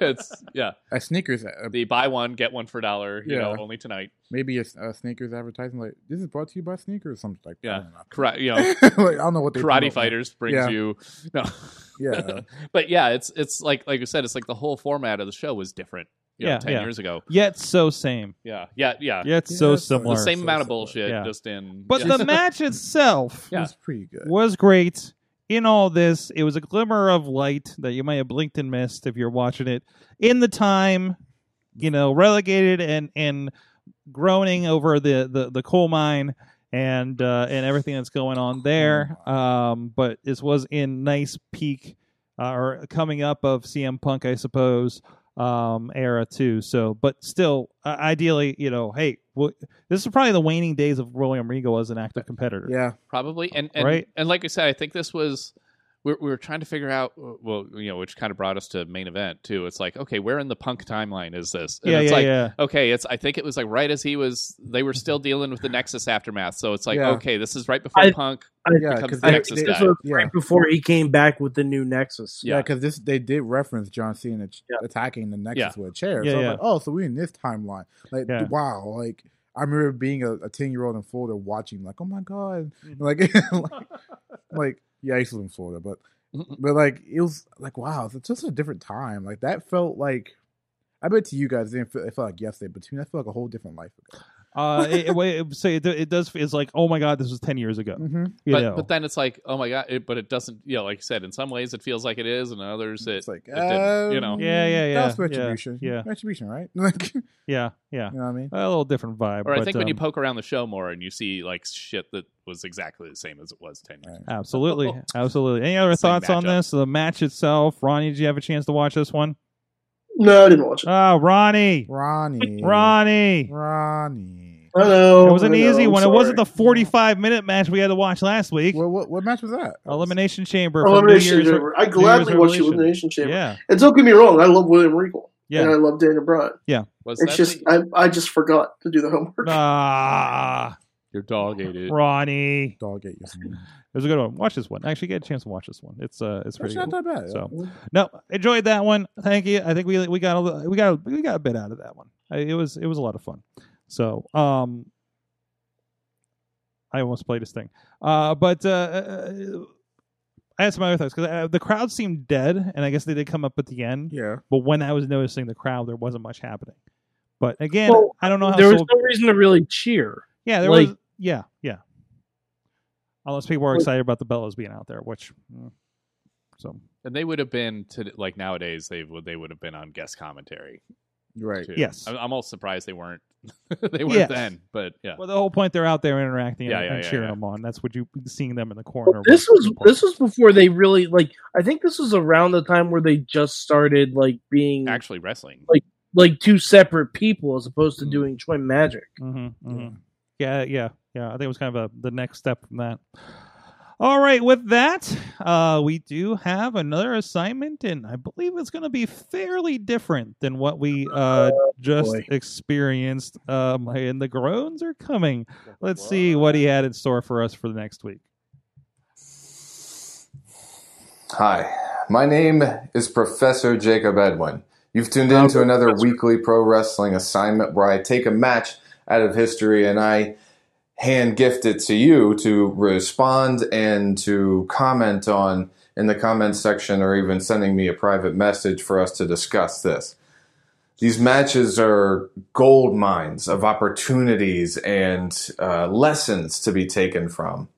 it's yeah,
a sneakers, uh,
the buy one get one for a dollar. You know,
Yeah.
only tonight.
maybe a, a sneakers advertising. Like this is brought to you by sneakers, or something like
Yeah,
that.
Karate, you
I [LAUGHS]
know,
don't know, Like, I don't know what they
karate
promote.
fighters brings
Yeah.
you [LAUGHS] no. [LAUGHS]
Yeah.
but yeah, it's it's like like you said, it's like the whole format of the show was different. You know,
Yeah,
ten
yeah.
years ago.
Yet so same.
Yeah, yeah, yeah.
Yet so
that's-
similar.
The same
so
amount of
similar.
bullshit,
Yeah.
just in.
But
yeah.
the
[LAUGHS]
match itself
Yeah.
It's pretty good.
was great. In all this, it was a glimmer of light that you might have blinked and missed if you're watching it in the time, you know, relegated and and groaning over the the, the coal mine and uh, and everything that's going on there. Um, but this was in nice peak uh, or coming up of CM Punk, I suppose, um, era too. So, but still, uh, ideally, you know, hey, well, this is probably the waning days of William Regal as an active competitor.
Yeah,
probably and and,
Right.
and like i said i think this was we we were trying to figure out well you know which kind of brought us to main event too it's like okay where in the punk timeline is this and
yeah,
it's
yeah,
like
yeah.
okay it's i think it was like right as he was they were still dealing with the nexus aftermath so it's like
Yeah.
okay this is right before
I-
punk
I-
yeah,
becomes
because
the
I-
Nexus
this
guy.
was
Yeah.
right before he came back with the new Nexus.
Yeah, because this they did reference John Cena ch-
Yeah.
attacking the Nexus
Yeah.
with a chair.
Yeah,
so
yeah.
I was like, oh, so we're in this timeline. Like,
Yeah.
wow. Like, I remember being a a ten year old in Florida watching, like, oh my god,
Mhm.
[LAUGHS] like, like, like, yeah, I used to live in Florida, but but like it was like wow, it's just a different time. Like that felt like. I bet to you guys it didn't feel, it felt like yesterday, but to me that felt like a whole different life ago.
Uh, it, it, it, so it, it does. It's like, oh my god, this was ten years ago.
Mm-hmm.
You
Mm, but,
know,
but then it's like oh my god it, but it doesn't you know like you said in some ways it feels like it is and in others it
It's like,
it didn't, you know.
um,
Yeah, yeah,
That
yeah,
was
yeah,
retribution.
yeah.
retribution, right? [LAUGHS] Like, you
yeah, yeah,
know what I mean?
a little different vibe.
or
but,
i think when you
um,
poke around the show more and you see like shit that was exactly the same as it was 10 years ago [LAUGHS]
absolutely, absolutely. Any other
Same
thoughts on
matchup.
this? The match itself, Ronnie. Did you have a chance to watch this one?
No, I didn't watch it.
Ah, Ronnie,
Ronnie,
Ronnie.
Ronnie.
I know.
Oh. It was an
I know,
easy
I'm
one. It wasn't the
sorry.
forty-five minute match we had to watch last week.
What, what what match was that?
Elimination Chamber. from New
Elimination
Year's-
Chamber. Oh, I
New Year's
gladly watched
Revolution.
Elimination Chamber.
Yeah,
And don't get me wrong, I love William Regal. And I
yeah.
love Daniel Bryan.
was
It's
that
just
the-
I, I just forgot to do the homework.
Uh, Ah,
your dog ate it
Ronnie. It
Dog ate you.
was a good one. Watch this one. Actually, get a chance to watch this one. It's uh, it's pretty.
That's
good.
not that bad.
So no, enjoyed that one. Thank you. I think we we got a li- we got a, we got a bit out of that one. I, it was it was a lot of fun. So um, I almost played this thing. Uh, but uh, uh, I had some other thoughts because uh, the crowd seemed dead, and I guess they did come up at the end.
yeah,
But when I was noticing the crowd, there wasn't much happening. But again,
Well,
I don't know how.
there was
sold-
no reason to really cheer.
yeah, there
like-
was. Yeah, yeah. Unless people were
Like-
excited about the Bellas being out there, which, mm, so
and they would have been to like nowadays they would they would have been on guest commentary
you're right.
too.
Yes.
I'm, I'm almost surprised they weren't [LAUGHS] they weren't
Yes.
then but yeah
Well, the whole point they're out there interacting
Yeah,
and,
yeah,
and
yeah,
cheering
yeah.
them on. That's what you seeing them in the corner.
This was
important.
this was before they really like. I think this was around the time where they just started like being
actually wrestling
like two separate people as opposed to
Hmm.
doing twin magic.
Mhm, mhm. Yeah, yeah, yeah. I think it was kind of a, the next step from that. All right, with that, uh, we do have another assignment, and I believe it's going to be fairly different than what we uh, just
Oh, boy.
experienced. Um, and the groans are coming. Let's see what he had in store for us for the next week.
Hi, my name is Professor Jacob Edwin. You've tuned in to another weekly pro wrestling assignment where I take a match out of history and I hand gift it to you to respond and to comment on in the comments section or even sending me a private message for us to discuss this. These matches are gold mines of opportunities and uh, lessons to be taken from.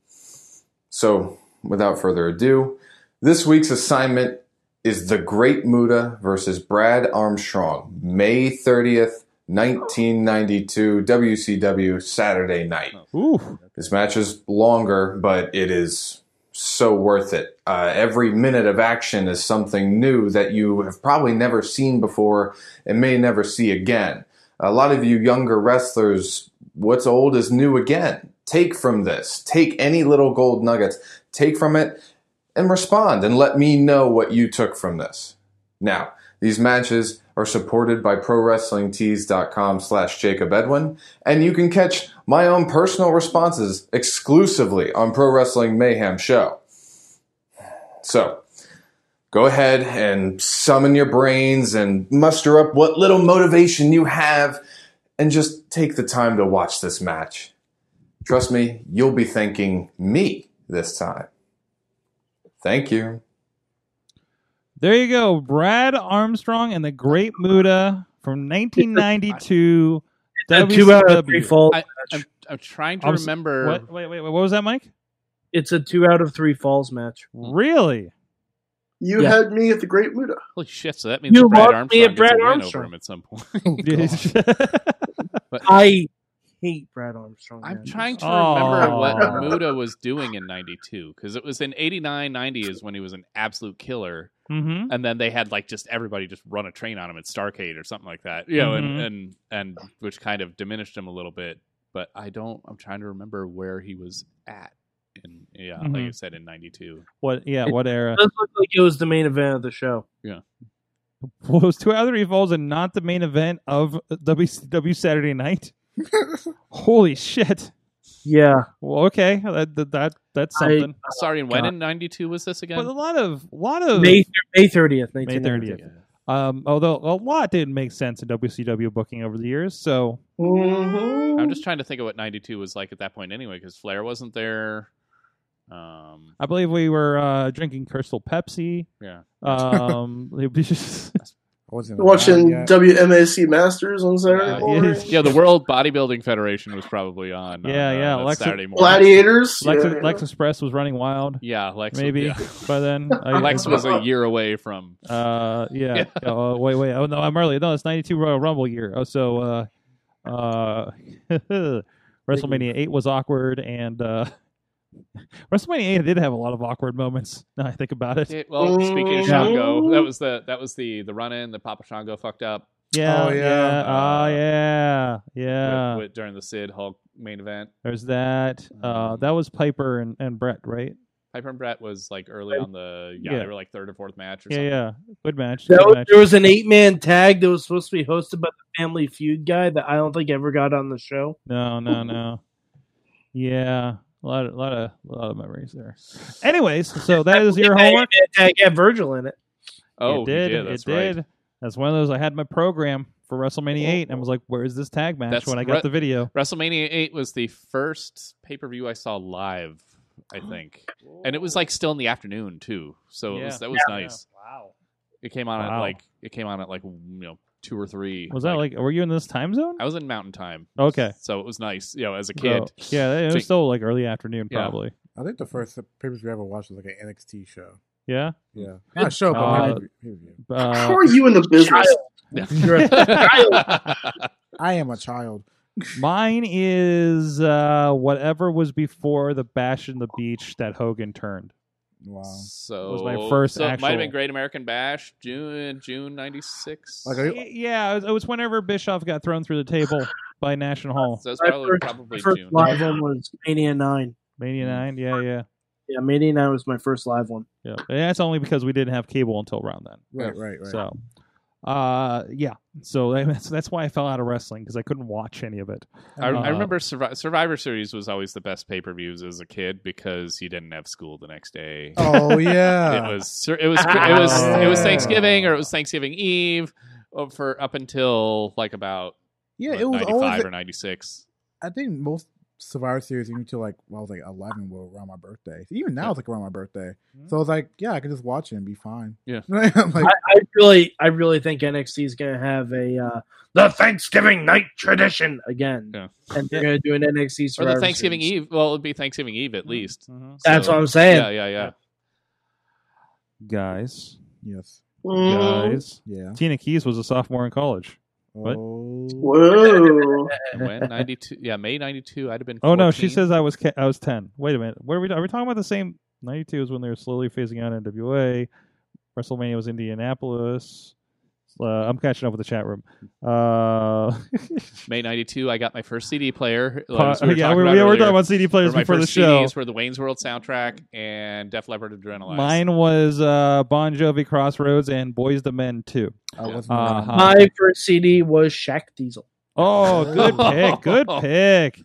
So, without further ado, this week's assignment is the Great Muda versus Brad Armstrong, May 30th, 1992, WCW Saturday night.
Ooh,
This match is longer, but it is so worth it. Uh, every minute of action is something new that you have probably never seen before and may never see again. a lot of you younger wrestlers, what's old is new again. Take from this, take any little gold nuggets, take from it and respond and let me know what you took from this. Now, these matches are supported by ProWrestlingTees.com slash Jacob Edwin, and you can catch my own personal responses exclusively on Pro Wrestling Mayhem Show. So, go ahead and summon your brains and muster up what little motivation you have and just take the time to watch this match. Trust me, you'll be thanking me this time. Thank you.
There you go. Brad Armstrong and the Great Muda
[LAUGHS]
from 1992.
It's a two-hour three-fold
I-
I'm, I'm trying to
I'm s-
remember.
What? Wait, wait, wait. What was that, Mike?
It's a two out of three falls match. [LAUGHS]
Really?
You
Yeah.
had me at the Great Muda.
Holy shit! So that means
You
that Brad
lost me
Armstrong
at
gets a
Brad
win
Armstrong.
over him at some point.
Oh, [LAUGHS]
I hate Brad Armstrong.
[LAUGHS] I'm
man.
trying to
Oh.
remember what Muda was doing in 92 because it was in 89, 90 is when he was an absolute killer.
Mhm.
And then they had like just everybody just run a train on him at Starcade or something like that, you know,
Mhm.
and, and, and which kind of diminished him a little bit. But I don't, I'm trying to remember where he was at. In, yeah, like I
Mhm.
said, in 92.
What? Yeah.
[LAUGHS]
What era?
It does look like it was the main event of the show.
Yeah.
Well, those two other evolves and not the main event of WCW
[LAUGHS]
Saturday Night. Holy shit!
Yeah.
Well, okay, that, that, that that's
I-
something.
Sorry, and when in 92 was this again?
But a lot of lot of
May May thirtieth,
May thirtieth. Um, although a lot didn't make sense in WCW booking over the years, so
Mm-hmm.
I'm just trying to think of what 92 was like at that point anyway because Flair wasn't there. Um,
I believe we were uh, drinking Crystal Pepsi.
Yeah. [LAUGHS]
Um, it was just-
Watching WMAC Masters on Saturday
Uh,
morning.
yeah, the World Bodybuilding Federation was probably on. on,
yeah,
uh,
yeah.
that
Lex,
Saturday morning.
Gladiators.
Lex,
Yeah.
Lex Express was running wild.
Yeah, Lex.
maybe
yeah.
by
[LAUGHS]
then. I-
Lex was a year away from.
Uh, yeah. Oh, wait, wait. Oh no, I'm early. No, it's '92 Royal Rumble year. Oh, so uh, uh, [LAUGHS] WrestleMania Eight was awkward, and uh, [LAUGHS] WrestleMania Eight did have a lot of awkward moments. Now I think about it.
Yeah, well, speaking of
Yeah.
Shango, that was the that was the the run in. The Papa Shango fucked up.
Yeah,
Oh,
oh
yeah.
yeah,
Uh,
yeah, oh, yeah,
with-
yeah.
with- during the Sid Hulk main event.
There's that. Uh, that was Piper and, and Brett, right?
Piper and Brett was like early on the yeah,
Yeah.
they were like third or fourth match or
Yeah,
something.
yeah. Good match.
That
good
was-
match.
there was an eight man tag that was supposed to be hosted by the Family Feud guy that I don't think ever got on the show.
No, no, no. Yeah, a lot, of, lot of, lot of memories there. Anyways,
[LAUGHS]
so that is your
That
homework.
eight-man tag had Virgil
[LAUGHS]
in it.
Oh,
it
he
did.
did, that's
it
right. Oh.
did. That's one of those. I had my program for WrestleMania eight, and I was like, "Where is this tag match?"
That's
when I
re-
got the video.
WrestleMania eight was the first pay per view I saw live,
[GASPS]
I think, and it was like still in the afternoon too. So it
Yeah.
was, that was nice.
Wow.
It came on at
Wow.
like it came on at like you know two or three.
Was that like? Were you in this time zone?
I was in Mountain Time?
Okay. Oh,
so it was nice. You know, as a kid.
So, yeah, it
So-
was still like early afternoon,
Yeah.
probably.
I think the first papers we ever watched was like an NXT show.
[LAUGHS]
Yeah.
Yeah,
Mm.
not a show, but
God.
pay-per-view- pay-per-view.
How
Uh,
are you in the business?
[LAUGHS]
[LAUGHS]
I am a child.
mine is uh, whatever was before the Bash in the Beach that Hogan turned.
Wow,
so
was my first
So it might have been
actual-
Great American Bash, June June '96.
Like, are you-
Yeah, it was, it was whenever Bischoff got thrown through the table by National Hall.
so it's
My
probably
first- My
probably
first
June.
live one was Mania Nine.
Mania nine. Yeah, yeah,
Yeah, Mania Nine was my first live one.
yeah. And that's only because we didn't have cable until around then.
right, right, right.
So, uh, yeah. So [LAUGHS] that's that's why I fell out of wrestling because I couldn't watch any of it.
I, I
Uh,
remember Survivor, Survivor Series was always the best pay per views as a kid because you didn't have school the next day. [LAUGHS]
Oh yeah, Ah.
it was sur- it was it was it was
Yeah.
Thanksgiving or it was Thanksgiving Eve uh, for up until like about
yeah.
what,
It was
95
always.
or 96.
I think most Survivor Series even to like when I was like eleven were around my birthday. Even now it's like around my birthday. So I was like, yeah, I could just watch it and be fine.
Mm. Yeah.
[LAUGHS] I'm like,
I, I really, I really think NXT is going to have a uh, the Thanksgiving night tradition again,
Yeah.
and they're going to do an NXT
Or
Survivor
the Thanksgiving
Series.
Eve. Well, it'd be Thanksgiving Eve at least.
Mhm.
That's
So-
what I'm saying.
Yeah, yeah, yeah.
Guys,
yes,
Mm.
guys.
yeah.
Tina Keys was a sophomore in college. What?
Oh,
Whoa.
And when
[LAUGHS]
92 yeah, May 92, I'd have been
Oh no, she
14.
says I was ca- I was ten. Wait a minute, what are we are we talking about? The same ninety two is when they were slowly phasing out NWA. WrestleMania was Indianapolis. Uh, I'm catching up with the chat room.
[LAUGHS]
Uh,
May '92, I got my first CD player.
Pa-
as we were
Uh, yeah,
talking
we-
about
yeah, we were talking
earlier.
about CD players
Were my
before the
first
show.
CDs were the Wayne's World soundtrack and Def Leppard Adrenalize.
mine was uh, Bon Jovi, Crossroads, and Boys the Men too.
Uh,
Uh-huh.
My first CD was Shaq Diesel.
Oh, good pick. Good
[LAUGHS]
pick.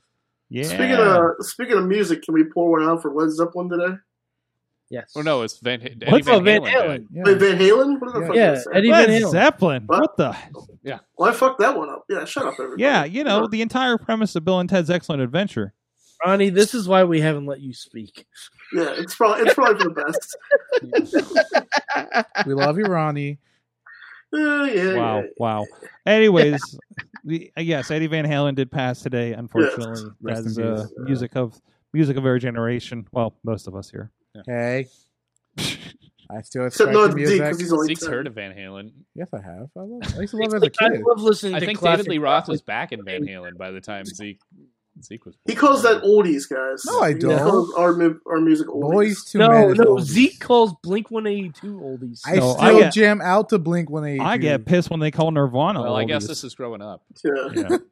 Yeah.
Speaking of speaking of music, can we pour one out for Led Zeppelin today?
Yes.
Oh no, it's Van. Eddie
What's
Van
up, Van
Halen.
Halen? Wait, Van Halen? What the fuck
Yeah,
is that?
Eddie Van Led Halen. Zeppelin. What the?
Yeah.
Well, I fucked that one up. Yeah, shut up, everybody.
Yeah, you know the entire premise of Bill and Ted's Excellent Adventure.
Ronnie, this is why we haven't let you speak.
Yeah, it's probably it's probably for the best. [LAUGHS]
We love you, Ronnie.
Yeah, yeah,
wow,
yeah.
wow. Anyways, the, uh, yes, Eddie Van Halen did pass today. Unfortunately,
Rest
as
in
uh, music of music of our generation. Well, most of us here. [LAUGHS]
Hey. I still
Except
expect
no,
the
it's D, 'cause
music.
he's only Zeke's 10. heard of Van Halen.
Yes, I have. I, love, I used to love it as a
I
kid.
love listening
I think David Lee Roth was back in Van Halen by the time Zeke Zeke was.
He calls that oldies, guys.
No, I
He
don't.
calls our, mu- our music oldies.
Boys to
No,
men.
no,
is
Zeke calls Blink 182 oldies.
I
No,
still [LAUGHS]
I get-
jam out to Blink 182.
I get pissed when they call Nirvana.
Well, I guess
oldies.
this is growing up.
Yeah.
[LAUGHS]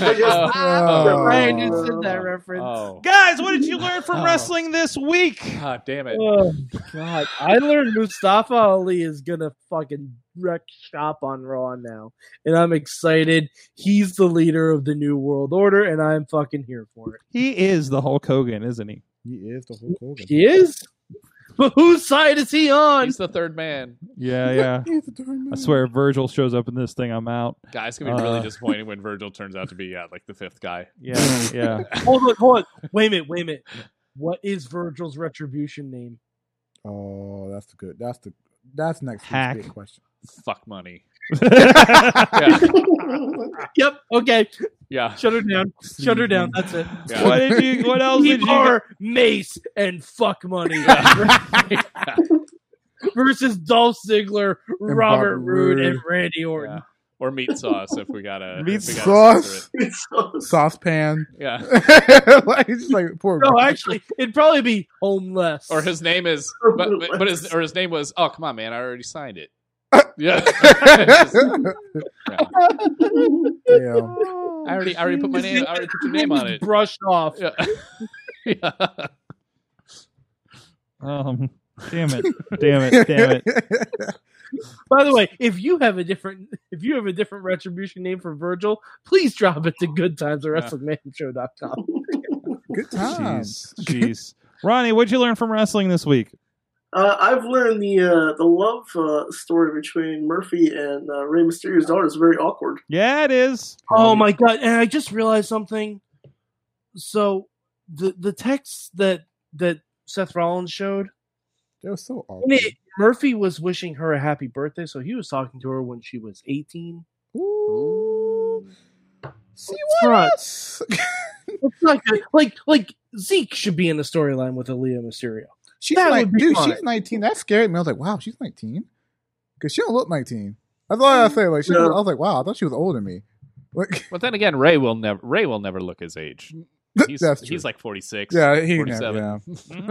Oh.
Ryan, you said that reference.
Oh.
Guys, what did you learn from
Oh.
wrestling this week?
God damn it!
Oh God! I learned Mustafa Ali is gonna fucking wreck shop on Raw now, and I'm excited. He's the leader of the New World Order, and I'm fucking here for it.
He is the Hulk Hogan, isn't he?
He is the Hulk Hogan.
He is. [LAUGHS] But whose side is he on?
He's the third man.
Yeah,
[LAUGHS]
yeah.
He's the third
I
man.
swear, if Virgil shows up in this thing, I'm out.
God, it's gonna be really
Uh,
disappointing when Virgil turns out to be uh, like the fifth guy.
Yeah, yeah. [LAUGHS]
hold on, hold on. Wait a minute, wait a minute. What is Virgil's retribution name?
Oh, that's the good. That's the that's next week's
Hack.
big question.
[LAUGHS]
Fuck money.
yeah.
[LAUGHS]
Yep. Okay.
Yeah.
Shut her down. Shut her down. That's it.
Yeah.
What did you? What else did
Keep
you?
our mace and fuck
[LAUGHS]
money [LAUGHS] versus Dolph Ziggler,
And
Robert
Robert
Roode,
Roode.
and Randy Orton.
Yeah. Or meat sauce if we gotta
Meat
if we gotta
sauce?
censor
Saucepan. [LAUGHS]
it. Yeah.
like, it's just like poor.
No,
[LAUGHS]
actually, it'd probably be homeless.
Or his name is but but, but his or his name was oh come on man I already signed
[LAUGHS]
it. Yeah.
Damn.
I already I already put my name I already put your name on it.
brushed off.
Yeah. [LAUGHS] yeah.
Um, damn it! Damn it! Damn it!
By the way, if you have a different if you have a different retribution name for Virgil, please drop it to good times or wrestlingmanshow.com.
[LAUGHS] Good times.
Jeez, jeez. Ronnie, what'd you learn from wrestling this week?
Uh, I've learned the uh, the love uh, story between Murphy and uh, Rey Mysterio's daughter is very awkward.
Yeah, it is.
Oh my god! And I just realized something. So the the text that that Seth Rollins showed,
They were so
in
awkward.
it, Murphy was wishing her a happy birthday, so he was talking to her when she was eighteen.
Ooh. See
It's
what?
not-
[LAUGHS] else?
It's not good. Like like Zeke should be in a storyline with Aaliyah Mysterio.
she's
That
like,
would be
dude,
fine.
she's 19. That scared me. I was like, wow, she's 19. Because she don't look 19. That's all I say. Like, she, I was like, wow, I thought she was older than me. [LAUGHS] Like,
But then again, Ray will never Ray will never look his age. He's
That's true.
he's like forty six.
yeah, he,
Forty-seven.
yeah, Mm-hmm.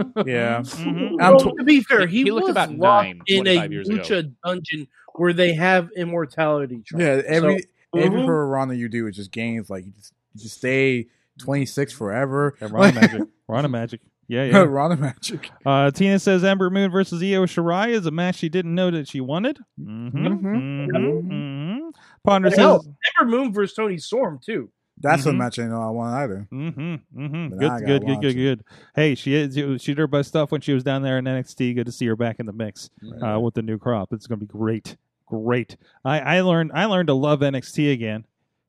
[LAUGHS] Mhm.
yeah. [LAUGHS]
Mm-hmm.
Mhm.
I'm
Well,
tw-
to be fair,
he-
he,
he
looked
looked
was
about
locked
nine
in a
25 years ago.
lucha dungeon where they have immortality. Charm.
Yeah, every
So-
Mm-hmm.
every
Mhm.
Piranha you do is just games. Like you just you just stay twenty six forever. [LAUGHS]
Yeah, Ronnie [LAUGHS] Magic. Ronnie Magic. Yeah, yeah.
Piranha magic.
[LAUGHS] Uh, Tina says Ember Moon versus Io Shirai is a match she didn't know that she wanted. Mm-hmm.
Mhm.
hmm Ponder
Hell,
says.
Ember Moon versus Tony Storm too.
That's
Mhm.
a match I know I want either.
Mm-hmm. Mm-hmm.
But
Good,
I gotta
good, good,
watch
good,
it.
good. Hey, she is, she did her best stuff when she was down there in NXT. Good to see her back in the mix uh, with the new crop. It's going to be great, great. I, I learned I learned to love NXT again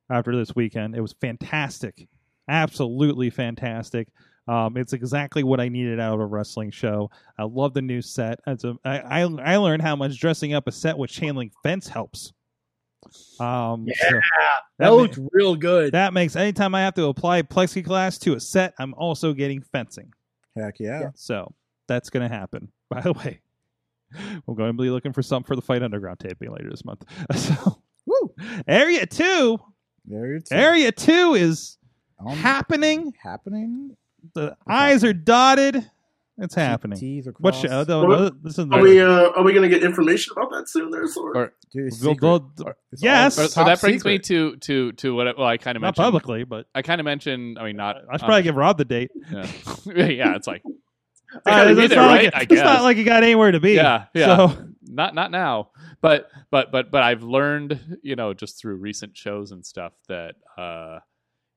after this weekend. It was fantastic, absolutely fantastic. Um, it's exactly what I needed out of a wrestling show. I love the new set. It's a, I, I I learned how much dressing up a set with chain link fence helps. Um, so
That,
ma-
looked real good.
that makes anytime I have to apply plexiglass to a set, I'm also getting fencing.
Heck yeah.
So that's going to happen. [LAUGHS] By the way, we're going to be looking for some for the Fight Underground taping later this month. [LAUGHS] So
Woo.
Area 2,
There you go.
Area 2 is
Um,
happening.
happening.
The I's are dotted. It's happening.
T's
What should, uh, the-
Well,
this is
are we uh, are we going to get information about that soon? There, or,
We'll go- yes.
So that brings me to to to what? I- Well, I kind of
Not
mentioned
publicly, but
I kind of mentioned. I mean, not.
I should probably give Rob the date.
Yeah, yeah [LAUGHS] it's like I
Uh,
gotta be
it's
there,
not [LAUGHS]
right?
like-
I
it's
guess
not like you got anywhere to be.
Yeah, yeah.
So-
Not not now, but but but but I've learned, you know, just through recent shows and stuff that uh,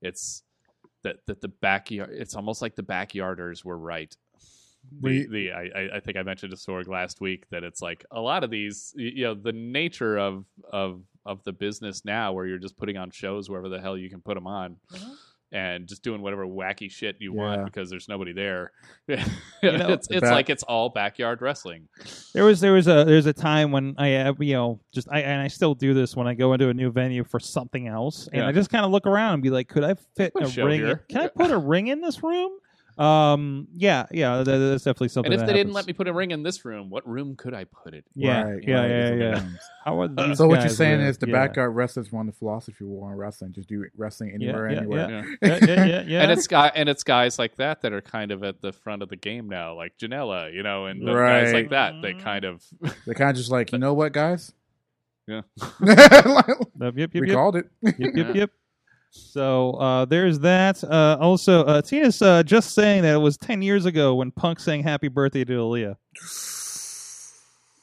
it's that that the backyard. It's almost like the backyarders were right. The,
We-
the I, I- I think I mentioned to Sorg last week that it's like a lot of these, y- you know, the nature of of of the business now, where you're just putting on shows wherever the hell you can put them on. And just doing whatever wacky shit you want
Yeah.
because there's nobody there. [LAUGHS]
know-
it's it's
Back-
like it's all backyard wrestling.
There was there was a there's a time when I uh, you know just I and I still do this when I go into a new venue for something else and
Yeah.
I just kind of look around and be like, could I fit
Put a
a
show
ring?
here.
In, [LAUGHS] can I put a ring in this room? Um, yeah, yeah, that, that's definitely something.
And if
that
they didn't
happens.
let me put a ring in this room, what room could I put it? in?
yeah,
Right,
yeah,
right,
yeah,
it's [LAUGHS]
yeah,
okay.
How are these
so what you're
guys
saying
really-
is the
yeah.
backyard wrestlers run the philosophy war on wrestling. Just do wrestling anywhere,
yeah,
anywhere.
yeah. Yeah, yeah, yeah, yeah.
And it's guy and it's guys like that that are kind of at the front of the game now, like Janela, you know, and the guys
Right.
like that. They kind of
[LAUGHS]
[LAUGHS]
They're kind of just like, you know what, guys? [LAUGHS]
yeah.
Yep, yep, yep,
we
yep.
called it. [LAUGHS]
yep, yep, yep. So uh, there's that. Uh, also, uh, Tina's uh, just saying that it was 10 years ago when Punk sang "Happy Birthday" to Aaliyah.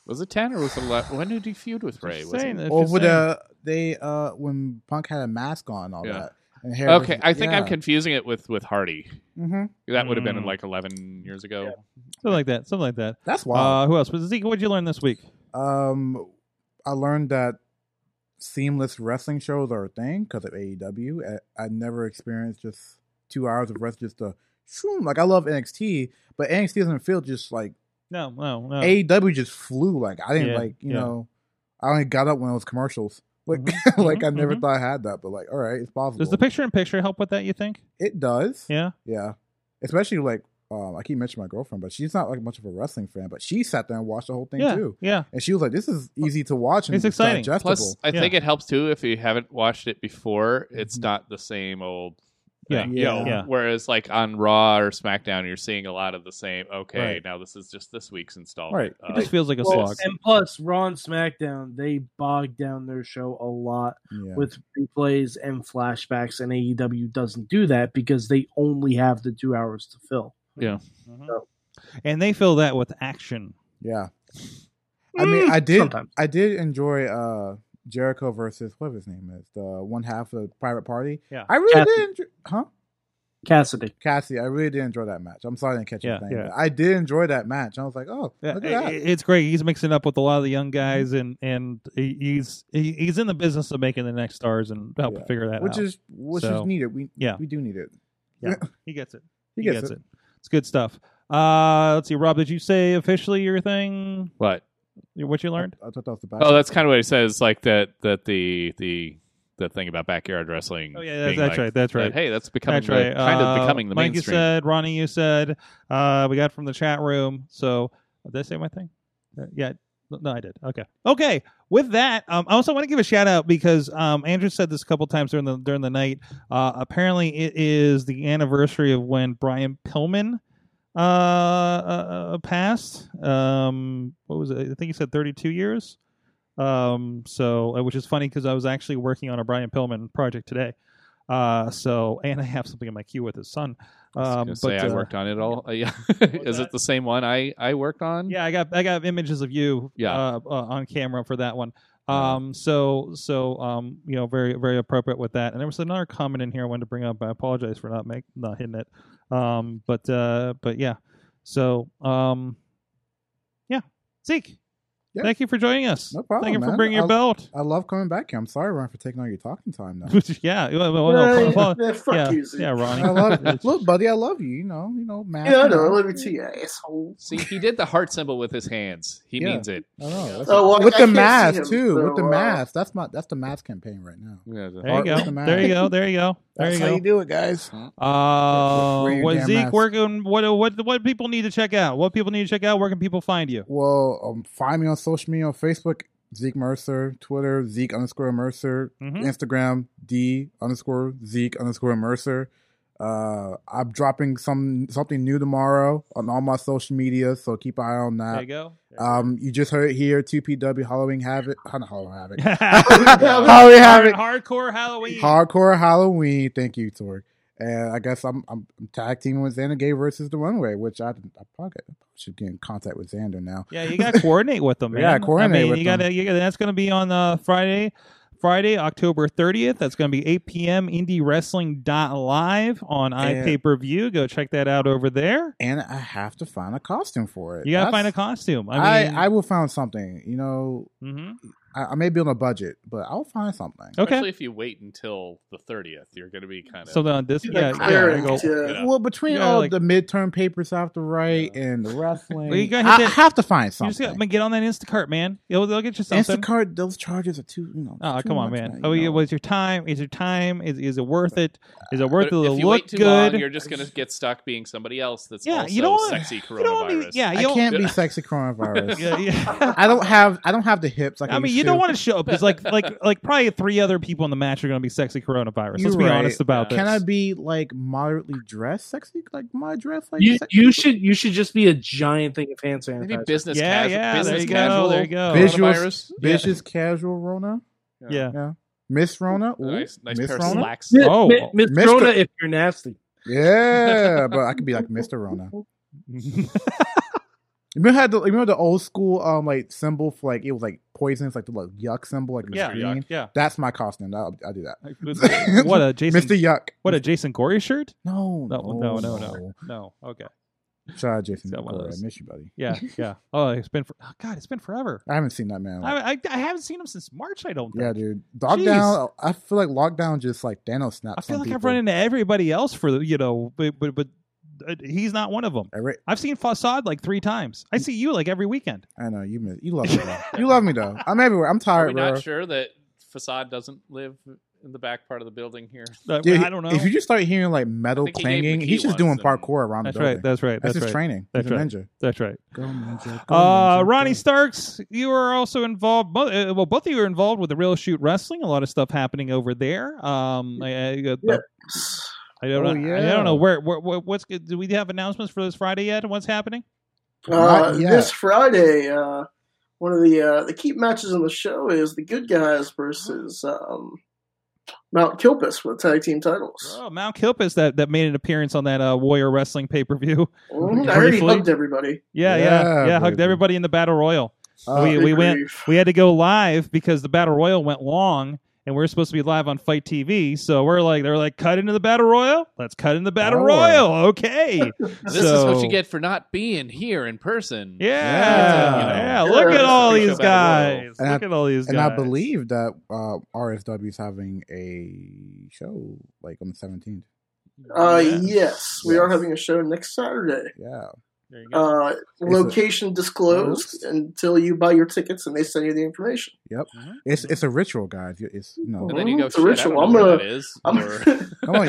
Was it ten or was it eleven? When did he feud with Ray? Was
saying
it?
that-
Or
Just
with
saying.
uh, they uh, when Punk had a mask on, and all
Yeah.
that. And hair was-
Okay, I think I'm
yeah.
confusing it with with Hardy.
Mhm.
That would have been
Mm.
like eleven years ago.
Something like that. Something like that.
That's wild.
Uh, who else? Zeke, what'd you learn this week?
Um, I learned that seamless wrestling shows are a thing because of AEW. I, I never experienced just two hours of rest, just a shoom. Like I love NXT, but NXT doesn't feel just like
No, no, no.
AEW just flew. Like I didn't
Yeah,
like you
yeah.
know, I only got up when it was commercials. [LAUGHS] Like like I never thought I had that, but like all right, it's possible.
Mm-hmm, Does the picture in picture help with that? You think?
It does.
Yeah.
Yeah. Especially like um, I keep mentioning my girlfriend, but she's not like much of a wrestling fan, but she sat there and watched the whole thing
Yeah,
too.
yeah.
And she was like, This is easy to watch and
It's exciting.
digestible.
Plus, I think it helps too if you haven't watched it before. It's not the same old.
Yeah.
thing, you know,
Mm-hmm. Yeah.
Whereas, like on Raw or SmackDown, you're seeing a lot of the same. Okay,
Right.
now this is just this week's
Right.
installment.
It
of
just feels like a
this.
slog.
And plus, Raw and SmackDown they bogged down their show a lot
Yeah.
with replays and flashbacks, and AEW doesn't do that because they only have the two hours to fill.
Yeah.
Mm-hmm.
And they fill that with action.
Yeah. I mean
Mm,
I did
sometimes.
I did enjoy uh Jericho versus whatever his name is, the one half of the private party.
Yeah.
I really
Kathy.
did enjoy huh?
Cassidy.
Cassie, I really did enjoy that match. I'm sorry I didn't catch
Yeah,
your thing.
yeah.
but I did enjoy that match. I was like, oh,
Yeah,
look at
i-
that. Mm-hmm.
i- it's great. He's mixing up with a lot of the young guys, and and he- he's he- he's in the business of making the next stars and helping
Yeah.
figure that
which
out.
is which
So,
is needed. We
yeah.
we do need it.
Yeah. he gets it.
He
He
gets, it.
It's good stuff. Uh, let's see, Rob. Did you say officially your thing?
What?
What you learned?
I thought that was the
Oh, that's kind of what he says. Like that. That the the the thing about backyard wrestling.
Oh, yeah, that's-
being
that's
like
right, that's
that,
right.
hey, that's becoming
That's
the, kind of
Uh,
becoming the
Mike,
mainstream.
you said. Ronnie, you said. Uh, we got from the chat room. So did I say my thing? Uh, yeah. No, I did. Okay. Okay. With that, um, I also want to give a shout out because um, Andrew said this a couple times during the during the night. Uh, apparently, it is the anniversary of when Brian Pillman uh, uh, uh, passed. Um, what was it? I think he said 32 years. Um, so, uh, which is funny because I was actually working on a Brian Pillman project today. Uh, so, and I have something in my queue with his son.
I
Um,
was
but
gonna say I
uh,
worked on it all. [LAUGHS] yeah.
[LAUGHS]
Is
that?
it the same one I I worked on?
Yeah, I got I got images of you
Yeah.
uh, uh, on camera for that one. Um, so so um, you know, very very appropriate with that. And there was another comment in here I wanted to bring up. I apologize for not make not hitting it. Um, but uh, but yeah, so um, yeah, Zeke,
Yeah.
thank you for joining us.
No problem.
Thank you for
man.
bringing your
I-
belt. [LAUGHS]
I love coming back here. I'm sorry, Ron, for taking all your talking time now.
yeah, well, well, well,
Yeah,
well,
yeah, yeah, fuck
yeah,
you, Zeke.
yeah, Ronnie. [LAUGHS]
I love look, buddy. I love you. You know, you know, man.
yeah, I know. Let me tell you, asshole.
See, he did the heart symbol with his hands. He
Yeah.
means it.
I know. That's
Oh, well,
with
I
the
can't see
mask
him,
too.
so,
with the
uh,
mask. That's my that's the mask campaign right now.
Yeah, the-
There you
Art with
go.
the mask.
There you go. There you go. There
That's
you go.
how you do it, guys.
Uh,
Wear your
what
damn
Zeke
mask.
working? What what what people need to check out? What people need to check out? Where can people find you?
Well, um, find me on social media on Facebook, Zeke Mercer, Twitter, Zeke underscore Mercer,
Mhm.
Instagram, D underscore Zeke underscore Mercer. Uh, I'm dropping some something new tomorrow on all my social media, so keep an eye on that.
There you go. [LAUGHS]
Um, you just heard it here, 2PW Halloween Havoc. uh, Not
[LAUGHS]
Halloween Havoc. [LAUGHS] Halloween Havoc.
Hardcore Halloween.
Hardcore Halloween. Thank you, Torg. And I guess I'm I'm, I'm tag teaming with Xander Gay versus the Runway, which I, I probably should get in contact with Xander now.
Yeah, you got to coordinate with them.
Yeah,
Man.
coordinate
I mean,
with
you
them.
Gotta, you gotta, that's going to be on uh, Friday, Friday, October 30th. That's going to be 8 p.m. Indie Wrestling live on
And-
iPay per view. Go check that out over there.
And I have to find a costume for it.
You got to
That's-
find a costume. I
I,
mean, mm-hmm.
I, will find something. You know, I, I may be on a budget, but I'll find something.
Oh,
Especially if you wait until the 30th, you're going to be kind of.
So then this- yeah, yeah,
You know.
Well, between
Yeah,
all
like-
the midterm papers I have to write and the wrestling,
Well, you gotta
I,
hit
I
that-
have to find
you just
something.
got, get on that Instacart, man. They'll, they'll get you something.
Instacart, those charges are too. You know,
Oh
too
come on,
much,
man!
you
Oh, yeah,
know.
was your time? Is your time? Is is it worth it? Is it worth it?
But
Will
if
it
you
look
wait too
good?
long, you're just going to get stuck being somebody else that's
Yeah,
also
you don't-
sexy
you don't wanna be-
coronavirus.
yeah, you
I
don't- [LAUGHS]
can't be sexy coronavirus.
[LAUGHS] Yeah,
[LAUGHS]
I don't have. I don't have the hips. Like
I mean,
used
you don't
to.
want to show up because like
[LAUGHS]
like like probably three other people in the match are going to be sexy coronavirus.
You're
Let's be
right.
honest about
Can I
this.
be like moderately dressed, sexy? Like my dress, like
You
sexy?
you should you should just be a giant thing of hand sanitizer.
Maybe business
Yeah,
casual.
yeah, there
business
you go,
casual.
there you go.
vicious,
coronavirus.
vicious, casual Rona.
Yeah.
yeah. Miss Rona, Ooh,
Nice- nice
Miss
pair of
Rona.
slacks.
Mi-
Oh,
mi- Miss
Mr.
Rona, if you're nasty.
Yeah, but I could be like
[LAUGHS]
Mr. Rona. You remember, had the, you remember the old school um like symbol for like it was like poisons like the like, yuck symbol like
Yeah,
Mr. Green?
yuck, yeah.
That's my costume. I'll, I'll do that.
[LAUGHS] What a Jason-
Mr. Yuck.
What a Jason Corey shirt?
No,
no, no, no, no,
no.
no. Okay,
Sorry, Jason.
Got one of
Corey, I
those.
miss you, buddy. [LAUGHS]
yeah, yeah. Oh, it's been for, oh, God, it's been forever.
I haven't seen that man. like-
I, I I haven't seen him since March. I don't. Think.
yeah, dude.
Jeez.
Lockdown. I feel like lockdown just like Thanos snaps.
I feel
some
like I've
people.
run into everybody else for the you know, but but but uh, he's not one of them.
I, re-
I've seen Facade like three times. I see you like every weekend.
I know you miss. You love me. Though. you love me though. I'm everywhere. I'm
Are
tired,
we
bro.
not sure that facade doesn't live in the back part of the building
[LAUGHS]
here?
Uh,
Dude,
I don't know.
If you just start hearing like metal
think he gave
clanging,
McKee
he's just
once
doing
and-
parkour around
That's
the building.
right. That's right.
That's, his
right.
training.
That's
he's
right.
a ninja.
That's right.
Go ninja. Go
Uh,
ninja,
Ronnie
go.
Starks, you are also involved. Both, uh, well, both of you are involved with the Real Shoot Wrestling. A lot of stuff happening over there. Um, I, I, uh, I don't
Oh,
know. I
yeah.
don't know where, where, where. What's good? do we have announcements for this Friday yet? and What's happening?
Uh,
Not yet.
this Friday, uh, one of the uh, the key matches on the show is the Good Guys versus um, Mount Kilpis for the tag team titles.
Oh, Mount Kilpis that that made an appearance on that uh, Warrior Wrestling pay per view.
Mhm, I already hugged everybody.
Yeah, yeah, yeah.
Yeah,
hugged
baby.
everybody in the battle royal.
Uh,
we
Good
we went.
grief.
We had to go live because the battle royal went long, and we were supposed to be live on Fight TV. So we're like, they're like, cut into the battle royal. Let's cut into the battle
Oh.
royal. Okay.
[LAUGHS] This is what
So-
you get for not being here in person.
Yeah, yeah.
Yeah.
Look at
Yeah.
all these
Appreciate that
guys.
And I-
Look at all these guys.
And I believe that uh, RSW is having a show like on the 17th.
Uh,
Yes.
yes. we are
Yes.
having a show next Saturday.
Yeah.
There you go.
Uh,
Is it-
location disclosed until you buy your tickets and they send you the information.
Yep. It's it's a ritual, guys. It's you know.
And then you go,
It's a
shit, I don't
ritual.
know
I'm
where
gonna,
that is.
[LAUGHS] I'm,
Or,
I'm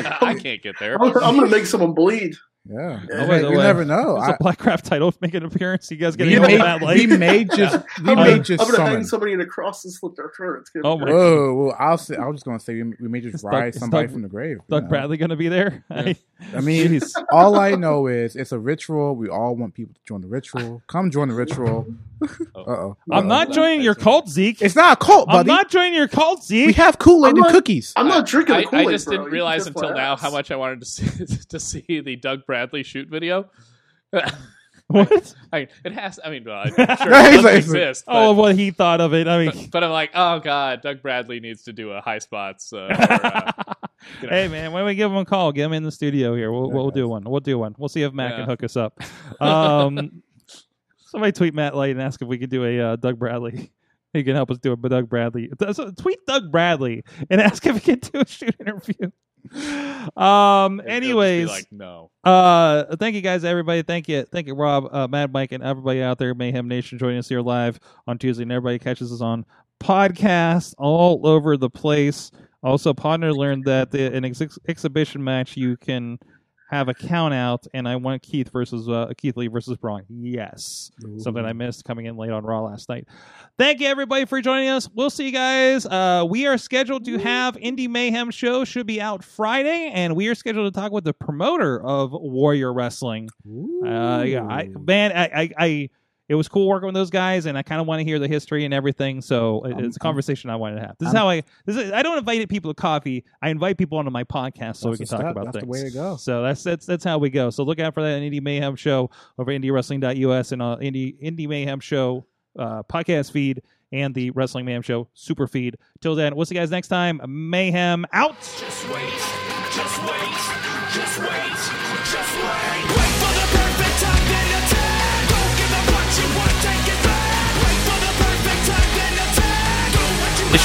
[LAUGHS]
[LAUGHS]
like,
I can't get there.
I'm, I'm gonna make someone bleed.
yeah.
Yeah.
You
By
ne-
the
you
way,
never know.
There's
I,
a Black Craft title make an appearance. You guys
we,
[LAUGHS] getting all
may,
that
we [LAUGHS]
light?
may
[LAUGHS]
just we may
I'm gonna,
just
I'm gonna hang
summon.
somebody in a cross and slit their throat. It's gonna
Oh
be
my [LAUGHS]
great.
Whoa, whoa, I'll say, I was just gonna say we, we may
Is
just
Doug-
rise
is
somebody
Doug-
from the grave. you
Doug
know.
Bradley gonna be there?
I mean,
Jeez.
all I know is it's a ritual. We all want people to join the ritual. Come join the ritual. [LAUGHS] Uh oh.
I'm not joining your cult, Zeke.
It's not a cult, buddy.
I'm not joining your cult,
we
Zeke.
have Kool Aid
I'm
and
not-
cookies.
I'm not drinking.
I,
the
I
Kool-Aid,
just
bro.
didn't
You
realize
just
until
flat
now
ass.
how much I wanted to [LAUGHS] see to see the Doug Bradley shoot video.
[LAUGHS]
[LAUGHS]
What?
I, it has. I mean, well,
[LAUGHS]
I'm sure it
He's
doesn't
like-
exist. But,
Oh, what he thought of it. I mean,
but, but I'm like, oh god, Doug Bradley needs to do a high spots.
[LAUGHS]
Uh, or, uh, you
[LAUGHS]
know.
hey man, when we give him a call, get him in the studio here. We'll, we'll do one. We'll do one. We'll see if Matt
Yeah.
can hook us
[LAUGHS]
up. Um, somebody tweet Matt Light and ask if we could do a uh, Doug Bradley. [LAUGHS] He can help us do it, but Doug Bradley. So tweet Doug Bradley and [LAUGHS] ask if he can do a shoot interview. [LAUGHS] Um.
It- it'll just be
Anyways,
like no.
uh, thank you guys, everybody. Thank you, thank you, Rob, uh, Mad Mike, and everybody out there, Mayhem Nation, joining us here live on Tuesday. And everybody catches us on podcasts all over the place. Also, Podner learned that the, an ex- exhibition match you can have a count out, and I want Keith versus uh, Keith Lee versus Braun. Yes, something I missed coming in late on Raw last night. Thank you everybody for joining us. We'll see you guys. Uh, we are scheduled to have Indie Mayhem show should be out Friday, and we are scheduled to talk with the promoter of Warrior Wrestling. Uh, yeah, I, man, I, I, I it was cool working with those guys, and I kind of want to hear the history and everything. So it- it's a conversation I wanted to have. This is
I'm-
how I. This is, I don't invite people to coffee. I invite people onto my podcast so we
That's
can talk
the step.
about
That's the
things.
way to go.
So that's that's that's how we go. So look out for that Indie Mayhem show over at IndieWrestling.us and uh, Indie Indie Mayhem show uh, podcast feed and the Wrestling Mayhem show super feed. Till then, we'll see you guys next time. Mayhem out.
Just wait, just wait, just wait, just wait. Wait for the perfect time then attack. Don't give up what you want, take it back. Wait for the perfect time then attack. Don't let you
This